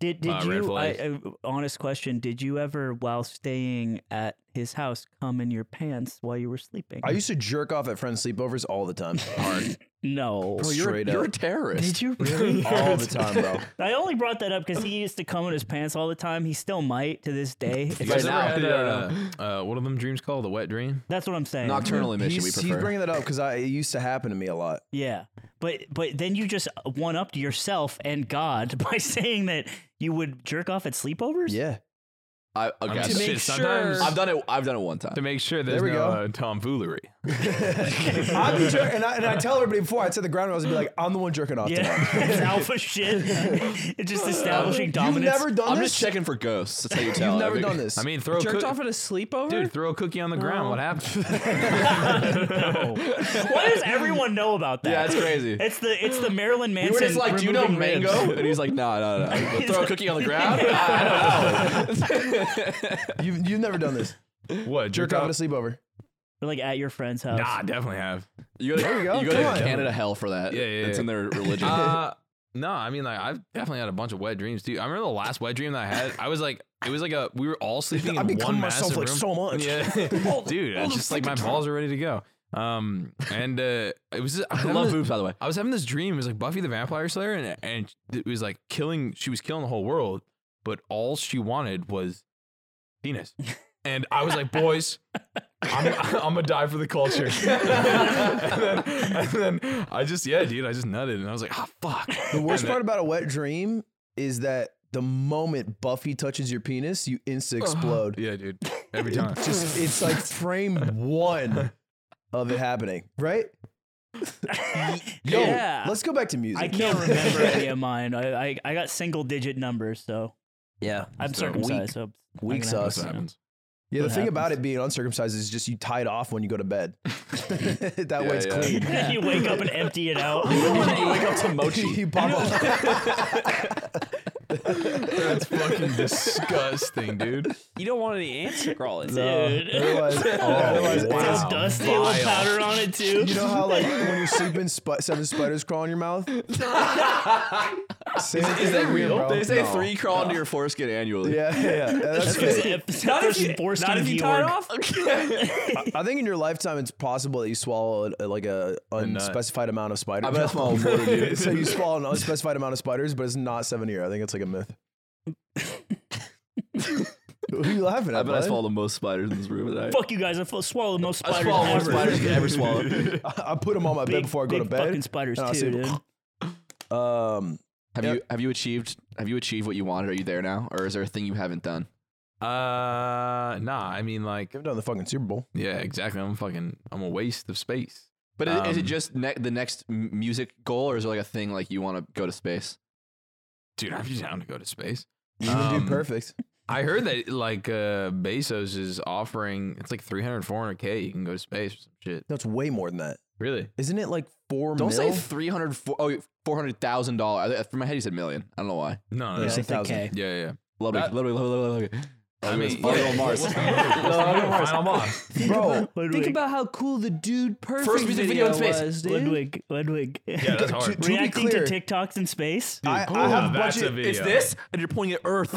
Speaker 4: did did
Speaker 5: Uh, red
Speaker 4: you? I,
Speaker 5: flags.
Speaker 4: I, honest question: Did you ever, while staying at his house, come in your pants while you were sleeping?
Speaker 1: I used to jerk off at friends' sleepovers all the time,
Speaker 5: Hard.
Speaker 4: no.
Speaker 1: Bro, you're- Straight
Speaker 3: You're
Speaker 1: up.
Speaker 3: a terrorist.
Speaker 5: *laughs*
Speaker 4: Did you really?
Speaker 1: *laughs* all the time, bro.
Speaker 4: I only brought that up because he used to come in his pants all the time. He still might to this day. It's
Speaker 5: You guys
Speaker 4: just-
Speaker 5: ever
Speaker 3: now.
Speaker 5: had,
Speaker 3: Yeah,
Speaker 5: uh, uh, what of them dreams called? The wet dream?
Speaker 4: that's what I'm saying.
Speaker 3: Nocturnal emission.
Speaker 1: He's,
Speaker 3: We
Speaker 1: he's
Speaker 3: prefer.
Speaker 1: bringing that up because I it used to happen to me a lot.
Speaker 4: Yeah, but but then you just one upped yourself and God *laughs* by saying that you would jerk off at sleepovers.
Speaker 1: Yeah,
Speaker 3: I, okay,
Speaker 5: I'm
Speaker 2: To
Speaker 5: just-
Speaker 2: make
Speaker 5: shit, sometimes-
Speaker 2: sure-
Speaker 3: I've done it. I've done it one time.
Speaker 5: To make sure
Speaker 1: There
Speaker 5: there's
Speaker 1: we
Speaker 5: no
Speaker 1: go.
Speaker 5: uh, tomfoolery.
Speaker 1: I'd be jer- and I and I tell everybody before I would set the ground rules and be like, "I'm the one jerking off." tonight."
Speaker 4: Yeah, *laughs* it's alpha shit. *laughs* it's just establishing
Speaker 1: You've
Speaker 4: dominance.
Speaker 1: never done
Speaker 3: I'm
Speaker 1: this.
Speaker 3: just checking for ghosts. That's how you tell.
Speaker 1: You've never
Speaker 3: If it-
Speaker 1: done this.
Speaker 5: I mean, throw a
Speaker 2: jerked
Speaker 5: cookie.
Speaker 2: off at a sleepover?
Speaker 5: Dude, throw a cookie on the ground. What happened?
Speaker 4: *laughs* Why does everyone know about that? *laughs*
Speaker 3: Yeah, it's crazy.
Speaker 4: It's the it's the Marilyn
Speaker 3: We
Speaker 4: Manson.
Speaker 3: were just like, "Do you know
Speaker 4: removing ribs."
Speaker 3: mango?" And he's like, "No, no, no." But Throw a cookie on the
Speaker 5: *laughs*
Speaker 3: ground. I don't know.
Speaker 1: You've, you've never done this.
Speaker 5: what?
Speaker 1: Jerk
Speaker 5: Jerked
Speaker 1: off at a
Speaker 5: off?
Speaker 1: sleepover.
Speaker 4: We're like at your friend's house.
Speaker 5: Nah, I definitely have.
Speaker 3: You go to,
Speaker 1: go.
Speaker 3: You go
Speaker 1: Come
Speaker 3: to
Speaker 1: on.
Speaker 3: Canada hell for that.
Speaker 5: Yeah, yeah,
Speaker 3: It's
Speaker 5: yeah.
Speaker 3: in their religion.
Speaker 5: *laughs* Uh,
Speaker 1: *laughs*
Speaker 5: no, I mean like I've definitely had a bunch of wet dreams too. I remember the last wet dream that I had. I was like, it was like a we were all sleeping
Speaker 1: I've been
Speaker 5: in one
Speaker 1: cutting myself
Speaker 5: massive
Speaker 1: like
Speaker 5: room.
Speaker 1: so much.
Speaker 5: Yeah, dude, I
Speaker 1: *laughs* all the
Speaker 5: just like my
Speaker 1: fucking
Speaker 5: balls are ready to go. Um, and uh, it was I,
Speaker 3: I
Speaker 5: was
Speaker 3: love
Speaker 5: having
Speaker 3: boobs,
Speaker 5: this-
Speaker 3: by the way.
Speaker 5: I was having this dream. It was like Buffy the Vampire Slayer, and and it was like killing. She was killing the whole world, but all she wanted was
Speaker 1: *laughs*
Speaker 5: penis. And I was like, boys, I'm, *laughs* I'm gonna die for the culture. *laughs* and, then, and then I just, yeah, dude, I just nutted, and I was like, ah, fuck.
Speaker 1: The worst
Speaker 5: And
Speaker 1: part about a wet dream is that the moment Buffy touches your penis, you insta explode.
Speaker 5: Yeah, dude. Every
Speaker 1: *laughs*
Speaker 5: time. *laughs*
Speaker 1: Just it's like frame one of it happening,
Speaker 4: *laughs*
Speaker 1: right? Yo,
Speaker 4: yeah.
Speaker 1: let's go back to music.
Speaker 4: I can't remember any of mine. I, I, I got single digit numbers, so
Speaker 1: Yeah,
Speaker 4: I'm circumcised. So *laughs*
Speaker 1: Weak
Speaker 4: I'm gonna have
Speaker 1: sauce.
Speaker 5: That
Speaker 4: to-
Speaker 5: happens.
Speaker 1: yeah. The
Speaker 4: What
Speaker 1: thing about
Speaker 4: happens?
Speaker 1: it being uncircumcised is just you tie it off when you go to bed. *laughs* that way it's
Speaker 3: yeah.
Speaker 1: clean.
Speaker 4: Then you wake up and empty it out.
Speaker 3: *laughs*
Speaker 1: *laughs*
Speaker 3: you wake up to mochi.
Speaker 1: you pop off.
Speaker 5: That's fucking disgusting, dude.
Speaker 2: You don't want any ants to crawl into.
Speaker 1: No,
Speaker 4: Dude.
Speaker 1: otherwise-
Speaker 4: *laughs* It's
Speaker 1: otherwise
Speaker 4: all
Speaker 5: wow.
Speaker 4: dusty, a little
Speaker 5: Vile.
Speaker 4: powder on it too.
Speaker 1: You know
Speaker 4: *laughs*
Speaker 1: how like when you're sleeping, sp- seven spiders crawl in your mouth. Same thing
Speaker 3: that
Speaker 1: with me,
Speaker 3: real?
Speaker 1: bro.
Speaker 3: They say
Speaker 1: No.
Speaker 3: three crawl into your foreskin annually.
Speaker 1: Yeah, yeah, yeah. That's
Speaker 4: That's
Speaker 1: fake.
Speaker 4: the episode
Speaker 2: Not if
Speaker 4: versus
Speaker 2: you,
Speaker 4: foreskin
Speaker 2: not if you
Speaker 4: Georg.
Speaker 2: tie it *laughs* off.
Speaker 1: I think in your lifetime, it's possible that you swallow a, like a
Speaker 5: nut.
Speaker 1: unspecified amount of spiders.
Speaker 3: I bet I smell more than you.
Speaker 1: *laughs* so you swallow an unspecified amount of spiders, but it's not seven a year. I think it's like a myth. Who are you laughing at?
Speaker 3: I bet I
Speaker 1: bud?
Speaker 3: swallowed the most spiders in this room. that I-
Speaker 4: Fuck you guys! I f- swallowed the most
Speaker 3: I
Speaker 4: spiders
Speaker 3: swallowed more
Speaker 4: ever. *laughs*
Speaker 3: spiders than I ever swallowed.
Speaker 1: I I put them on my bed
Speaker 4: Big-
Speaker 1: before I go
Speaker 4: big
Speaker 1: to bed.
Speaker 4: Fucking spiders
Speaker 1: and I'll
Speaker 4: too,
Speaker 1: say, *laughs*
Speaker 4: dude.
Speaker 1: Um,
Speaker 3: Have
Speaker 1: Yep.
Speaker 3: you have you achieved have you achieved what you wanted? Are you there now, or is there a thing you haven't done?
Speaker 5: Uh, nah. I mean, like,
Speaker 1: give it done the fucking Super Bowl.
Speaker 5: yeah, exactly. I'm fucking. I'm a waste of space.
Speaker 3: But i- is it
Speaker 5: Um,
Speaker 3: just ne- the next m- music goal, or is there like a thing like you want to go to space?
Speaker 5: Dude, I'd be down to go to space.
Speaker 1: You would do
Speaker 5: Um,
Speaker 1: perfect.
Speaker 5: I heard that like uh Bezos is offering it's like 300 400k you can go to space or some shit.
Speaker 1: That's way more than that.
Speaker 5: Really?
Speaker 1: Isn't it like 4
Speaker 3: Don't
Speaker 1: mil?
Speaker 3: say three hundred four oh four hundred thousand dollars. For my head, you said million. I don't know why.
Speaker 5: No, no.
Speaker 1: Yeah.
Speaker 5: no.
Speaker 1: It's a
Speaker 4: Like the
Speaker 1: thousand.
Speaker 4: K.
Speaker 5: Yeah, yeah.
Speaker 3: Ludwig,
Speaker 5: That-
Speaker 3: Ludwig, Ludwig, Ludwig, Ludwig.
Speaker 5: I mean,
Speaker 3: Final
Speaker 5: yeah.
Speaker 3: on
Speaker 5: *laughs*
Speaker 3: Oh, Mars.
Speaker 5: Final boss.
Speaker 1: Bro,
Speaker 2: Think
Speaker 4: Ludwig.
Speaker 2: about how cool the dude perfect
Speaker 3: First music video in space.
Speaker 2: was, dude.
Speaker 4: Ludwig. Ludwig.
Speaker 5: Yeah,
Speaker 3: *laughs*
Speaker 5: that's hard.
Speaker 1: To be
Speaker 4: Reacting to
Speaker 1: clear-
Speaker 4: TikToks in space.
Speaker 1: I,
Speaker 5: Ooh,
Speaker 1: I have a
Speaker 5: that's
Speaker 1: bunch
Speaker 5: a
Speaker 1: of
Speaker 5: video.
Speaker 3: It's this, and you're pointing at
Speaker 5: *laughs*
Speaker 3: Earth.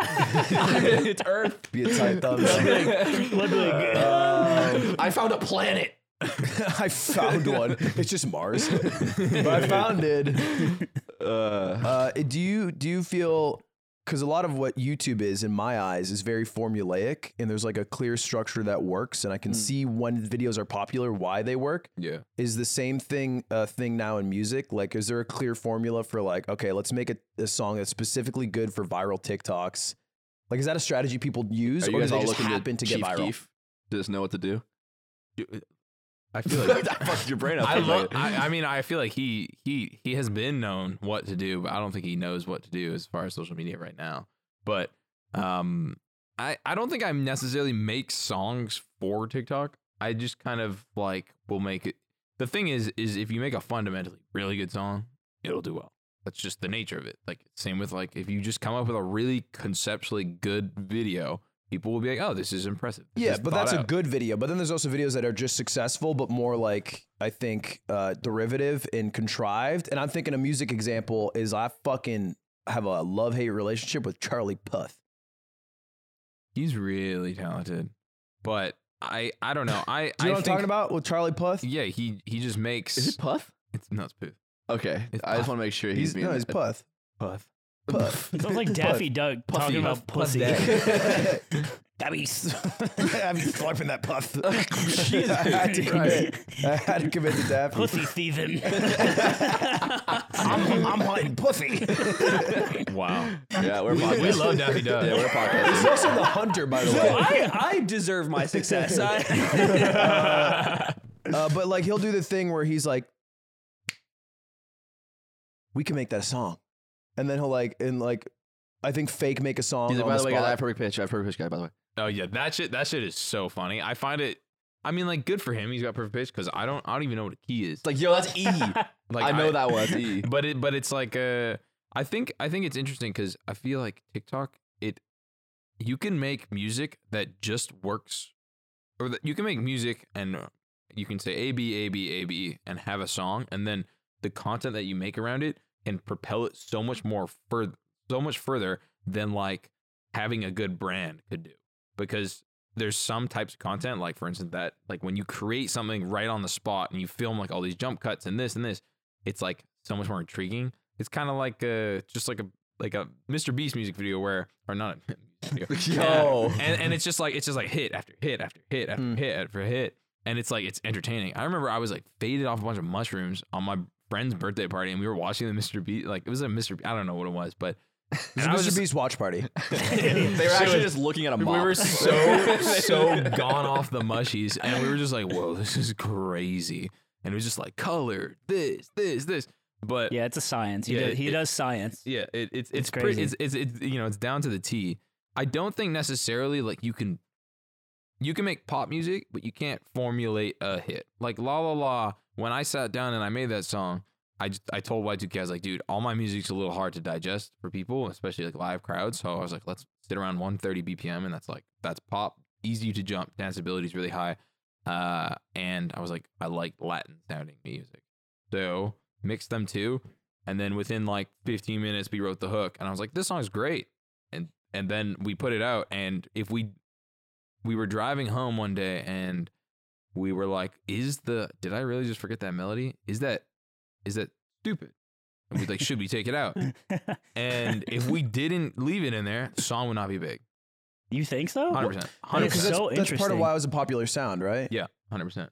Speaker 3: it's Earth.
Speaker 1: be a *laughs* tight thumbs up.
Speaker 4: Ludwig.
Speaker 3: I found
Speaker 5: *laughs*
Speaker 3: a planet.
Speaker 1: *laughs* I found one. It's just
Speaker 3: *laughs*
Speaker 1: Mars, but I found it. Uh, do you do you feel? Because a lot of what YouTube is, in my eyes, is very formulaic, and there's like a clear structure that works, and I
Speaker 3: Hmm.
Speaker 1: can see when videos are popular, why they work.
Speaker 5: Yeah.
Speaker 1: Is the same thing uh, thing now in music? Like, is there a clear formula for like, okay, let's make a, a song that's specifically good for viral TikToks? Like, is that a strategy people use, or
Speaker 3: Are you
Speaker 1: do
Speaker 3: guys
Speaker 1: they
Speaker 3: all
Speaker 1: just
Speaker 3: looking
Speaker 1: happen to,
Speaker 3: to
Speaker 1: get
Speaker 3: Chief
Speaker 1: viral?
Speaker 3: Keef to just know what to do?
Speaker 5: I feel like
Speaker 3: *laughs* that fucked your brain up.
Speaker 5: I
Speaker 3: for a
Speaker 5: love.
Speaker 3: second.
Speaker 5: I, I mean, I feel like he he he has been known what to do, but I don't think he knows what to do as far as social media right now. But um, I I don't think I necessarily make songs for TikTok. I just kind of like will make it. The thing is, is if you make a fundamentally really good song, it'll do well. That's just the nature of it. Like same with like if you just come up with a really conceptually good video, people will be like, oh, this is impressive. This
Speaker 1: Yeah,
Speaker 5: is
Speaker 1: but
Speaker 5: thought
Speaker 1: that's a
Speaker 5: out."
Speaker 1: good video. But then there's also videos that are just successful, but more like I think uh, derivative and contrived. And I'm thinking a music example is I fucking have a love hate relationship with Charlie Puth.
Speaker 5: He's really talented, but I I don't know. I
Speaker 1: Do you know what
Speaker 5: I
Speaker 1: I'm
Speaker 5: think-
Speaker 1: talking about with Charlie Puth?
Speaker 5: Yeah, he he just makes
Speaker 3: Is it Puff?
Speaker 5: *laughs* it's no, it's Puth.
Speaker 3: Okay,
Speaker 5: It's
Speaker 3: I just
Speaker 5: Puff.
Speaker 3: want to make sure he's,
Speaker 1: He's,
Speaker 3: being
Speaker 1: no, he's Puth.
Speaker 5: Puth.
Speaker 4: *laughs*
Speaker 1: Puth. *laughs*
Speaker 4: *laughs* Sounds like Daffy Duck talking about pussy. *laughs*
Speaker 1: Dabbies. I'm slurping that puff. *laughs* I had to commit. I had to commit to Daffy.
Speaker 4: Pussy thieving.
Speaker 1: I'm, I'm hunting Puffy.
Speaker 3: *laughs*
Speaker 5: Wow,
Speaker 3: *laughs* Yeah, we're podcasting.
Speaker 5: we love Daffy Duck.
Speaker 3: Yeah, we're
Speaker 5: *laughs*
Speaker 1: He's
Speaker 3: podcasting.
Speaker 1: also the hunter, by the way.
Speaker 2: I, *laughs* I deserve my *laughs* success. I,
Speaker 1: *laughs* Uh, but like he'll do the thing where he's like, "We can make that a song," and then he'll like and like, I think fake make a song.
Speaker 3: He's like,
Speaker 1: on
Speaker 3: by the
Speaker 1: the
Speaker 3: way, guys, I have
Speaker 1: spot.
Speaker 3: perfect pitch. I have perfect pitch, guy. By the way,
Speaker 5: oh yeah, that shit that shit is so funny. I find it. I mean, like, good for him. He's got perfect pitch because I don't I don't even know what a key is.
Speaker 3: it's *laughs* like, yo, that's E.
Speaker 5: Like
Speaker 3: I know that
Speaker 5: *laughs*
Speaker 3: one. That's E.
Speaker 5: but it but it's like uh I think I think it's interesting because I feel like TikTok it you can make music that just works or that you can make music and uh, you can say A B A B A B and have a song and then the content that you make around it can propel it so much more further so much further than like having a good brand could do because there's some types of content like for instance that like when you create something right on the spot and you film like all these jump cuts and this and this it's like so much more intriguing. It's kind of like uh just like a like a Mr. Beast music video where or not a *laughs* music video.
Speaker 1: Yo.
Speaker 5: Yeah. and and it's just like it's just like hit after hit after hit after
Speaker 1: Mm.
Speaker 5: hit after hit, and it's like it's entertaining. I remember I was like faded off a bunch of mushrooms on my friend's birthday party, and we were watching the Mr. Beast like it was a Mr. Be- I don't know what it was, but
Speaker 1: It's
Speaker 5: and I was
Speaker 1: Mr.
Speaker 5: just-
Speaker 1: Beast watch party.
Speaker 3: *laughs* they were actually just looking at *laughs* a mop.
Speaker 5: we were
Speaker 3: *laughs*
Speaker 5: so so gone off the mushies, and we were just like, "Whoa, this is crazy!" And it was just like color, this, this, this. But
Speaker 4: *laughs* yeah, it's a science. He,
Speaker 5: Yeah,
Speaker 4: does, he
Speaker 5: it-
Speaker 4: does science.
Speaker 5: yeah, it, it's it's
Speaker 4: crazy.
Speaker 5: pretty. It's, it's it's you know it's down to the T. I don't think necessarily like you can you can make pop music, but you can't formulate a hit. Like La La La. When I sat down and I made that song, I, j- I told Y2K, I was like, dude, all my music's a little hard to digest for people, especially like live crowds. So I was like, let's sit around 130 BPM. And that's like, that's pop, easy to jump, danceability is really high. Uh, and I was like, I like Latin sounding music. So mixed them two. And then within like 15 minutes, we wrote the hook. And I was like, this song's great. And, and then we put it out. And if we, we were driving home one day and we were like, is the, did I really just forget that melody? Is that, is that stupid? And we like, should we take it out? And if we didn't leave it in there, the song would not be big.
Speaker 4: you think
Speaker 5: 100%.
Speaker 4: so? That is
Speaker 5: 100%.
Speaker 4: so
Speaker 1: that's, that's part of
Speaker 4: interesting.
Speaker 1: why it was a popular sound, right?
Speaker 5: Yeah, 100%.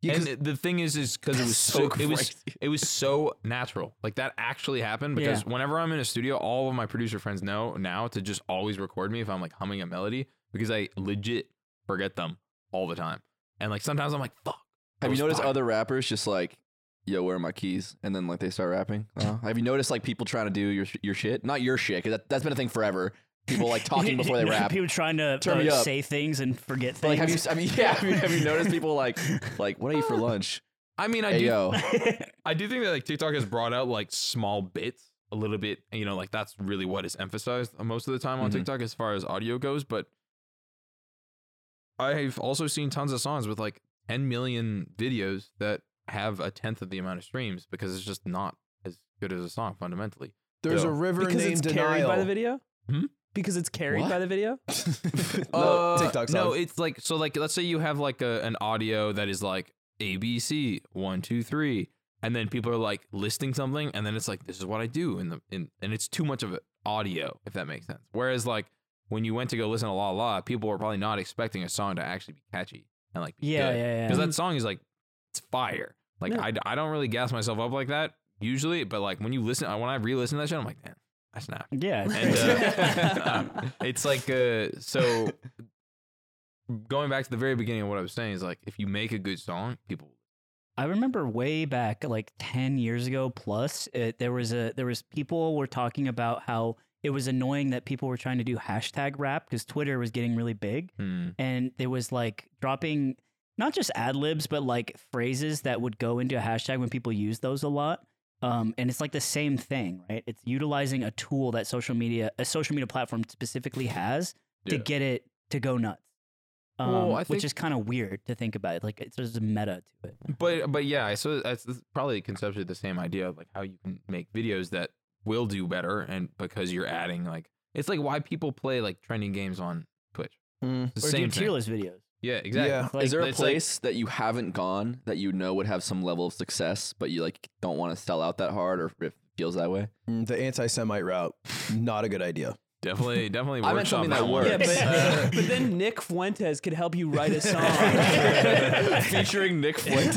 Speaker 1: Yeah, 'cause-
Speaker 5: and the thing is, is because it was so, it was it was so natural. Like that actually happened because whenever I'm in a studio, all of my producer friends know now to just always record me if I'm like humming a melody because I legit forget them all the time. And like sometimes I'm like, fuck. that
Speaker 3: Have you
Speaker 5: was
Speaker 3: noticed
Speaker 5: fire.
Speaker 3: other rappers just like, yo, where are my keys? And then like they start rapping. Uh, have you noticed like people trying to do your your shit? Not your shit, because that, that's been a thing forever. People *laughs* like talking before
Speaker 4: *laughs*
Speaker 3: they rap.
Speaker 4: People trying to
Speaker 3: Turn
Speaker 4: uh,
Speaker 3: me up.
Speaker 4: say things and forget things.
Speaker 3: But, like, *laughs* have you? I mean, yeah. I mean, have you noticed people like, like, what are *laughs* you for lunch?
Speaker 5: I mean, I
Speaker 3: Hey,
Speaker 5: do
Speaker 3: *laughs* yo.
Speaker 5: I do think that like TikTok has brought out like small bits a little bit. You know, like that's really what is emphasized most of the time on
Speaker 3: Mhm.
Speaker 5: TikTok as far as audio goes. But I've also seen tons of songs with like 10 million videos that have a tenth of the amount of streams because it's just not as good as a song fundamentally.
Speaker 1: There's
Speaker 5: Yeah.
Speaker 1: a river
Speaker 2: because
Speaker 1: named
Speaker 2: it's
Speaker 1: Denial.
Speaker 2: carried by the video.
Speaker 5: Hmm?
Speaker 2: Because it's carried
Speaker 3: What?
Speaker 2: by the video.
Speaker 1: *laughs*
Speaker 3: *laughs*
Speaker 1: No,
Speaker 3: Oh,
Speaker 5: Uh,
Speaker 1: TikTok song.
Speaker 5: No, it's like so. Like, let's say you have like a, an audio that is like ABC one two three, and then people are like listing something, and then it's like this is what I do, in the in, and it's too much of an audio if that makes sense. Whereas like when you went to go listen to La La, people were probably not expecting a song to actually be catchy and like be
Speaker 4: yeah, yeah, yeah.
Speaker 5: because that song is like it's fire. Like
Speaker 2: Yeah.
Speaker 5: I, I don't really gas myself up like that usually, but like when you listen, when I re-listen to that shit, I'm like, man, I snapped.
Speaker 4: yeah. it's
Speaker 5: And,
Speaker 4: crazy.
Speaker 3: *laughs*
Speaker 5: uh, um, it's like uh, so. Going back to the very beginning of what I was saying is like if you make a good song, people.
Speaker 4: I remember way back, like ten years ago plus, it, there was a there was people were talking about how it was annoying that people were trying to do hashtag rap because Twitter was getting really big,
Speaker 5: Hmm.
Speaker 4: and it was like dropping not just ad libs but like phrases that would go into a hashtag when people use those a lot. Um, and it's like the same thing, right? It's utilizing a tool that social media, a social media platform specifically has to
Speaker 5: Yeah.
Speaker 4: get it to go nuts, um,
Speaker 5: Well, I think-
Speaker 4: which is kind of weird to think about. Like, it's, there's a meta to it.
Speaker 5: But but yeah, so that's that's probably conceptually the same idea of like how you can make videos that will do better, and because you're adding like it's like why people play like trending games on Twitch.
Speaker 1: Mm.
Speaker 5: It's the
Speaker 4: or
Speaker 5: same
Speaker 4: do tier
Speaker 5: thing.
Speaker 4: list videos.
Speaker 5: Yeah, exactly.
Speaker 1: Yeah.
Speaker 4: Like,
Speaker 3: Hmm. is there a
Speaker 5: it's like-
Speaker 3: place that you haven't gone that you know would have some level of success, but you like don't want to sell out that hard, or it feels that way?
Speaker 1: Mm, the anti-Semite route, not a good
Speaker 3: *laughs*
Speaker 1: idea.
Speaker 5: Definitely, definitely.
Speaker 3: I meant
Speaker 5: workshop
Speaker 3: something that
Speaker 5: one.
Speaker 2: *laughs*
Speaker 3: works.
Speaker 2: Yeah, but,
Speaker 5: Uh,
Speaker 2: *laughs* but then Nick Fuentes could help you *laughs* write a song.
Speaker 3: *laughs* Featuring Nick Fuentes,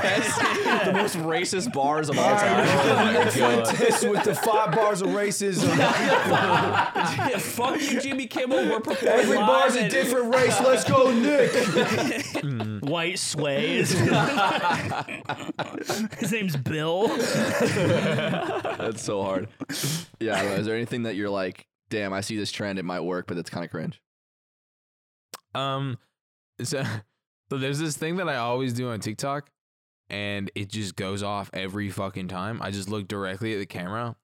Speaker 3: the most racist bars of all
Speaker 1: Nick
Speaker 3: time.
Speaker 1: Fuentes Oh with the five bars of racism.
Speaker 2: Fuck you, Jimmy Kimmel. We're performing
Speaker 1: Every
Speaker 2: live
Speaker 1: bar's a
Speaker 2: and-
Speaker 1: different
Speaker 3: *laughs*
Speaker 1: race. Let's go, Nick.
Speaker 5: Mm.
Speaker 4: *laughs* White Sway. is- His name's Bill.
Speaker 3: *laughs* That's so hard. Yeah, I don't know. is there anything that you're like, damn, I see this trend, it might work, but it's kind of cringe?
Speaker 5: Um, so, *laughs* so there's this thing that I always do on TikTok, and it just goes off every fucking time. I just look directly at the camera,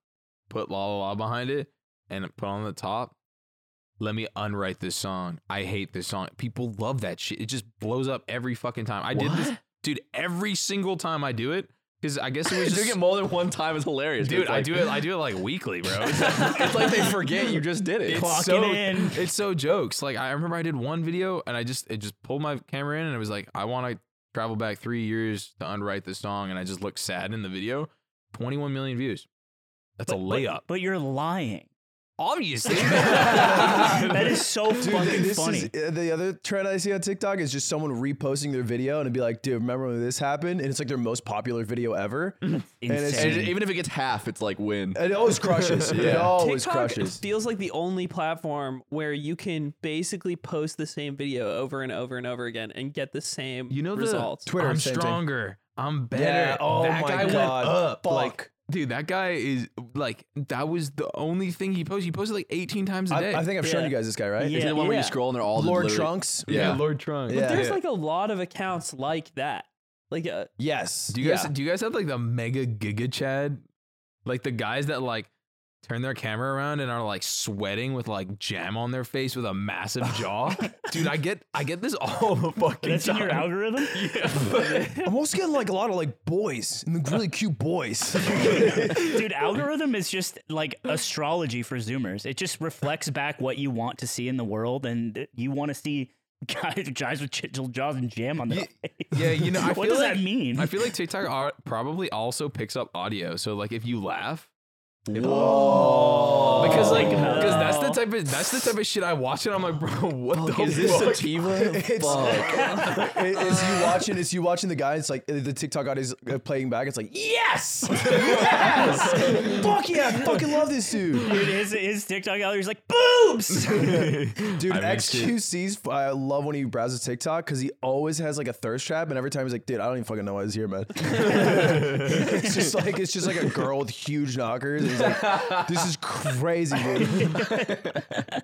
Speaker 5: put la la la behind it, and put on the top. Let me unwrite this song. I hate this song. People love that shit. It just blows up every fucking time. I did this, dude. Every single time I do it, because I
Speaker 3: *laughs*
Speaker 5: guess it was
Speaker 3: Doing
Speaker 5: just.
Speaker 3: it more than one time is hilarious. but
Speaker 5: Dude,
Speaker 3: it's
Speaker 5: I
Speaker 3: like-
Speaker 5: do it. I do it like weekly,
Speaker 3: *laughs*
Speaker 5: bro. It's
Speaker 3: It's like they forget you just did it.
Speaker 4: Clocking in.
Speaker 5: It's so jokes. Like I remember I did one video and I just it just pulled my camera in and it was like I want to travel back three years to unwrite this song and I just looked sad in the video. Twenty one million views. That's a layup.
Speaker 4: But
Speaker 5: *laughs*
Speaker 4: you're lying.
Speaker 5: Obviously.
Speaker 4: That is so fucking
Speaker 1: this
Speaker 4: funny.
Speaker 1: Is, uh, the other trend I see on TikTok is just someone reposting their video and it'd be like, dude, remember when this happened? And it's like their most popular video ever. and
Speaker 4: Insane.
Speaker 1: it's-
Speaker 3: And even if it gets half, it's like win.
Speaker 1: it always crushes. It
Speaker 3: Yeah.
Speaker 1: always
Speaker 2: TikTok
Speaker 1: crushes.
Speaker 2: feels like the only platform where you can basically post the same video over and over and over again and get the same
Speaker 5: You know the-
Speaker 2: results.
Speaker 1: Twitter,
Speaker 5: I'm
Speaker 1: same thing.
Speaker 5: stronger. I'm better.
Speaker 1: Yeah, oh
Speaker 5: that
Speaker 1: my
Speaker 5: guy went
Speaker 1: God,
Speaker 5: up. Like,
Speaker 1: fuck.
Speaker 5: dude, that guy is like that was the only thing he posted. He posted like 18 times a day.
Speaker 1: I, I think I've shown
Speaker 4: Yeah.
Speaker 1: you guys this guy, right?
Speaker 4: Yeah.
Speaker 3: Isn't it one where you
Speaker 2: yeah.
Speaker 3: scroll and they're all
Speaker 1: Lord
Speaker 3: literally-
Speaker 1: Trunks.
Speaker 3: Yeah.
Speaker 5: Lord Trunk.
Speaker 1: Yeah.
Speaker 2: There's like a lot of accounts like that. Like, uh,
Speaker 1: Yes.
Speaker 5: Do you guys
Speaker 1: Yeah.
Speaker 5: do you guys have like the mega giga Chad Like the guys that like turn their camera around and are like sweating with like jam on their face with a
Speaker 4: *laughs*
Speaker 5: massive jaw. Dude, I get I get this all the fucking
Speaker 4: That's in
Speaker 5: time. *laughs*
Speaker 4: your algorithm.
Speaker 1: I'm also getting like a lot of like boys and the really cute boys.
Speaker 4: *laughs*
Speaker 1: *laughs*
Speaker 4: Dude, algorithm is just like astrology for Zoomers. It just reflects back what you want to see in the world, and th- you want to see *laughs* guys, guys with chiseled jaws and jam on their *laughs* face.
Speaker 5: yeah, you know, I
Speaker 4: what
Speaker 5: feel
Speaker 4: does
Speaker 5: like,
Speaker 4: that mean?
Speaker 5: I feel like TikTok ar- probably also picks up audio. So like if you laugh,
Speaker 3: Whoa.
Speaker 5: because like because
Speaker 4: no.
Speaker 5: that's the type of that's the type of shit I watch and I'm like, bro, what the
Speaker 3: is this
Speaker 5: fuck?
Speaker 3: sativa?
Speaker 1: It's- *laughs*
Speaker 3: Fuck.
Speaker 1: Is is you watching? Is you watching the guy? It's like uh, the TikTok audio is uh, playing back. It's like yes, *laughs* yes, fuck yeah, I fucking love this dude,
Speaker 4: *laughs* Dude, his, his TikTok gallery's like
Speaker 5: *laughs*
Speaker 4: boobs.
Speaker 1: dude.
Speaker 5: I missed it.
Speaker 1: XQC's. f- I love when he browses TikTok because he always has like a thirst trap, and every time he's like, dude, I don't even fucking know why I was here, *laughs* man. it's just like it's just like a girl with huge knockers. And he's like, this is crazy, dude.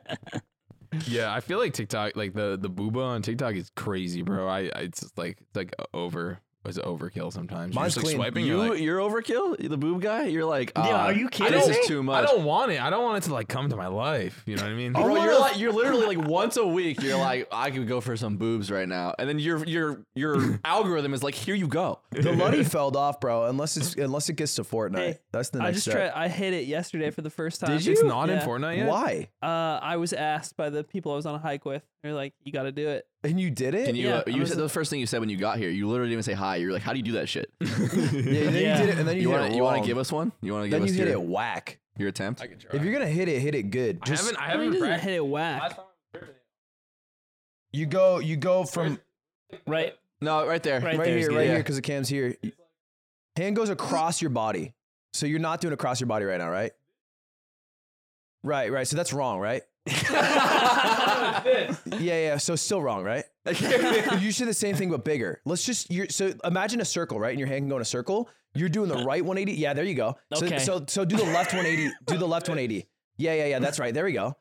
Speaker 5: Yeah, I feel like TikTok, like the the booba on TikTok is crazy, bro. I, I it's just like it's like over, it's overkill sometimes.
Speaker 1: Mine's
Speaker 5: you're just
Speaker 1: clean.
Speaker 5: like swiping.
Speaker 3: You
Speaker 5: you're like,
Speaker 3: you're overkill. You're the boob guy. You're like,
Speaker 4: Yeah,
Speaker 3: ah,
Speaker 4: are you kidding
Speaker 3: This
Speaker 4: me?
Speaker 3: is too
Speaker 5: I
Speaker 3: much.
Speaker 5: don't want it. I don't want it to like come to my life. You know what I mean?
Speaker 3: Bro, you're like you're literally like once a week. You're like, I could go for some boobs right now, and then your your your algorithm is like, here you go.
Speaker 1: The *laughs* Luddy fell off, bro. Unless it's unless it gets to Fortnite, that's the next.
Speaker 2: I just
Speaker 1: step.
Speaker 2: tried. I hit it yesterday for the first time.
Speaker 5: Did you? It's not in
Speaker 2: Yeah.
Speaker 5: Fortnite yet.
Speaker 1: Why?
Speaker 2: Uh, I was asked by the people I was on a hike with. They're like, "You got to do it."
Speaker 1: And you did it?
Speaker 3: And you
Speaker 2: Yeah,
Speaker 3: uh,
Speaker 2: I
Speaker 3: you
Speaker 2: was-
Speaker 3: said the first thing you said when you got here. You literally didn't even say hi. You're like, how do you do that shit?
Speaker 1: yeah,
Speaker 5: *laughs*
Speaker 1: and then
Speaker 4: Yeah.
Speaker 1: you did it, and then you,
Speaker 3: You
Speaker 1: hit
Speaker 3: want
Speaker 1: it
Speaker 3: you want
Speaker 1: wrong.
Speaker 3: to give us one? You want to give
Speaker 1: Then
Speaker 3: us
Speaker 1: you hit it
Speaker 3: your,
Speaker 1: whack.
Speaker 3: your attempt?
Speaker 1: If you're gonna hit it, hit it good.
Speaker 5: I
Speaker 1: Just
Speaker 5: haven't.
Speaker 2: I
Speaker 5: I
Speaker 2: mean,
Speaker 5: haven't.
Speaker 2: it doesn't
Speaker 5: practiced.
Speaker 2: hit it
Speaker 1: Oh,
Speaker 2: whack.
Speaker 1: you go, you go from
Speaker 4: right,
Speaker 3: no, right there.
Speaker 4: right,
Speaker 1: right,
Speaker 4: there. is
Speaker 1: here,
Speaker 4: good.
Speaker 1: right
Speaker 3: yeah.
Speaker 1: here, because the cam's here. Hand goes across your body, so you're not doing across your body right now, right? Right, right. So that's wrong,
Speaker 3: *laughs*
Speaker 1: right? *laughs* yeah, yeah. So still wrong,
Speaker 3: *laughs*
Speaker 1: right? you should do the same thing but bigger. Let's just you so imagine a circle, right? And your hand can go in a circle. You're doing the right 180. Yeah, there you go. So
Speaker 4: Okay.
Speaker 1: so so do the left 180. Do the left 180. Yeah, yeah, yeah. That's right. There we go.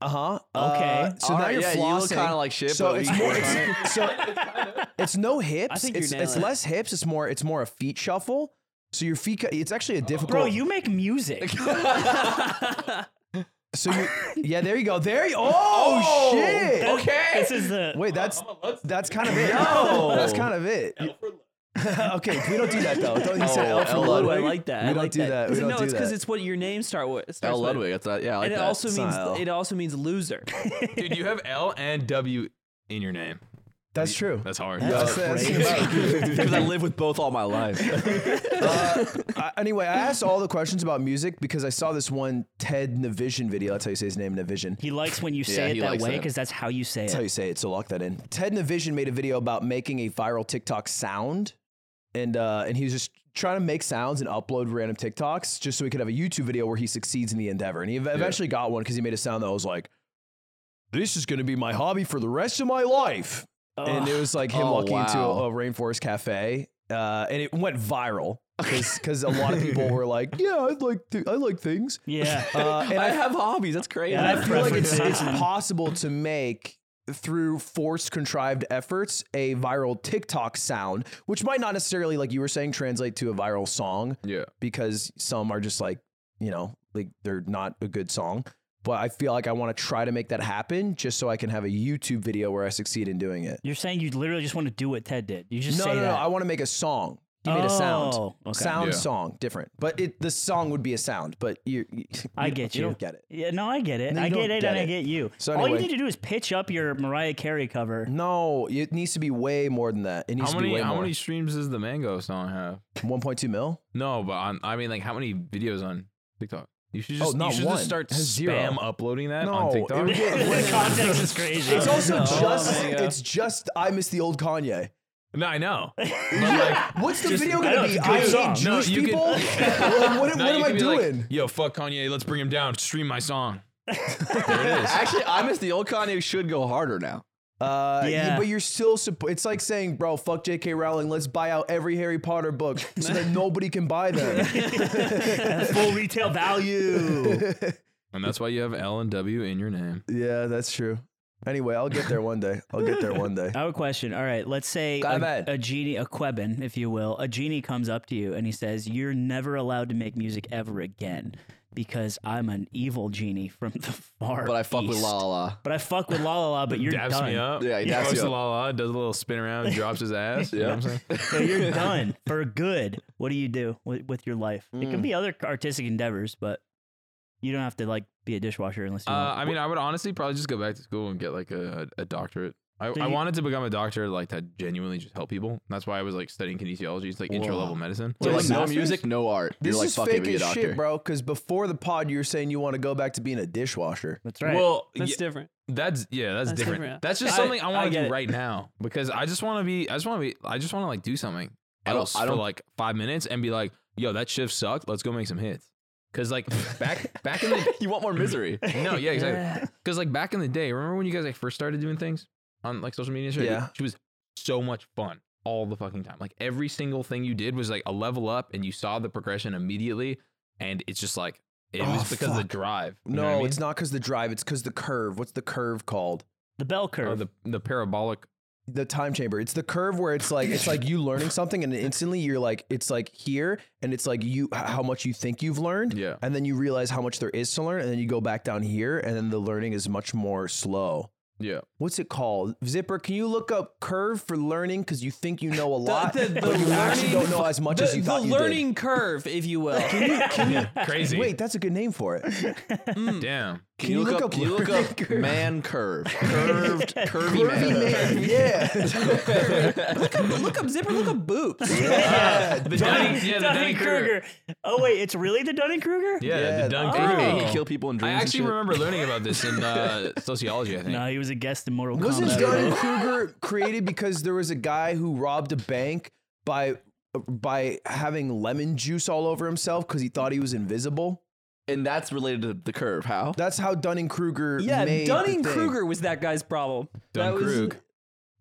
Speaker 1: Uh-huh. Uh,
Speaker 4: Okay.
Speaker 1: so
Speaker 3: All
Speaker 1: now
Speaker 3: right,
Speaker 1: you're
Speaker 3: yeah, you
Speaker 1: flossing.
Speaker 3: look kinda like shit,
Speaker 1: So
Speaker 3: but
Speaker 1: it's
Speaker 3: we-
Speaker 1: more. It's, so it's no hips.
Speaker 2: think you're
Speaker 1: it's
Speaker 2: nailing
Speaker 1: it's
Speaker 2: it.
Speaker 1: less hips. It's more. It's more a feet shuffle. So your feet. ca- It's actually a difficult.
Speaker 4: Bro, you make music.
Speaker 1: so
Speaker 2: *laughs*
Speaker 1: you. Yeah, there you go. There you. Oh, shit.
Speaker 4: this is the
Speaker 1: Wait, that's that's kind of it. *laughs* that's kind of it. *laughs* okay, we don't do that though. Don't you say
Speaker 3: Oh,
Speaker 1: L for
Speaker 3: L
Speaker 2: Ludwig.
Speaker 1: Ludwig.
Speaker 2: I like that.
Speaker 1: We
Speaker 2: I
Speaker 1: don't
Speaker 2: like
Speaker 1: do that. We
Speaker 2: Because-
Speaker 1: don't
Speaker 2: no,
Speaker 1: do
Speaker 2: it's
Speaker 1: that.
Speaker 2: it's what your name start with. Starts
Speaker 3: *laughs* L
Speaker 2: with.
Speaker 3: Ludwig. That's not, yeah, I like
Speaker 2: and it
Speaker 3: that. *laughs*
Speaker 2: also *laughs*
Speaker 1: It's
Speaker 2: means
Speaker 1: not L.
Speaker 2: it also
Speaker 1: *laughs*
Speaker 2: means loser.
Speaker 5: Dude, you have L and W in your name.
Speaker 1: that's true.
Speaker 5: That's hard.
Speaker 1: That's- that's-
Speaker 3: because I live with both all my life.
Speaker 1: I, anyway, I asked all the questions about music because I saw this one Ted Navision video. That's how you say his name, Navision.
Speaker 4: he likes when you say
Speaker 3: Yeah,
Speaker 4: it
Speaker 3: he
Speaker 4: that
Speaker 3: likes
Speaker 4: way
Speaker 3: that.
Speaker 4: because that's how you say
Speaker 1: That's how
Speaker 4: it.
Speaker 1: you say it. So lock that in. Ted Navision made a video about making a viral TikTok sound, and uh, and he was just trying to make sounds and upload random TikToks just so he could have a YouTube video where he succeeds in the endeavor. And he ev- eventually got one because he made a sound that was like, "This is going to be my hobby for the rest of my life." And it was like him
Speaker 3: Oh,
Speaker 1: walking into
Speaker 3: wow.
Speaker 1: a, a rainforest cafe, uh, and it went
Speaker 3: *laughs*
Speaker 1: viral because a lot of people were like, "Yeah, I like th- I like things." *laughs*
Speaker 4: Yeah. Oh,
Speaker 1: Uh, and
Speaker 3: I
Speaker 1: I
Speaker 3: have hobbies. That's crazy.
Speaker 1: and I feel like it's, it's
Speaker 4: *laughs* preferences.
Speaker 1: possible to make through forced contrived efforts a viral TikTok sound, which might not necessarily, like you were saying, translate to a viral song
Speaker 5: yeah.
Speaker 1: because some are just like, you know, like they're not a good song. But I feel like I want to try to make that happen just so I can have a YouTube video where I succeed in doing it.
Speaker 4: You're saying you literally just want to do what Ted did. You just
Speaker 1: No,
Speaker 4: say
Speaker 1: no, no.
Speaker 4: that.
Speaker 1: I want to make a song. He made a sound.
Speaker 4: Oh, okay.
Speaker 1: Sound,
Speaker 5: Yeah.
Speaker 1: song, different. But it the song would be a sound, but you, you
Speaker 4: I get
Speaker 1: You
Speaker 4: you.
Speaker 1: don't get it.
Speaker 4: Yeah, no, I get it.
Speaker 1: No, you
Speaker 4: I
Speaker 1: don't
Speaker 4: get it,
Speaker 1: get
Speaker 4: and I
Speaker 1: it.
Speaker 4: get you.
Speaker 1: So
Speaker 4: All you
Speaker 1: anyway-
Speaker 4: need to do is pitch up your Mariah Carey
Speaker 1: *laughs*
Speaker 4: cover.
Speaker 1: No, it needs to be way more than that. It needs
Speaker 5: How
Speaker 1: to be
Speaker 5: many
Speaker 1: way
Speaker 5: how
Speaker 1: more.
Speaker 5: many streams does the Mango song have?
Speaker 1: 1.2 mil?
Speaker 5: No, but on, I mean, like, how many videos on TikTok? You should
Speaker 1: Oh,
Speaker 5: just,
Speaker 1: not
Speaker 5: you should
Speaker 1: one.
Speaker 5: just start
Speaker 1: It has zero.
Speaker 5: spam uploading that
Speaker 1: No,
Speaker 5: on
Speaker 1: it
Speaker 5: TikTok.
Speaker 1: would
Speaker 5: *laughs*
Speaker 1: get-
Speaker 4: the context is crazy.
Speaker 1: It's also
Speaker 2: no.
Speaker 1: just
Speaker 2: Oh, there you go.
Speaker 1: it's just I miss the old Kanye.
Speaker 5: no, I know. But like,
Speaker 1: What's the
Speaker 5: Just-
Speaker 1: video
Speaker 4: I know,
Speaker 1: gonna
Speaker 4: it's
Speaker 1: be?
Speaker 4: a good
Speaker 1: I hate
Speaker 4: song.
Speaker 5: No,
Speaker 1: Jewish
Speaker 5: you could-
Speaker 1: people.
Speaker 5: *laughs*
Speaker 1: Like, what
Speaker 5: now
Speaker 1: what
Speaker 5: you
Speaker 1: am
Speaker 5: could
Speaker 1: I
Speaker 5: be like,
Speaker 1: doing?
Speaker 5: Yo, fuck Kanye. Let's bring him down. Stream my song.
Speaker 3: *laughs* Actually, I miss the old Kanye should go harder now.
Speaker 1: uh, yeah.
Speaker 4: Yeah.
Speaker 1: but you're still. Suppo- it's like saying, bro, fuck J.K. Rowling. Let's buy out every Harry Potter book so
Speaker 5: *laughs*
Speaker 1: that nobody can buy them.
Speaker 4: *laughs* full retail value.
Speaker 5: And that's why you have L and W in your name.
Speaker 1: yeah, that's true. Anyway, I'll get there one day. I'll get there one
Speaker 5: *laughs*
Speaker 1: day.
Speaker 4: Our question. All right. Let's say a,
Speaker 1: Quebin.
Speaker 4: a genie, a Quebin, if you will, a genie comes up to you and he says, You're never allowed to make music ever again because I'm an evil genie from the far.
Speaker 3: But I fuck with
Speaker 4: east."
Speaker 3: La La La.
Speaker 4: But I fuck with La La La, but you're
Speaker 5: daps
Speaker 4: done.
Speaker 5: me up.
Speaker 3: Yeah, he daps
Speaker 5: goes
Speaker 3: you
Speaker 5: to
Speaker 3: up.
Speaker 5: La La, does a little spin around, drops his ass. You know what I'm saying?
Speaker 4: So you're
Speaker 5: *laughs*
Speaker 4: done for good. What do you do with, with your life? It can be other artistic endeavors, but you don't have to like be a dishwasher unless you
Speaker 5: Uh,
Speaker 4: want.
Speaker 5: I mean, I would honestly probably just go back to school and get like a, a doctorate. I,
Speaker 4: So
Speaker 5: I
Speaker 4: you-
Speaker 5: wanted to become a doctor like to genuinely just help people. That's why I was like studying kinesiology. It's like intro
Speaker 3: Whoa.
Speaker 5: level medicine.
Speaker 3: So
Speaker 4: Wait,
Speaker 3: like
Speaker 4: is
Speaker 3: no
Speaker 1: masters?
Speaker 3: music, no art.
Speaker 1: This
Speaker 3: You're like
Speaker 1: is
Speaker 3: fuck it,
Speaker 1: fake
Speaker 3: be a
Speaker 1: as
Speaker 3: doctor.
Speaker 1: shit, bro. Because before the pod, you were saying you want to go back to being a dishwasher.
Speaker 4: That's right.
Speaker 5: Well,
Speaker 2: That's
Speaker 5: yeah,
Speaker 2: different.
Speaker 5: that's yeah, that's,
Speaker 2: That's
Speaker 5: different.
Speaker 2: different.
Speaker 5: That's just
Speaker 2: I-
Speaker 5: something I,
Speaker 2: I
Speaker 5: want to
Speaker 2: get
Speaker 5: do
Speaker 2: it.
Speaker 5: right now because I just want to be. I just want to be. I just want to like do something
Speaker 3: I don't-
Speaker 5: else
Speaker 3: I
Speaker 5: for
Speaker 3: don't-
Speaker 5: like five minutes and be like, "Yo, that shift sucked. Let's go make some hits." Because like back
Speaker 3: *laughs*
Speaker 5: back in the
Speaker 3: you want more misery?
Speaker 5: *laughs* no yeah exactly because like back in the day, remember when you guys like first started doing things on like social media? and shit?
Speaker 1: Yeah.
Speaker 5: she was so much fun all the fucking time. Like every single thing you did was like a level up, and you saw the progression immediately. And it's just like it
Speaker 1: Oh,
Speaker 5: was because of the
Speaker 1: fuck.
Speaker 5: drive. you
Speaker 1: No,
Speaker 5: know what I mean?
Speaker 1: it's not because the drive. It's because the curve. What's the curve called?
Speaker 4: the bell
Speaker 5: Or
Speaker 4: curve.
Speaker 5: oh,
Speaker 4: *laughs*
Speaker 5: the the parabolic
Speaker 1: The time chamber. It's the curve where it's like it's like you learning something and instantly you're like it's like here and it's like you h- how much you think you've learned.
Speaker 5: Yeah.
Speaker 1: And then you realize how much there is to learn and then you go back down here and then the learning is much more slow.
Speaker 5: Yeah.
Speaker 1: What's it called? Zipper, can you look up curve for learning? Because you think you know a lot,
Speaker 2: the- the
Speaker 1: but you actually
Speaker 2: learning-
Speaker 1: don't know as much
Speaker 2: The,
Speaker 1: as you
Speaker 2: the
Speaker 1: thought you
Speaker 2: learning curve, if you will.
Speaker 1: did.
Speaker 5: Crazy.
Speaker 1: Wait, that's a good name for it. Can,
Speaker 5: *laughs* Damn.
Speaker 3: Can you look up? Can you look up man curve? Curved, curvy
Speaker 1: Curvy
Speaker 3: man.
Speaker 1: man. Yeah.
Speaker 2: look, up, *laughs* look up zipper. Look up boobs.
Speaker 5: The Dunning, yeah, the Dunning Kruger.
Speaker 4: Dunning-Kruger. Oh wait, it's really the Dunning Kruger?
Speaker 5: Yeah,
Speaker 1: Yeah,
Speaker 5: the Dunning
Speaker 3: Hey,
Speaker 5: Kruger.
Speaker 3: hey, he killed people in
Speaker 5: I
Speaker 3: dreams. and
Speaker 5: actually
Speaker 3: shit.
Speaker 5: remember learning about this in uh, sociology. I think.
Speaker 4: No, he was a guest in Mortal
Speaker 1: Wasn't
Speaker 4: Kombat. *laughs*
Speaker 1: Dunning Kruger created because there was a guy who robbed a bank by by having lemon juice all over himself because he thought he was invisible?
Speaker 3: and that's related to the curve. How?
Speaker 1: That's how Dunning Kruger.
Speaker 2: yeah, Dunning Kruger was that guy's problem. That was-
Speaker 5: Dunning-Krug.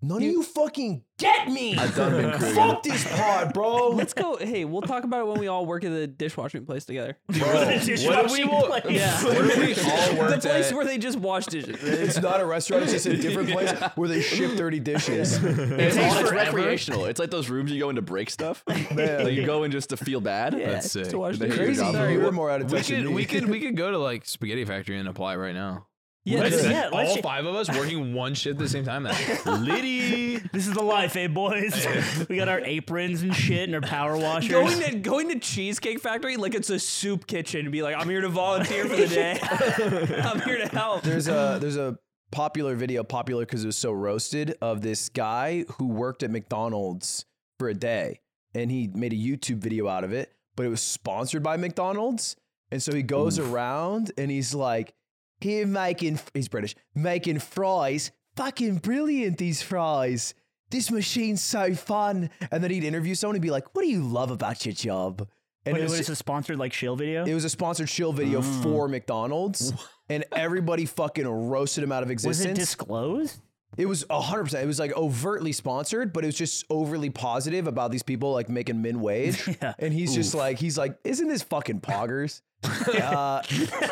Speaker 1: None of you fucking get me.
Speaker 3: A Dunning Kruger.
Speaker 1: Fuck this pod, bro.
Speaker 2: Let's go. Hey, we'll talk about it when we all work at the dishwashing place together. *laughs*
Speaker 5: What do we *laughs* want?
Speaker 2: Yeah.
Speaker 5: What do we all
Speaker 2: the
Speaker 5: worked
Speaker 2: place
Speaker 5: at?
Speaker 2: where they just wash dishes.
Speaker 1: It's not a restaurant. It's just a different place where they ship dirty dishes.
Speaker 3: It's, all- it's
Speaker 5: forever.
Speaker 3: recreational. It's like those rooms you go in to
Speaker 4: *laughs*
Speaker 3: break stuff.
Speaker 1: Man.
Speaker 3: Like you go in just to feel bad.
Speaker 2: Yeah,
Speaker 5: That's
Speaker 2: just
Speaker 5: sick.
Speaker 2: To wash
Speaker 3: They
Speaker 2: dishes.
Speaker 3: hate your
Speaker 1: Crazy.
Speaker 3: job.
Speaker 1: Sorry, we're more out of
Speaker 5: we
Speaker 1: touch.
Speaker 5: could,
Speaker 1: than me.
Speaker 5: we could, we could go to like Spaghetti Factory and apply right now.
Speaker 2: Yeah,
Speaker 4: Let's-
Speaker 2: just-
Speaker 4: yeah, let's
Speaker 5: all
Speaker 4: ju-
Speaker 5: five of us working one shift at the same time. That's litty.
Speaker 4: This is the life, eh,
Speaker 5: *laughs*
Speaker 4: boys? we got our aprons and shit and our *laughs* power washers.
Speaker 2: Going to going to Cheesecake Factory like it's a soup kitchen and be like, I'm here to volunteer for the
Speaker 4: *laughs*
Speaker 2: day. I'm here to help.
Speaker 1: there's a there's a popular video popular because it was so roasted of this guy who worked at mcdonald's for a day and he made a youtube video out of it but it was sponsored by mcdonald's and so he goes around and he's like here making he's british making fries fucking brilliant these fries this machine's so fun and then he'd interview someone and be like what do you love about your job and
Speaker 4: Wait,
Speaker 1: it was
Speaker 4: what,
Speaker 1: ju-
Speaker 4: it's a sponsored like shill video?
Speaker 1: it was a sponsored shill video
Speaker 4: Mm.
Speaker 1: for McDonald's, and everybody fucking roasted him out of
Speaker 4: was it
Speaker 1: existence.
Speaker 4: disclosed?
Speaker 1: it was hundred percent. It was like overtly sponsored, but it was just overly positive about these people like making min wage.
Speaker 4: *laughs* Yeah.
Speaker 1: And he's just like, he's like, isn't this fucking poggers? uh,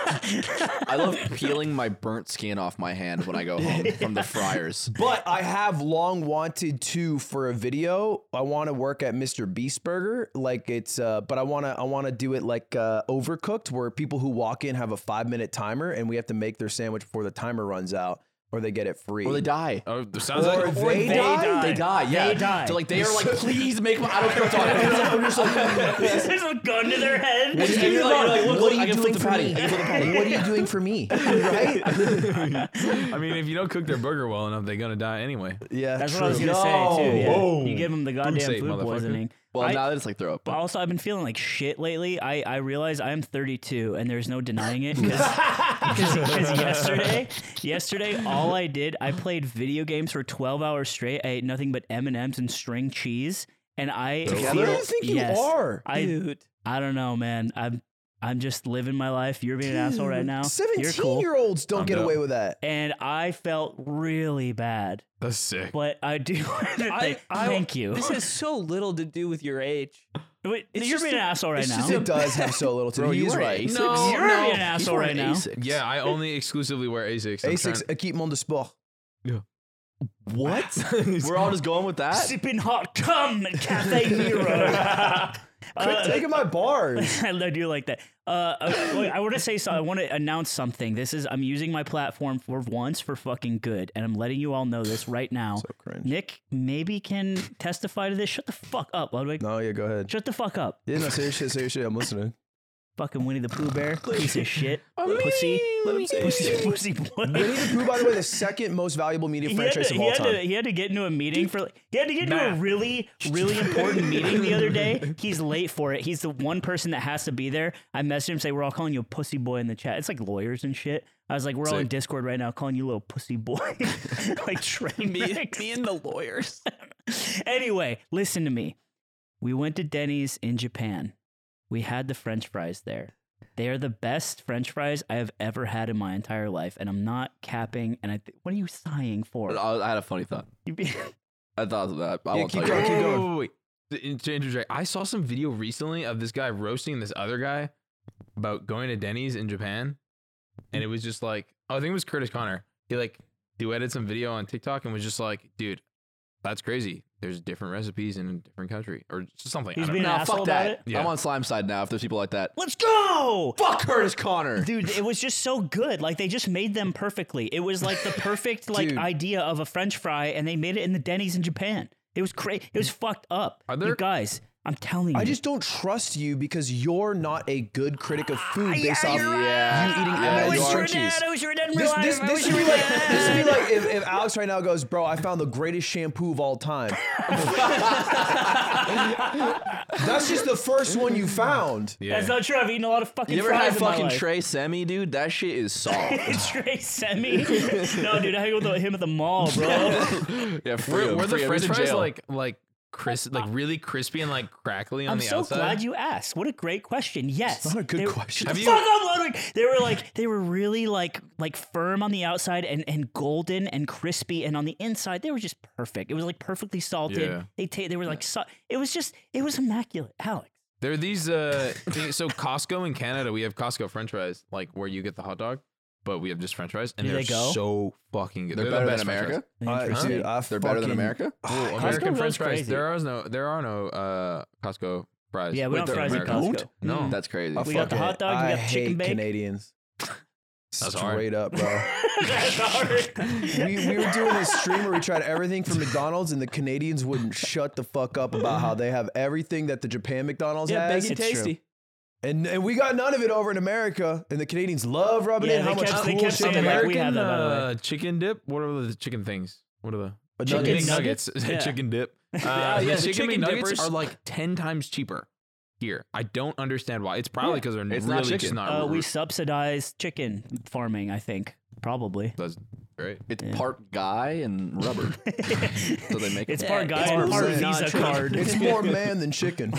Speaker 3: I love peeling my burnt skin off my hand when I go home
Speaker 4: *laughs*
Speaker 3: from the fryers.
Speaker 1: but I have long wanted to for a video. I want to work at Mr. Beast Burger, like it's. Uh, but I want to. I want to do it like uh, Overcooked, where people who walk in have a five minute timer, and we have to make their sandwich before the timer runs out, or they get it free.
Speaker 3: Or they die.
Speaker 5: Oh, it sounds
Speaker 1: Or
Speaker 5: like
Speaker 1: they
Speaker 3: They
Speaker 1: die.
Speaker 3: die. They die. Yeah.
Speaker 4: They die.
Speaker 3: So like they
Speaker 4: *laughs*
Speaker 3: are like, please make my. I don't care what's on it.
Speaker 1: I'm just like,
Speaker 4: There's a gun to their head.
Speaker 3: Just give me, like, like,
Speaker 1: what
Speaker 3: look, look,
Speaker 1: are
Speaker 3: I
Speaker 1: you
Speaker 3: can
Speaker 1: doing
Speaker 3: flip the
Speaker 1: for me?
Speaker 3: patty. I can flip the patty.
Speaker 1: What are you doing for me? *laughs* Right?
Speaker 5: I mean, if you don't cook their burger well enough, they're gonna die anyway.
Speaker 1: Yeah,
Speaker 4: That's what I was
Speaker 1: true. Oh,
Speaker 4: gonna say too. Yeah.
Speaker 5: Whoa.
Speaker 4: You give them the
Speaker 5: Food
Speaker 4: goddamn
Speaker 5: safe,
Speaker 4: food
Speaker 5: motherfucker.
Speaker 4: poisoning.
Speaker 3: Well,
Speaker 4: I-
Speaker 3: now it's like throw up.
Speaker 4: But
Speaker 3: But
Speaker 4: also, I've been feeling like shit lately. I, I realize I'm 32, and there's no denying it. Because yesterday, yesterday, all I did, I played video games for 12 hours straight. I ate nothing but M and M's and string cheese, and I.
Speaker 1: Who
Speaker 4: feel-
Speaker 1: do you think
Speaker 4: yes.
Speaker 1: you are?
Speaker 4: I
Speaker 2: Dude.
Speaker 4: I don't know, man. I'm I'm just living my life. You're being an asshole right now. You're cool.
Speaker 1: Seventeen-year-olds don't
Speaker 5: I'm
Speaker 1: get
Speaker 5: down.
Speaker 1: away with that.
Speaker 4: and I felt really bad,
Speaker 5: That's sick.
Speaker 4: but I do. *laughs*
Speaker 2: I- I-
Speaker 4: thank you.
Speaker 2: This has so little to do with your age.
Speaker 4: Wait,
Speaker 2: it's
Speaker 4: you're
Speaker 2: just
Speaker 4: being
Speaker 2: a-
Speaker 4: an asshole right
Speaker 2: it's
Speaker 4: now.
Speaker 2: just
Speaker 1: It *laughs* does have so little to do.
Speaker 3: Bro,
Speaker 1: He's
Speaker 3: you wear
Speaker 1: right.
Speaker 3: A6.
Speaker 5: No,
Speaker 4: *laughs* You're being an asshole
Speaker 3: He's wearing
Speaker 4: right now.
Speaker 3: A6.
Speaker 5: Yeah, I only exclusively wear Asics. I'm
Speaker 1: A6
Speaker 5: trying-
Speaker 1: équipement de sport.
Speaker 3: What? *laughs* We're all just going with that?
Speaker 4: Sipping hot cum at
Speaker 2: *laughs*
Speaker 4: Cafe Nero.
Speaker 3: Uh,
Speaker 4: Uh,
Speaker 1: Quit taking my
Speaker 3: *laughs*
Speaker 1: bars.
Speaker 4: *laughs* I do like that. Uh, okay, wait, I want to say so. I want to announce something. This is I'm using my platform for once for fucking good, and I'm letting you all know this right now.
Speaker 1: So cringe.
Speaker 4: Nick maybe can testify to this. Shut the fuck up, Ludwig.
Speaker 1: No, yeah, go ahead.
Speaker 4: Shut the fuck up.
Speaker 1: Yeah, no, serious shit, serious shit. I'm
Speaker 3: *laughs*
Speaker 1: listening.
Speaker 4: Fucking Winnie the Pooh bear, piece of shit, pussy,
Speaker 1: Let him say
Speaker 4: pussy,
Speaker 1: it.
Speaker 4: *laughs* pussy boy.
Speaker 1: Winnie the Pooh, by the way, the second most valuable media
Speaker 4: He had,
Speaker 1: franchise
Speaker 4: to,
Speaker 1: of
Speaker 4: he
Speaker 1: all
Speaker 4: had
Speaker 1: time.
Speaker 4: to- he had to get into a meeting for like, he had to get into a
Speaker 5: Math.
Speaker 4: really really important meeting the other day. He's late for it. He's the one person that has to be there. I messaged him say we're all calling you a pussy boy in the chat. It's like lawyers and shit. I was like we're all in
Speaker 3: Sick.
Speaker 4: Discord right now calling you little pussy boy. *laughs*
Speaker 1: *laughs*
Speaker 4: like train
Speaker 2: me,
Speaker 4: wrecks.
Speaker 2: me and the lawyers.
Speaker 4: Anyway, listen to me. We went to Denny's in Japan. We had the french fries there. They are the best french fries I have ever had in my entire life and I'm not capping and I th- what are you sighing for?
Speaker 3: I, I had a funny thought.
Speaker 4: You be-
Speaker 3: I thought of that. I
Speaker 1: Yeah,
Speaker 3: won't
Speaker 1: keep
Speaker 3: tell
Speaker 1: going,
Speaker 3: you.
Speaker 1: keep going.
Speaker 5: Wait, wait, wait. To- to interject, I saw some video recently of this guy roasting this other guy about going to Denny's in Japan, and it was just like, oh, I think it was Curtis Connor. He like duetted some video on TikTok and was just like, dude, that's crazy. There's different recipes in a different country or just something. I
Speaker 4: He's
Speaker 5: don't
Speaker 4: being
Speaker 5: know.
Speaker 4: an
Speaker 3: Nah,
Speaker 4: asshole
Speaker 3: fuck
Speaker 4: about
Speaker 3: that.
Speaker 4: it.
Speaker 5: Yeah.
Speaker 3: I'm on slime side now. If there's people like that,
Speaker 4: Let's go!
Speaker 3: fuck Curtis Connor.
Speaker 4: Dude, it was just so good. Like they just made them perfectly. It was like the perfect like
Speaker 1: Dude.
Speaker 4: idea of a french fry and they made it in the Denny's in Japan. It was crazy. It was fucked up.
Speaker 5: Are there-
Speaker 4: you guys, I'm telling you.
Speaker 1: I just don't trust you because you're not a good critic of food
Speaker 4: Yeah,
Speaker 1: based off
Speaker 4: you're
Speaker 3: Yeah,
Speaker 1: you eating
Speaker 4: right.
Speaker 3: yeah,
Speaker 4: I
Speaker 1: M&M's
Speaker 4: wish
Speaker 1: and
Speaker 3: you
Speaker 4: you were
Speaker 1: Swiss
Speaker 4: dead.
Speaker 1: cheese.
Speaker 4: I wish you were dead in real
Speaker 1: This,
Speaker 4: life.
Speaker 1: this,
Speaker 4: I
Speaker 1: this
Speaker 4: wish
Speaker 1: would
Speaker 4: you
Speaker 1: be
Speaker 4: were
Speaker 1: like this would
Speaker 4: dead.
Speaker 1: be like if,
Speaker 4: *laughs*
Speaker 1: if Alex right now goes, bro, I found the greatest shampoo of all time. That's just the first one you found.
Speaker 5: Yeah.
Speaker 4: That's not true. I've eaten a lot of fucking
Speaker 3: You ever
Speaker 4: fries
Speaker 3: had
Speaker 4: in my
Speaker 3: fucking
Speaker 4: life. *laughs*
Speaker 3: Trey Semi, dude? That shit is soft.
Speaker 4: Trey sent me. no, dude, I hung out with him at the mall, bro.
Speaker 3: yeah, free
Speaker 5: Were,
Speaker 3: him,
Speaker 5: were the
Speaker 3: free him. He's
Speaker 5: French
Speaker 3: in
Speaker 5: fries
Speaker 3: jail.
Speaker 5: like like crisp, like really crispy and like crackly on
Speaker 4: I'm
Speaker 5: the
Speaker 4: so
Speaker 5: outside?
Speaker 4: glad you asked. What a great question. Yes.
Speaker 1: Not a good
Speaker 4: They-
Speaker 1: question.
Speaker 4: Shut the
Speaker 5: Have
Speaker 4: fuck up, Ludwig. They were like they were really like like firm on the outside and and golden and crispy and on the inside they were just perfect. It was like perfectly salted.
Speaker 5: Yeah.
Speaker 4: They ta- they were like so- it was just it was immaculate. Alex.
Speaker 5: There are these
Speaker 4: *laughs*
Speaker 5: uh things, so Costco in Canada, we have Costco French fries, like where you get the hot dog, but we have just French fries, and
Speaker 4: Do
Speaker 5: they're
Speaker 4: they go?
Speaker 5: so fucking good.
Speaker 3: They're
Speaker 5: the
Speaker 3: better than
Speaker 5: best French
Speaker 3: America.
Speaker 1: I- dude, I
Speaker 3: They're better than
Speaker 1: fucking-
Speaker 4: *laughs*
Speaker 3: America.
Speaker 5: fries. Ooh,
Speaker 4: Costco
Speaker 5: American
Speaker 4: goes
Speaker 5: French fries.
Speaker 4: crazy.
Speaker 5: There are no, there are no uh Costco fries.
Speaker 4: Yeah, we
Speaker 5: Wait,
Speaker 4: don't
Speaker 5: they're
Speaker 4: fries at
Speaker 5: American.
Speaker 4: Costco.
Speaker 5: No,
Speaker 4: *laughs* Mm.
Speaker 3: That's crazy.
Speaker 1: I
Speaker 4: We got the
Speaker 1: fucking-
Speaker 4: hot dog, we
Speaker 1: I
Speaker 4: got the chicken
Speaker 1: hate
Speaker 4: bake.
Speaker 1: Canadians.
Speaker 5: hard.
Speaker 1: Straight up, bro.
Speaker 4: That's hard.
Speaker 1: *laughs* we, we were doing this stream where we tried everything from McDonald's, and the Canadians wouldn't shut the fuck up about how they have everything that the Japan McDonald's
Speaker 2: yeah,
Speaker 1: has.
Speaker 2: big and
Speaker 4: It's true.
Speaker 2: tasty.
Speaker 1: And, and we got none of it over in America, and the Canadians love rubbing
Speaker 4: Yeah,
Speaker 1: in
Speaker 4: they
Speaker 1: how much
Speaker 4: kept- they
Speaker 1: cool
Speaker 4: kept
Speaker 1: shit
Speaker 4: saying
Speaker 1: they
Speaker 4: that, like,
Speaker 1: are.
Speaker 4: we have that, by the way.
Speaker 5: uh, chicken dip. What are the chicken things? What are the
Speaker 1: But
Speaker 4: Chicken
Speaker 1: none of
Speaker 5: chicken
Speaker 1: it's-
Speaker 5: nuggets?
Speaker 4: nuggets?
Speaker 5: *laughs*
Speaker 4: Yeah.
Speaker 5: chicken
Speaker 4: *laughs*
Speaker 5: dip. Uh,
Speaker 2: Yeah,
Speaker 5: the
Speaker 2: yeah, the
Speaker 5: chicken,
Speaker 2: chicken
Speaker 5: McNuggets
Speaker 2: dippers.
Speaker 5: are like ten times cheaper here. I don't understand why. It's probably because they're
Speaker 3: It's not
Speaker 5: really just
Speaker 3: chicken.
Speaker 5: not.
Speaker 4: Uh, we
Speaker 5: re-
Speaker 4: subsidize chicken farming, I think. Probably.
Speaker 5: that's great.
Speaker 3: It's part guy and
Speaker 4: *laughs*
Speaker 3: rubber. so they make
Speaker 4: It's
Speaker 3: it.
Speaker 4: part guy
Speaker 1: it's
Speaker 4: and part
Speaker 1: really
Speaker 4: Visa
Speaker 1: *laughs*
Speaker 4: card.
Speaker 1: It's
Speaker 4: *laughs*
Speaker 1: more man than chicken.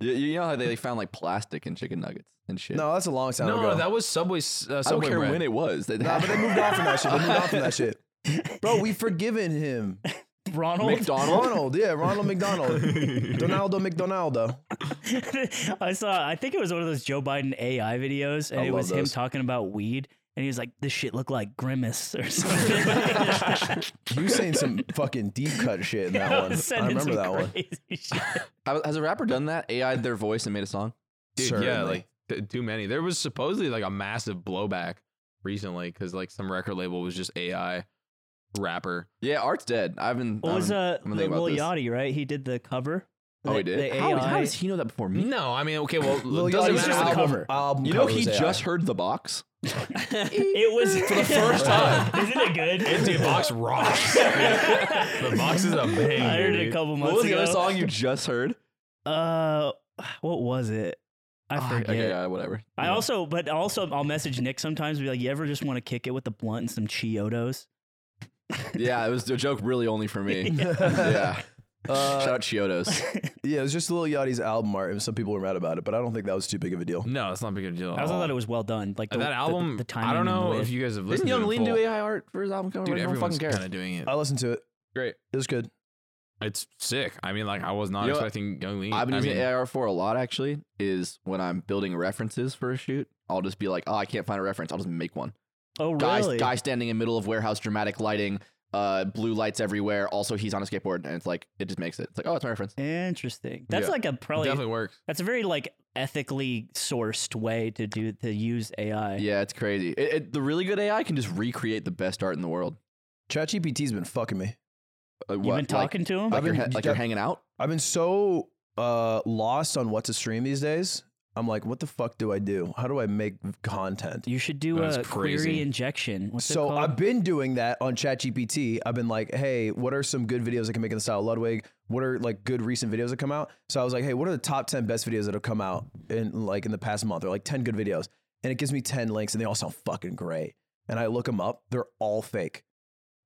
Speaker 3: You, you know how they found like plastic in chicken nuggets and shit.
Speaker 1: no, that's a long time
Speaker 5: No,
Speaker 1: ago.
Speaker 5: that was Subway. s- Uh,
Speaker 3: I don't
Speaker 5: Subway
Speaker 3: care
Speaker 5: bread.
Speaker 3: when it was. They
Speaker 1: nah, but
Speaker 3: *laughs*
Speaker 1: they moved on from that shit. They moved on from that shit. Bro, we forgiven him.
Speaker 4: Ronald.
Speaker 3: McDonald's.
Speaker 1: Ronald, yeah, Ronald
Speaker 5: *laughs*
Speaker 1: McDonald. Donaldo McDonaldo.
Speaker 4: *laughs* I saw. I think it was one of those Joe Biden AI videos, and
Speaker 3: I
Speaker 4: it was
Speaker 3: love
Speaker 4: him
Speaker 3: those.
Speaker 4: talking about weed, and he was like, "This shit looked like grimace or something."
Speaker 1: You saying some fucking deep cut shit in
Speaker 4: *laughs*
Speaker 1: that one. I
Speaker 4: Sending
Speaker 1: remember
Speaker 4: some
Speaker 1: that one.
Speaker 3: *laughs*
Speaker 4: crazy
Speaker 3: Um,
Speaker 4: shit.
Speaker 3: Has has a rapper done that? AI'd their voice and made a song?
Speaker 5: Dude, yeah,
Speaker 1: Certainly.
Speaker 5: like t- too many. There was supposedly like a massive blowback recently because like some record label was just AI rapper.
Speaker 3: Yeah, art's dead. I've been.
Speaker 4: What
Speaker 3: I'm-
Speaker 4: was uh,
Speaker 3: I'm gonna
Speaker 4: the
Speaker 3: think about
Speaker 4: Lil
Speaker 3: this.
Speaker 4: Yachty? Right, he did the cover.
Speaker 3: Oh, he
Speaker 4: The-
Speaker 3: did.
Speaker 4: the
Speaker 3: How,
Speaker 4: AI.
Speaker 3: how does he know that before me?
Speaker 5: No, I mean, okay, well,
Speaker 1: Lil
Speaker 5: it doesn't
Speaker 1: Yachty's
Speaker 5: matter
Speaker 4: just
Speaker 5: how-
Speaker 4: a
Speaker 1: album-
Speaker 4: cover.
Speaker 1: album
Speaker 3: You know,
Speaker 1: cover
Speaker 3: he
Speaker 1: is AI.
Speaker 3: just heard the box.
Speaker 4: It was for the *laughs*
Speaker 5: first time.
Speaker 4: Isn't it good?
Speaker 5: Dude, box
Speaker 4: *laughs*
Speaker 5: rocks. the *laughs* box is a bang.
Speaker 4: I heard it
Speaker 5: dude.
Speaker 4: a couple months
Speaker 3: What was the
Speaker 4: ago.
Speaker 3: other song you
Speaker 4: *laughs*
Speaker 3: just heard?
Speaker 4: Uh, *sighs* what was it? I
Speaker 5: Ah,
Speaker 4: forget.
Speaker 3: Okay, yeah, whatever.
Speaker 4: I also, but also, I'll message Nick sometimes. and Be like, you ever just want to kick it with a blunt and some Chiodos?
Speaker 3: *laughs* Yeah, it was a joke really only
Speaker 4: *laughs*
Speaker 3: for me. yeah. Shout out Chiodos.
Speaker 1: Yeah, it was just Lil Yachty's album art, and some people were mad about it, but I don't think that was too big of a deal.
Speaker 5: No, it's not a big of a deal.
Speaker 4: I also thought it was well done. Like the,
Speaker 5: Oh. that
Speaker 4: the,
Speaker 5: album.
Speaker 4: the timing.
Speaker 5: I don't
Speaker 4: and the
Speaker 5: know
Speaker 4: way-
Speaker 5: if you guys have
Speaker 3: Didn't
Speaker 5: listened.
Speaker 3: Young
Speaker 5: to it in
Speaker 3: Lean do
Speaker 5: full.
Speaker 3: AI art for his album cover?
Speaker 5: Dude,
Speaker 3: I don't
Speaker 5: everyone's
Speaker 3: fucking care.
Speaker 5: kind of doing it.
Speaker 1: I listened to it.
Speaker 5: Great.
Speaker 1: It was good.
Speaker 5: It's sick. I mean, like I was not
Speaker 3: You know,
Speaker 5: expecting Young Lean.
Speaker 3: I've been
Speaker 5: I
Speaker 3: using
Speaker 5: mean,
Speaker 3: AIR for a lot actually. Is when I'm building references for a shoot, I'll just be like, oh, I can't find a reference. I'll just make one.
Speaker 4: Oh,
Speaker 3: guy,
Speaker 4: really?
Speaker 3: guy standing in middle of warehouse, dramatic lighting, uh, blue lights everywhere. Also, he's on a skateboard, and it's like it just makes it. It's like, oh, it's my reference.
Speaker 4: Interesting. That's
Speaker 5: Yeah.
Speaker 4: like a probably
Speaker 5: Definitely works.
Speaker 4: that's a very like ethically sourced way to do to use AI.
Speaker 3: Yeah, it's crazy. It, it, the really good AI can just recreate the best art in the world.
Speaker 1: ChatGPT's been fucking me.
Speaker 3: Uh,
Speaker 4: You've
Speaker 3: what,
Speaker 4: been talking to him?
Speaker 3: like, like, you're,
Speaker 1: I've
Speaker 3: ha-
Speaker 1: been-
Speaker 3: like you're hanging out.
Speaker 1: I've been so uh, lost on what to stream these days. I'm like, what the fuck do I do? How do I make content?
Speaker 4: you should do
Speaker 5: That's
Speaker 4: a query
Speaker 5: crazy.
Speaker 4: injection. What's it
Speaker 1: so
Speaker 4: called?
Speaker 1: I've been doing that on ChatGPT. I've been like, hey, what are some good videos that can make in the style of Ludwig? What are like good recent videos that come out? So I was like, hey, what are the top 10 best videos that have come out in like in the past month or like 10 good videos? And it gives me 10 links and they all sound fucking great. And I look them up, they're all fake.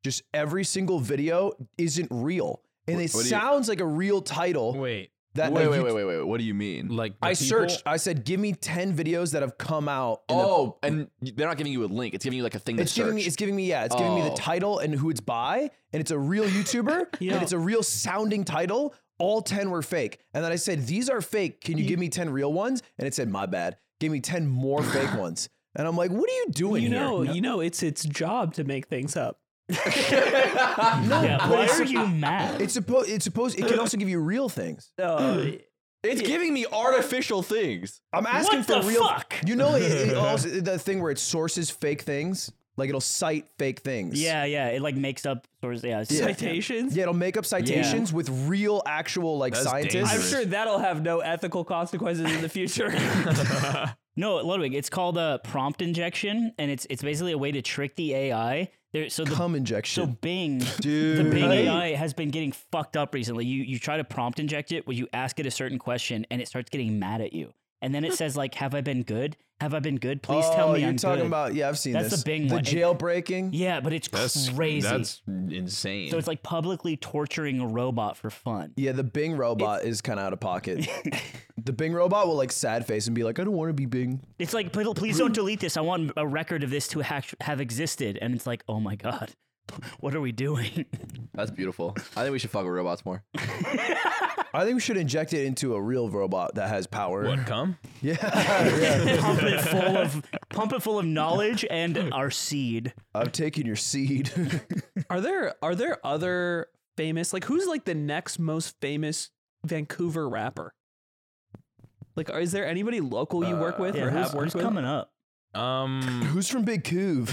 Speaker 1: Just every single video isn't real. And it
Speaker 3: What- what do you-
Speaker 1: sounds like a real title
Speaker 5: Wait,
Speaker 1: that
Speaker 3: wait,
Speaker 1: like,
Speaker 3: wait,
Speaker 1: you-
Speaker 3: wait, wait, wait. What do you mean?
Speaker 5: like the
Speaker 1: Oh. I
Speaker 5: people-
Speaker 1: searched. I said, give me 10 videos that have come out. in the-
Speaker 3: Oh, and they're not giving you a link. It's giving you like a thing to
Speaker 1: It's giving me,
Speaker 3: search.
Speaker 1: it's giving me, yeah, it's giving me the
Speaker 3: Oh.
Speaker 1: title and who it's by, and it's a real YouTuber,
Speaker 4: You know-
Speaker 1: and it's a real sounding title. All ten were fake, and then I said, "These are fake. Can you give me ten real ones?" And it said, "My bad. Give me ten more fake ones." And I'm like, "What are you doing
Speaker 2: you know,
Speaker 1: here?"
Speaker 2: you know, it's its job to make things up.
Speaker 4: yeah,
Speaker 1: but
Speaker 4: why
Speaker 1: it's-
Speaker 5: *laughs*
Speaker 4: are you mad?
Speaker 1: It's supposed. It's supposed. It can also give you real things.
Speaker 2: Oh,
Speaker 3: It's giving me artificial things.
Speaker 1: I'm asking
Speaker 4: What
Speaker 1: for
Speaker 4: the
Speaker 1: real.
Speaker 4: fuck?
Speaker 1: You know, it, it also, the thing where it sources fake things, like it'll cite fake things.
Speaker 4: yeah, yeah. It like makes up sources. Yeah, it's-
Speaker 2: Citations.
Speaker 1: Yeah, it'll make up citations with real, actual like
Speaker 5: That's
Speaker 1: scientists.
Speaker 2: I'm
Speaker 5: dangerous.
Speaker 2: sure that'll have no ethical consequences in the future.
Speaker 4: No, Ludwig. It's called a prompt injection, and it's it's basically a way to trick the AI. There, so the
Speaker 1: Cum
Speaker 4: So
Speaker 1: injection.
Speaker 4: *laughs* Bing, the Bing AI has been getting fucked up recently. You you try to prompt inject it, where you ask it a certain question, and it starts getting mad at you, and then it says like, "Have I been good? Have I been good? Please
Speaker 1: oh,
Speaker 4: tell me
Speaker 1: you're
Speaker 4: I'm
Speaker 1: talking
Speaker 4: good."
Speaker 1: about yeah, I've seen
Speaker 4: That's
Speaker 1: this.
Speaker 4: the Bing
Speaker 1: the
Speaker 4: one. It-
Speaker 1: jailbreaking.
Speaker 4: yeah, but it's
Speaker 5: That's
Speaker 4: crazy.
Speaker 5: That's insane.
Speaker 4: so it's like publicly torturing a robot for fun.
Speaker 1: Yeah, the Bing robot is kind of out of
Speaker 4: *laughs*
Speaker 1: pocket. the Bing robot will like sad face and be like, "I don't want to be Bing."
Speaker 4: It's like, "Please- please
Speaker 1: *laughs*
Speaker 4: don't delete this. I want a record of this to ha- have existed. And it's like, oh my god, *laughs* what are we doing?
Speaker 3: That's beautiful. I think we should fuck with robots more.
Speaker 1: I think we should inject it into a real robot that has power.
Speaker 5: what come?
Speaker 4: pump
Speaker 5: *laughs*
Speaker 4: it full of pump it full of knowledge and our seed.
Speaker 1: I'm taking your seed. *laughs*
Speaker 2: Are there are there other famous like who's like the next most famous Vancouver rapper? Like, are- is there anybody local you work with
Speaker 4: Yeah,
Speaker 2: or
Speaker 4: Uh, who's-
Speaker 2: have worked
Speaker 4: who's
Speaker 2: with?
Speaker 4: coming up?
Speaker 1: *laughs*
Speaker 5: Um,
Speaker 1: Who's from Big Coove?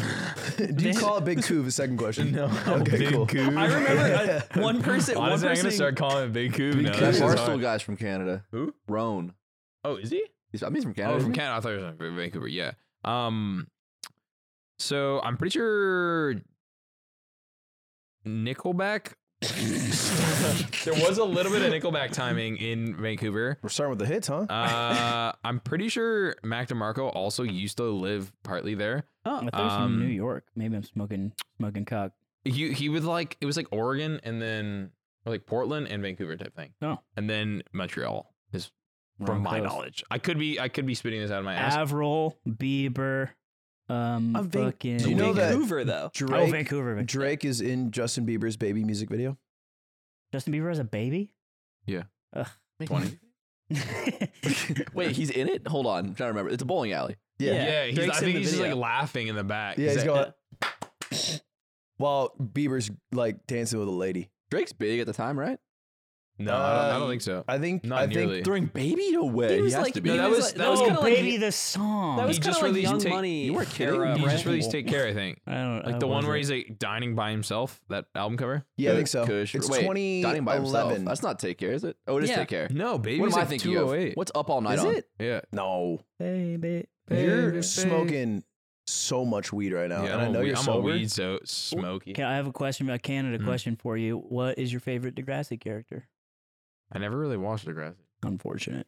Speaker 1: *laughs* Do you call it Big Coove? Is second question. No. *laughs* Okay.
Speaker 5: Big
Speaker 1: cool.
Speaker 5: Coop.
Speaker 2: I remember uh, one person.
Speaker 5: Honestly,
Speaker 2: one
Speaker 5: I'm gonna
Speaker 2: person.
Speaker 5: start calling it Big Coop.
Speaker 1: Big
Speaker 5: now.
Speaker 1: Coop.
Speaker 3: That
Speaker 5: That's just
Speaker 3: Barstool
Speaker 5: hard.
Speaker 3: guy's from Canada.
Speaker 5: Who?
Speaker 3: Roan.
Speaker 5: Oh, is he?
Speaker 3: He's, I mean, he's from Canada.
Speaker 5: Oh, from
Speaker 3: isn't he?
Speaker 5: Canada. I thought he was from Vancouver. Yeah. Um. So I'm pretty sure Nickelback. there was a little bit of Nickelback timing in Vancouver.
Speaker 1: *laughs* We're starting with the hits,
Speaker 4: Oh,
Speaker 1: huh?
Speaker 5: Uh, I'm pretty sure Mac DeMarco also used to live partly there.
Speaker 4: Oh, I thought it was from
Speaker 5: Um,
Speaker 4: New York. Maybe I'm smoking smoking cock.
Speaker 5: He he would like it was like Oregon and then or like Portland and Vancouver type thing.
Speaker 4: No.
Speaker 5: and then Montreal is
Speaker 4: Wrong
Speaker 5: from my
Speaker 4: coast.
Speaker 5: knowledge. I could be I could be spitting this out of my ass.
Speaker 4: Avril Bieber, um,
Speaker 2: A Van-
Speaker 4: fucking.
Speaker 1: Do you know that-
Speaker 2: Vancouver though.
Speaker 1: Drake.
Speaker 4: Oh, Vancouver. Van-
Speaker 1: Drake is in Justin Bieber's baby music video.
Speaker 4: Justin Bieber has a baby.
Speaker 5: Yeah.
Speaker 4: Ugh.
Speaker 3: Twenty.
Speaker 4: *laughs*
Speaker 3: Wait, he's in it? Hold on. I'm trying to remember. It's a bowling alley.
Speaker 1: Yeah.
Speaker 5: Yeah,
Speaker 2: Yeah,
Speaker 5: he's,
Speaker 2: Drake's
Speaker 5: I
Speaker 2: in
Speaker 5: think
Speaker 2: the
Speaker 5: he's just like
Speaker 2: video.
Speaker 5: laughing in the back.
Speaker 1: Yeah, he's
Speaker 5: that-
Speaker 1: going. While Bieber's like dancing with a lady.
Speaker 3: Drake's big at the time, right?
Speaker 5: No, I, don't, I don't think so.
Speaker 1: I think.
Speaker 5: Not
Speaker 1: I
Speaker 5: nearly.
Speaker 1: think
Speaker 3: During baby, no way.
Speaker 2: He was
Speaker 3: has
Speaker 2: like,
Speaker 3: to be.
Speaker 2: he
Speaker 5: No, that was-
Speaker 2: like-
Speaker 5: that was
Speaker 2: kinda like-
Speaker 4: Oh, baby the song.
Speaker 2: That was
Speaker 5: He
Speaker 2: kind
Speaker 5: just
Speaker 2: of like
Speaker 5: released
Speaker 2: Young
Speaker 5: Take-
Speaker 2: Money.
Speaker 3: You were kidding?
Speaker 2: era,
Speaker 5: he
Speaker 2: right?
Speaker 5: just released "Take Care," *laughs* I think,
Speaker 4: I don't
Speaker 5: like
Speaker 4: I
Speaker 5: the one where
Speaker 4: wasn't-
Speaker 5: he's like dining by himself. That album cover.
Speaker 1: Yeah, I think so.
Speaker 3: Kush.
Speaker 1: It's
Speaker 3: Wait, dining by himself.
Speaker 1: 2011.
Speaker 3: That's not take care, is it? Oh, it is
Speaker 2: Yeah.
Speaker 3: take care.
Speaker 5: No, baby.
Speaker 3: what am
Speaker 5: it's
Speaker 3: I
Speaker 5: like
Speaker 3: thinking
Speaker 5: 208.
Speaker 3: of? What's up all night
Speaker 1: Is
Speaker 3: on?
Speaker 1: it?
Speaker 5: Yeah.
Speaker 1: No.
Speaker 4: baby.
Speaker 1: You're
Speaker 5: Baby.
Speaker 1: smoking so much weed right now, and
Speaker 5: Yeah, I'm
Speaker 1: I
Speaker 5: a
Speaker 1: know
Speaker 5: weed-
Speaker 1: you're
Speaker 5: I'm
Speaker 1: sober.
Speaker 5: a weed so smoky.
Speaker 4: Can I have a question about Canada?
Speaker 5: Hmm.
Speaker 4: Question for you. What is your favorite Degrassi character?
Speaker 5: I never really watched Degrassi.
Speaker 4: Unfortunate.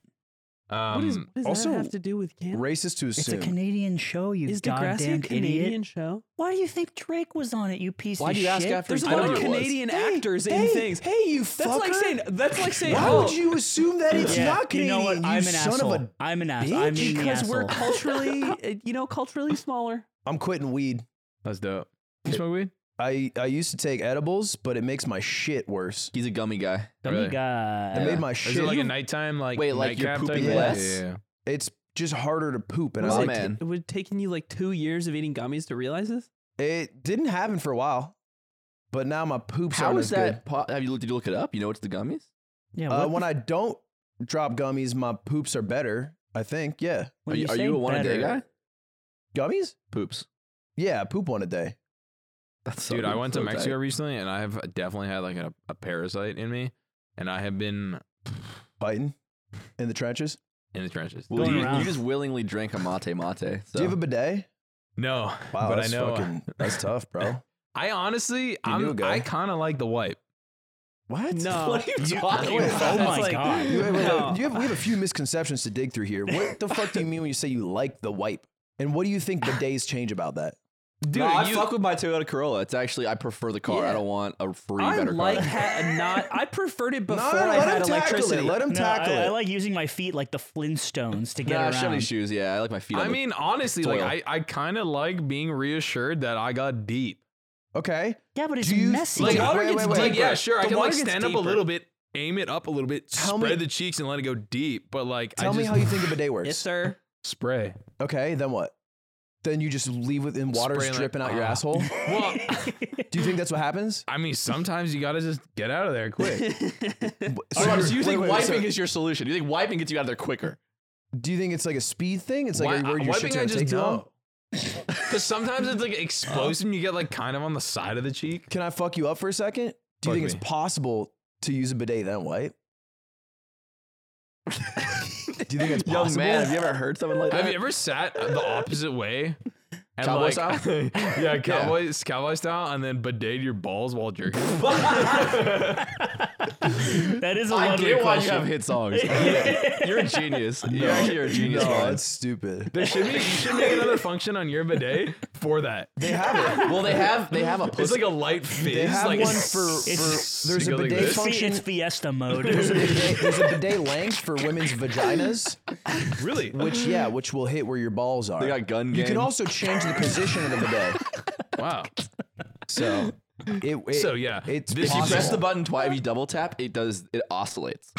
Speaker 5: Um,
Speaker 2: what, is, what does
Speaker 1: also,
Speaker 2: that have to do with Canada?
Speaker 1: Racist to
Speaker 4: It's
Speaker 1: assume.
Speaker 4: a Canadian show. You
Speaker 2: Is Degrassi a
Speaker 4: goddamn
Speaker 2: Canadian
Speaker 4: idiot.
Speaker 2: show?
Speaker 4: Why do you think Drake was on it? You piece
Speaker 3: Why
Speaker 4: of
Speaker 3: do you ask
Speaker 4: shit?
Speaker 3: after
Speaker 2: There's a
Speaker 3: I
Speaker 2: lot
Speaker 3: know
Speaker 2: of
Speaker 3: it was.
Speaker 2: Canadian actors in things.
Speaker 1: Hey, you fucker!
Speaker 2: That's like saying. That's like saying.
Speaker 1: Why
Speaker 2: oh,
Speaker 1: would you assume that it's
Speaker 4: Yeah,
Speaker 1: not Canadian?
Speaker 4: You know what? I'm an
Speaker 1: son
Speaker 4: asshole.
Speaker 1: of a.
Speaker 4: I'm an asshole. I
Speaker 1: bitch.
Speaker 4: mean the
Speaker 2: Because
Speaker 4: asshole.
Speaker 2: we're
Speaker 3: *laughs*
Speaker 2: culturally, uh, you know, culturally smaller.
Speaker 1: I'm quitting weed.
Speaker 5: That's dope. You smoke weed?
Speaker 1: I I used to take edibles, but it makes my shit worse.
Speaker 3: He's a gummy guy.
Speaker 4: Gummy
Speaker 5: Really?
Speaker 1: It
Speaker 4: guy.
Speaker 1: made my
Speaker 5: Is it
Speaker 1: shit.
Speaker 5: like a nighttime like
Speaker 3: Wait, like you're
Speaker 5: nightcap type
Speaker 3: pooping
Speaker 5: thing?
Speaker 1: less?
Speaker 5: Yeah, yeah, yeah.
Speaker 1: it's just harder to poop. And I
Speaker 3: My
Speaker 1: was like,
Speaker 3: man.
Speaker 2: It would taken you like two years of eating gummies to realize this.
Speaker 1: it didn't happen for a while, but now my poops
Speaker 3: How
Speaker 1: aren't
Speaker 3: is
Speaker 1: as good.
Speaker 3: that? Po- have you looked? Did you look it up? You know it's the gummies.
Speaker 4: Yeah.
Speaker 1: Uh,
Speaker 4: what
Speaker 1: when
Speaker 4: the-
Speaker 1: I don't drop gummies, my poops are better. I think. Yeah,
Speaker 4: when
Speaker 3: are you, are
Speaker 4: say
Speaker 3: you a one a day
Speaker 4: better-
Speaker 3: guy?
Speaker 1: gummies.
Speaker 3: Poops.
Speaker 1: Yeah, I poop one a day.
Speaker 3: That's so
Speaker 5: Dude, I went to
Speaker 3: so tight.
Speaker 5: Mexico recently, and I have definitely had like a, a parasite in me, and I have been
Speaker 1: Biting in the trenches.
Speaker 5: in the trenches.
Speaker 3: Well,
Speaker 4: Going
Speaker 3: you,
Speaker 4: around.
Speaker 3: you just willingly drank a mate mate. So.
Speaker 1: Do you have a bidet?
Speaker 5: no,
Speaker 1: Wow,
Speaker 5: but I
Speaker 1: that's
Speaker 3: uh,
Speaker 5: know
Speaker 1: fucking that's tough, bro.
Speaker 5: I honestly,
Speaker 1: knew a
Speaker 5: I'm,
Speaker 1: guy.
Speaker 5: I kind of like the wipe.
Speaker 1: What?
Speaker 2: No.
Speaker 3: *laughs* *laughs*
Speaker 2: *laughs*
Speaker 3: what are you
Speaker 2: You-
Speaker 3: talking
Speaker 1: wait,
Speaker 3: about?
Speaker 4: Oh my
Speaker 2: It's like- *laughs*
Speaker 4: god.
Speaker 1: You- wait, wait, wait.
Speaker 2: No.
Speaker 1: You have, we have a few misconceptions to dig through here. What the fuck do you mean when you say you like the wipe? And what do you think the days change about that?
Speaker 5: Dude,
Speaker 3: no, I
Speaker 5: you-
Speaker 3: fuck with my Toyota Corolla. It's actually I prefer the car. I
Speaker 2: Yeah.
Speaker 3: don't want a free
Speaker 2: I
Speaker 3: better
Speaker 2: like
Speaker 3: car.
Speaker 2: ha- not. I
Speaker 1: *laughs*
Speaker 2: preferred it before
Speaker 1: no, no, let
Speaker 2: I had
Speaker 1: him tackle it.
Speaker 2: electricity.
Speaker 1: Let him
Speaker 4: No,
Speaker 1: tackle
Speaker 4: I, I
Speaker 1: it.
Speaker 4: like using my feet like the Flintstones to get
Speaker 3: Nah, shiny
Speaker 4: around.
Speaker 3: shoes. Yeah, I like my feet.
Speaker 5: I
Speaker 3: on the- *laughs*
Speaker 5: mean, honestly, like
Speaker 3: soil.
Speaker 5: I, I kind of like being reassured that I got deep.
Speaker 1: okay.
Speaker 4: Yeah, but it's
Speaker 1: Do you-
Speaker 4: messy.
Speaker 1: Like,
Speaker 5: Like,
Speaker 1: wait, wait, wait.
Speaker 5: like yeah, sure, I
Speaker 2: The
Speaker 5: can
Speaker 2: water
Speaker 5: like
Speaker 2: gets
Speaker 5: stand up a
Speaker 2: deeper.
Speaker 5: little bit, aim it up a little bit,
Speaker 1: Tell me-
Speaker 5: spread the cheeks and let it go deep. But like,
Speaker 1: Tell
Speaker 5: I
Speaker 1: me
Speaker 5: just
Speaker 1: how you think a bidet works.
Speaker 2: Yes, sir.
Speaker 5: *laughs* spray.
Speaker 1: Okay, then what? Then you just leave with and water
Speaker 5: Spray like-
Speaker 1: dripping out your
Speaker 5: Ah.
Speaker 1: asshole.
Speaker 5: Well,
Speaker 1: Do you think that's what
Speaker 3: *laughs*
Speaker 1: happens?
Speaker 5: I mean, sometimes you gotta just get out of
Speaker 1: *laughs*
Speaker 5: there quick.
Speaker 3: Oh, so,
Speaker 1: Sorry,
Speaker 3: you
Speaker 1: wait,
Speaker 3: think
Speaker 1: wait, wait,
Speaker 3: wiping
Speaker 1: so
Speaker 3: is your solution? Do you think wiping gets you out of there *laughs* quicker?
Speaker 1: Do you think it's like a speed thing? It's like
Speaker 5: Why- uh,
Speaker 1: where your
Speaker 5: why
Speaker 1: shit's
Speaker 5: think I
Speaker 1: gonna
Speaker 5: just
Speaker 1: take too long?
Speaker 5: don't? Because sometimes it's like explosive, and you get like kind of on the side of the cheek.
Speaker 1: Can I fuck you up for a second? Do you
Speaker 5: Fuck
Speaker 1: think
Speaker 5: me.
Speaker 1: it's possible to use a bidet then wipe? Do you think it's
Speaker 3: *laughs* Young
Speaker 1: possible?
Speaker 3: man, have you ever heard someone like that?
Speaker 5: Have you ever sat the opposite way? And
Speaker 3: Cowboy
Speaker 5: like,
Speaker 3: style?
Speaker 5: *laughs*
Speaker 1: *laughs*
Speaker 5: yeah, cowboy, cowboy style, and then bidet your balls while jerking.
Speaker 4: that is a
Speaker 3: I
Speaker 4: lovely
Speaker 3: get why you
Speaker 4: question.
Speaker 3: have hit songs. *laughs* you're a genius. You're actually a genius.
Speaker 1: No,
Speaker 3: man.
Speaker 1: it's stupid.
Speaker 5: There should be you
Speaker 1: *laughs*
Speaker 5: should make another function on your bidet for that.
Speaker 1: They have
Speaker 3: *laughs*
Speaker 1: it.
Speaker 3: Well, they have they have a
Speaker 5: It's
Speaker 3: pussy.
Speaker 5: like a light fizz.
Speaker 1: They have
Speaker 5: like
Speaker 1: one for, for
Speaker 5: *laughs*
Speaker 4: it's-
Speaker 1: there's a
Speaker 5: Go like
Speaker 1: bidet
Speaker 5: this.
Speaker 4: It's, fi-
Speaker 1: function.
Speaker 4: it's fiesta mode.
Speaker 3: *laughs*
Speaker 1: There's a bidet, there's a bidet length for women's vaginas,
Speaker 5: really.
Speaker 1: which yeah, which will hit where your balls are.
Speaker 3: They got gun
Speaker 1: You
Speaker 3: game.
Speaker 1: can also change the position of the bidet.
Speaker 5: Wow.
Speaker 1: So it, it
Speaker 5: So, yeah,
Speaker 1: it's
Speaker 5: this-
Speaker 3: If you press
Speaker 1: possible.
Speaker 3: the button twice, if you double tap, it does it *laughs* oscillates.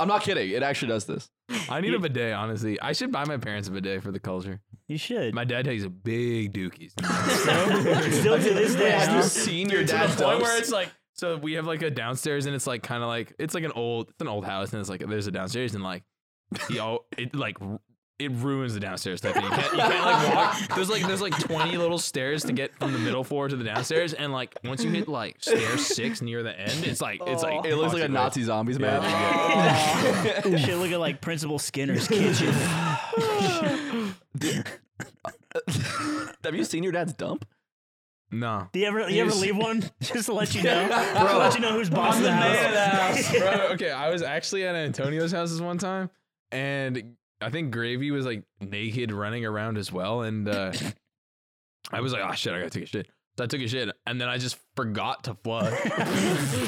Speaker 3: I'm not kidding. It actually does this.
Speaker 5: I need a bidet, honestly. I should buy my parents a bidet for the culture.
Speaker 4: you should.
Speaker 5: My dad takes a big dookies.
Speaker 4: *laughs*
Speaker 5: *laughs*
Speaker 4: Still to
Speaker 3: *laughs*
Speaker 4: this day.
Speaker 3: Have
Speaker 4: huh?
Speaker 3: you seen your
Speaker 5: to
Speaker 3: dad's
Speaker 5: the point
Speaker 3: dumps?
Speaker 5: where it's like so we have like a downstairs and it's like kind of like it's like an old it's an old house and it's like there's a downstairs and like yo it like ru- it ruins the downstairs type thing. You can't, you can't like *laughs* walk. There's like there's like 20 little stairs to get from the middle floor to the downstairs and like once you hit like stair six near the end, it's like it's like
Speaker 3: Oh. it looks like a Nazi zombies
Speaker 5: Yeah,
Speaker 3: map.
Speaker 4: *laughs* You should look at like Principal *laughs* Skinner's kitchen.
Speaker 3: Have you seen your dad's dump?
Speaker 5: No.
Speaker 4: Do you ever you
Speaker 5: You
Speaker 4: ever
Speaker 5: see-
Speaker 4: leave one *laughs* just to let
Speaker 5: *laughs*
Speaker 4: you know? Just to let you know who's boss of the house.
Speaker 5: Bro, okay, I was actually at Antonio's house this one time, and I think Gravy was like naked running around as well, and uh, I was like, oh shit, I gotta take a shit. So I took a shit, and then I just forgot to
Speaker 3: *laughs*
Speaker 5: flush,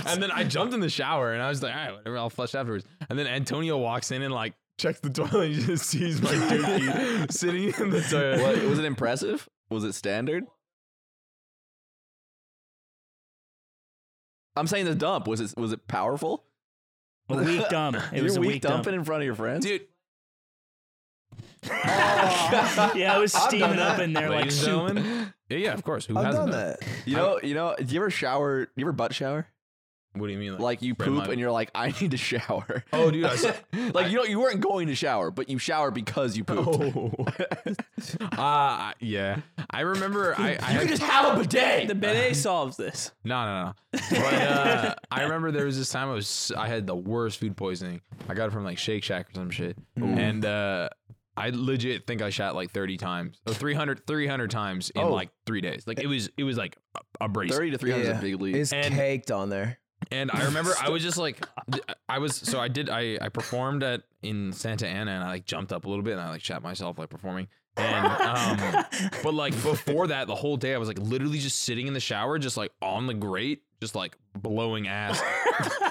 Speaker 5: and then I jumped in the shower, and I was like, all right, whatever, I'll flush afterwards. And then Antonio walks in and like checks the toilet, and he just sees my
Speaker 3: *laughs*
Speaker 5: dookie sitting in the toilet.
Speaker 3: What, was it impressive? Was it standard? I'm saying the dump was it was it powerful?
Speaker 4: A weak dump. It
Speaker 3: You're
Speaker 4: was a
Speaker 3: weak,
Speaker 4: weak dump.
Speaker 3: dumping in front of your
Speaker 5: *laughs*
Speaker 3: friends,
Speaker 5: Dude,
Speaker 4: Yeah,
Speaker 5: *laughs*
Speaker 4: I was
Speaker 3: I've
Speaker 4: steaming
Speaker 3: done
Speaker 4: up
Speaker 3: that.
Speaker 4: in there
Speaker 5: ladies
Speaker 4: like
Speaker 5: and
Speaker 4: soup.
Speaker 5: gentlemen. Yeah, yeah, of course. Who
Speaker 1: I've
Speaker 5: hasn't
Speaker 1: done that.
Speaker 3: You know, you know. Do you ever shower? You ever butt shower?
Speaker 5: What do you mean?
Speaker 3: Like you
Speaker 5: Spread
Speaker 3: poop
Speaker 5: my-
Speaker 3: and you're like, I need to *laughs* shower.
Speaker 5: oh, dude, I said,
Speaker 3: like you know, you weren't going to shower, but you shower because you pooped.
Speaker 5: Oh. *laughs* uh, yeah. I remember I, I
Speaker 3: *laughs* You just have a bidet.
Speaker 2: The bidet solves this.
Speaker 5: no, no, no. But uh, I remember there was this time I was I had the worst food poisoning. I got it from like Shake Shack or some shit. And uh, I legit think I shot like 30 times. Or 300 300 times in
Speaker 1: Oh.
Speaker 5: like 3 days. Like it was it was like a- a brace.
Speaker 3: Thirty to three hundred is a big leap.
Speaker 1: It's
Speaker 5: And-
Speaker 1: caked on there.
Speaker 5: And I remember I was just like, I was so I did I I performed at in Santa Ana and I like jumped up a little bit and I like shot myself like performing. And um, but like before that, the whole day I was like literally just sitting in the shower, just like on the grate, just like blowing ass,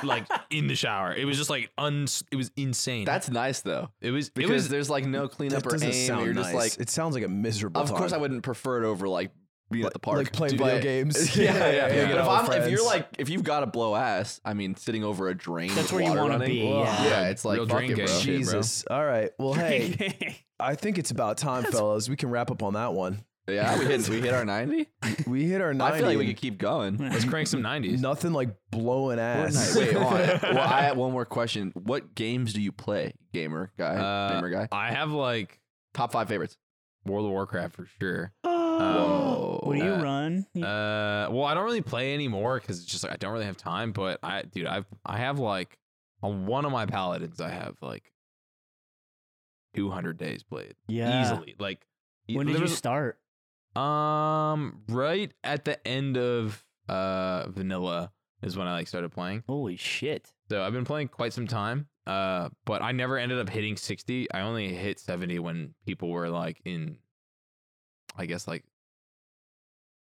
Speaker 5: like in the shower. It was just like un. It was insane.
Speaker 3: That's nice though,
Speaker 5: it was it
Speaker 3: because
Speaker 5: was
Speaker 3: there's like no
Speaker 1: That
Speaker 3: cleanup or
Speaker 1: doesn't
Speaker 3: aim.
Speaker 1: sound
Speaker 3: You're
Speaker 1: nice.
Speaker 3: just like,
Speaker 1: it sounds like a miserable.
Speaker 3: of course, I
Speaker 1: time.
Speaker 3: wouldn't prefer it over like being at the park,
Speaker 1: like playing
Speaker 3: Dude,
Speaker 1: video
Speaker 3: yeah. *laughs*
Speaker 1: games.
Speaker 3: yeah, yeah.
Speaker 1: Yeah, yeah.
Speaker 3: But if,
Speaker 1: With
Speaker 3: I'm, if
Speaker 1: friends.
Speaker 3: you're like, if you've got to blow ass, I mean, sitting over a drain.
Speaker 4: That's
Speaker 3: with
Speaker 4: where you
Speaker 3: water
Speaker 4: wanna
Speaker 3: running,
Speaker 4: be,
Speaker 3: ugh,
Speaker 4: yeah.
Speaker 3: it's like
Speaker 5: Real
Speaker 3: fuck
Speaker 5: drain
Speaker 3: it, bro.
Speaker 5: game. Shit, bro. *laughs*
Speaker 4: *laughs*
Speaker 1: Jesus. All right. Well, hey, I think it's about time, fellas. We can wrap up on that one.
Speaker 3: Yeah, we hit we hit our ninety.
Speaker 1: We hit our 90.
Speaker 3: *laughs* I feel like we could keep going.
Speaker 5: Let's crank some 90s.
Speaker 1: nothing like blowing ass. *laughs*
Speaker 3: Wait, hold on. Well, *laughs* I have one more question. What games do you play, gamer guy?
Speaker 5: Uh,
Speaker 3: gamer guy.
Speaker 5: I have like
Speaker 3: Top five favorites.
Speaker 5: World of Warcraft for sure.
Speaker 3: Whoa.
Speaker 4: What do you
Speaker 5: uh,
Speaker 4: run? You-
Speaker 5: Uh, well, I don't really play anymore because it's just like I don't really have time. But I, dude, I've I have like on one of my paladins, I have like two hundred days played
Speaker 4: yeah.
Speaker 5: easily. Like y-
Speaker 4: When did
Speaker 5: there
Speaker 4: you
Speaker 5: was-
Speaker 4: start?
Speaker 5: Um, right at the end of uh vanilla is when I like started playing.
Speaker 4: Holy shit.
Speaker 5: So I've been playing quite some time. Uh, but I never ended up hitting sixty. I only hit seventy when people were like in, I guess like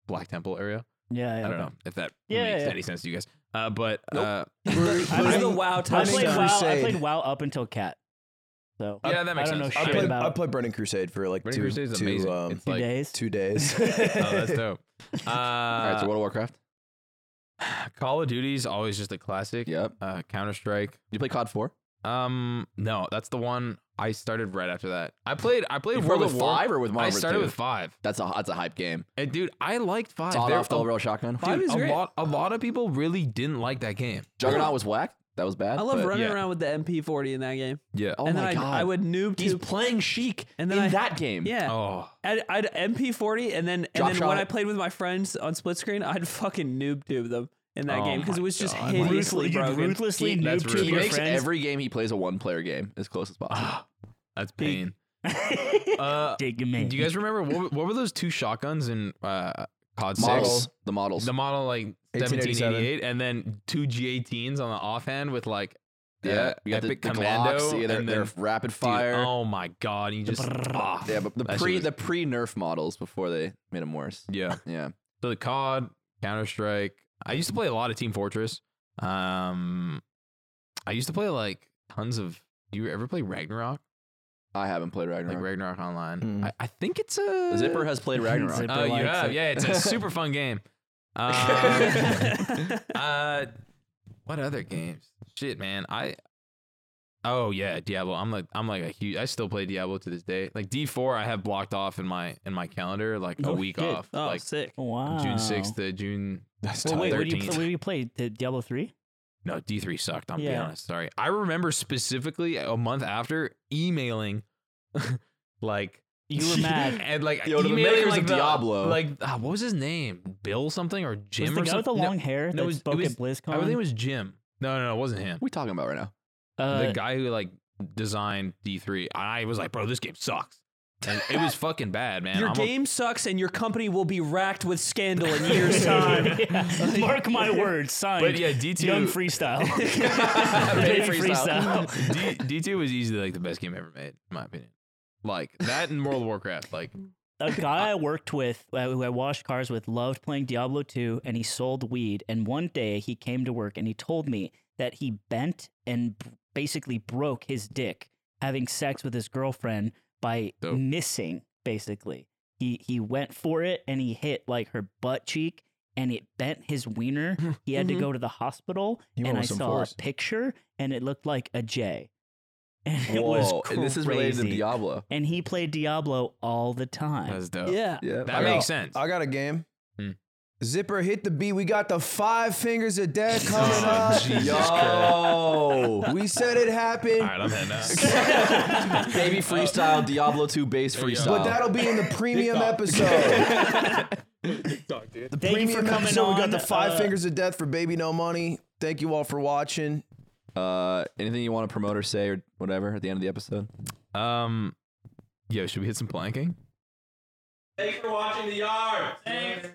Speaker 5: Black Temple area.
Speaker 4: Yeah.
Speaker 5: I
Speaker 4: yeah,
Speaker 5: don't
Speaker 4: okay.
Speaker 5: know if that
Speaker 4: Yeah,
Speaker 5: makes
Speaker 4: yeah, yeah.
Speaker 5: any sense to you guys. Uh, but uh,
Speaker 2: It was
Speaker 1: I'm-
Speaker 2: the
Speaker 3: *laughs*
Speaker 2: WoW
Speaker 4: I
Speaker 2: time
Speaker 1: Burning
Speaker 4: played
Speaker 2: stuff.
Speaker 4: WoW. I
Speaker 1: Crusade.
Speaker 4: played Wow up until Cat. So
Speaker 5: Yeah,
Speaker 4: I,
Speaker 5: that makes
Speaker 4: I don't
Speaker 5: sense.
Speaker 4: know
Speaker 5: I
Speaker 1: I
Speaker 5: played-
Speaker 4: shit
Speaker 1: played,
Speaker 4: about
Speaker 1: I played Burning Crusade for like
Speaker 5: Burning
Speaker 1: two,
Speaker 5: Crusade is
Speaker 1: two,
Speaker 5: amazing.
Speaker 1: um,
Speaker 5: It's
Speaker 4: two *laughs*
Speaker 5: like,
Speaker 4: days.
Speaker 1: two
Speaker 5: *laughs*
Speaker 1: days. *laughs*
Speaker 5: oh,
Speaker 4: *laughs*
Speaker 5: that's dope. Uh,
Speaker 3: All right, so World of Warcraft.
Speaker 5: Call of Duty's always just a classic.
Speaker 3: Yep.
Speaker 5: Uh, Counter Strike.
Speaker 3: You play COD Four?
Speaker 5: Um, no, that's the one I started right after that. I played. I played
Speaker 3: You
Speaker 5: World
Speaker 3: played
Speaker 5: of
Speaker 3: with
Speaker 5: War.
Speaker 3: five or with
Speaker 5: I
Speaker 3: Modern
Speaker 5: started
Speaker 3: two?
Speaker 5: with five.
Speaker 3: That's a that's a hype game.
Speaker 5: And dude, I liked five.
Speaker 3: It's all
Speaker 5: There-
Speaker 3: off the overall shotgun.
Speaker 5: dude,
Speaker 2: Five is
Speaker 5: a
Speaker 2: great.
Speaker 5: lot. A lot of people really didn't like that game.
Speaker 3: Juggernaut was whack. That was bad.
Speaker 2: I love
Speaker 3: but-
Speaker 2: running
Speaker 5: yeah.
Speaker 2: around with the MP40 in that game.
Speaker 5: Yeah.
Speaker 3: Oh
Speaker 2: and
Speaker 3: my
Speaker 2: then
Speaker 3: god!
Speaker 2: I, I would noob
Speaker 3: He's
Speaker 2: to
Speaker 3: playing Sheik
Speaker 2: And then
Speaker 3: in
Speaker 2: I-
Speaker 3: that game.
Speaker 2: yeah.
Speaker 5: Oh.
Speaker 2: I'd, I'd MP40, and then and
Speaker 3: Drop
Speaker 2: then
Speaker 3: shot.
Speaker 2: when I played with my friends on split screen, I'd fucking noob tube them in that
Speaker 5: Oh
Speaker 2: game because
Speaker 5: my
Speaker 2: it was just
Speaker 5: God.
Speaker 2: hideously
Speaker 4: Ruthlessly, you
Speaker 2: broken.
Speaker 4: ruthlessly
Speaker 5: He- that's
Speaker 4: noob to
Speaker 5: rude.
Speaker 3: He
Speaker 4: your
Speaker 3: makes
Speaker 4: friends.
Speaker 3: every game he plays a one-player game as close as
Speaker 5: Ah,
Speaker 3: possible.
Speaker 5: That's pain.
Speaker 4: *laughs*
Speaker 5: Uh,
Speaker 4: Dig me.
Speaker 5: do you guys remember what, what were those two shotguns in uh, COD Six?
Speaker 3: models, the models.
Speaker 5: The model like
Speaker 1: 1887.
Speaker 5: 1788, and then two G18s on the offhand with like uh,
Speaker 3: yeah, you got the, the
Speaker 5: Epic Commando,
Speaker 3: Glocks. Yeah, they're,
Speaker 5: and
Speaker 3: they're
Speaker 5: then-
Speaker 3: rapid
Speaker 5: Dude,
Speaker 3: fire. *laughs*
Speaker 5: oh my god! You just ah,
Speaker 3: yeah, but the
Speaker 5: that shit
Speaker 3: pre
Speaker 5: was-
Speaker 3: the pre Nerf models before they made them worse.
Speaker 5: yeah.
Speaker 3: *laughs* Yeah,
Speaker 5: So the COD, Counter Strike. I used to play a lot of Team Fortress. Um, I used to play like tons of. You ever play Ragnarok?
Speaker 3: I haven't played Ragnarok. Hmm.
Speaker 5: Like Ragnarok Online.
Speaker 1: Mm.
Speaker 5: I, I think it's a
Speaker 3: Zipper
Speaker 5: *laughs*
Speaker 3: has played Ragnarok.
Speaker 4: Zipper.
Speaker 5: Oh, you
Speaker 4: likes
Speaker 5: have?
Speaker 4: it.
Speaker 5: Yeah, it's a super fun
Speaker 4: *laughs*
Speaker 5: game. Um, uh, what other games? Shit, man. I. Oh yeah, Diablo. I'm like I'm like a huge. I still play Diablo to this day. Like D4, I have blocked off in my in my calendar like a
Speaker 4: No
Speaker 5: week
Speaker 4: shit.
Speaker 5: off.
Speaker 2: oh,
Speaker 5: like
Speaker 2: sick.
Speaker 4: Wow.
Speaker 5: June 6th to June
Speaker 1: That's
Speaker 4: Well,
Speaker 1: tight.
Speaker 4: wait, what do you
Speaker 5: 13th.
Speaker 4: play? What do you play? Di- Diablo three?
Speaker 5: No, D3 sucked. I'm being
Speaker 4: Yeah.
Speaker 5: honest. Sorry. I remember specifically a month after emailing, *laughs* like,
Speaker 4: *laughs*
Speaker 5: *laughs*
Speaker 4: You were mad.
Speaker 5: and like,
Speaker 3: Yo, to the
Speaker 5: emailing
Speaker 3: makers
Speaker 5: like
Speaker 3: of
Speaker 5: the-
Speaker 3: Diablo.
Speaker 5: Like, ah, what was his name? Bill something or Jim
Speaker 4: Was the
Speaker 5: or
Speaker 4: guy with the
Speaker 5: something? No,
Speaker 4: long hair
Speaker 5: no, it
Speaker 4: that
Speaker 5: was- it
Speaker 4: spoke
Speaker 5: was-
Speaker 4: at BlizzCon?
Speaker 5: I think it was Jim. No, no, no, it wasn't him.
Speaker 3: What are we talking about
Speaker 5: *laughs*
Speaker 3: right now?
Speaker 4: uh,
Speaker 5: the guy who like designed D3. I was like, bro, this game sucks. And it
Speaker 4: *laughs*
Speaker 5: was fucking bad, man.
Speaker 2: your
Speaker 5: I'm a-
Speaker 2: game sucks, and your company will be racked with scandal in
Speaker 5: *laughs*
Speaker 2: years' time.
Speaker 4: Yeah. Mark my words,
Speaker 5: *laughs*
Speaker 4: signed.
Speaker 5: but yeah, D2
Speaker 4: *laughs*
Speaker 5: *laughs*
Speaker 4: Young freestyle.
Speaker 2: *laughs*
Speaker 5: Made
Speaker 4: freestyle.
Speaker 5: D D two was easily like the best game ever made, in my opinion. Like that and World of Warcraft. Like
Speaker 4: a guy I worked with, uh, who I washed cars with, loved playing Diablo 2 and he sold weed. And one day he came to work and he told me that he bent and b- basically broke his dick having sex with his girlfriend by
Speaker 5: Dope.
Speaker 4: missing, basically. He, he went for it and he hit like her butt cheek and it bent his wiener. He had
Speaker 2: Mhm.
Speaker 4: to go to the hospital
Speaker 1: You went
Speaker 4: and I
Speaker 1: with some
Speaker 4: saw
Speaker 1: force.
Speaker 4: a picture and it looked like a J. And it was
Speaker 3: Whoa,
Speaker 4: crazy.
Speaker 3: and this is related to Diablo.
Speaker 4: And he played Diablo all the time.
Speaker 5: that's dope.
Speaker 2: yeah.
Speaker 3: Yeah,
Speaker 5: That
Speaker 1: I
Speaker 5: makes
Speaker 1: got-
Speaker 5: sense.
Speaker 1: I got a game.
Speaker 5: Hmm.
Speaker 1: Zipper hit the beat. We got the five fingers of
Speaker 3: *laughs*
Speaker 1: death coming
Speaker 5: Oh,
Speaker 1: up.
Speaker 5: Jesus
Speaker 3: *laughs* Yo,
Speaker 1: We said it happened.
Speaker 5: All right, I'm heading out.
Speaker 3: *laughs*
Speaker 5: *laughs*
Speaker 3: baby freestyle, Diablo two base
Speaker 5: There you go.
Speaker 3: freestyle.
Speaker 1: But that'll be in the premium episode.
Speaker 5: dude.
Speaker 1: The
Speaker 4: Thank you for
Speaker 1: premium
Speaker 4: coming
Speaker 1: episode. We got
Speaker 4: on,
Speaker 1: the five
Speaker 4: uh,
Speaker 1: fingers of death for Baby No Money. Thank you all for watching.
Speaker 3: Uh, anything you want to promote or say or whatever at the end of the episode?
Speaker 4: *laughs*
Speaker 5: Um, yo, should we hit some planking?
Speaker 7: Thanks for watching The Yard. Thanks.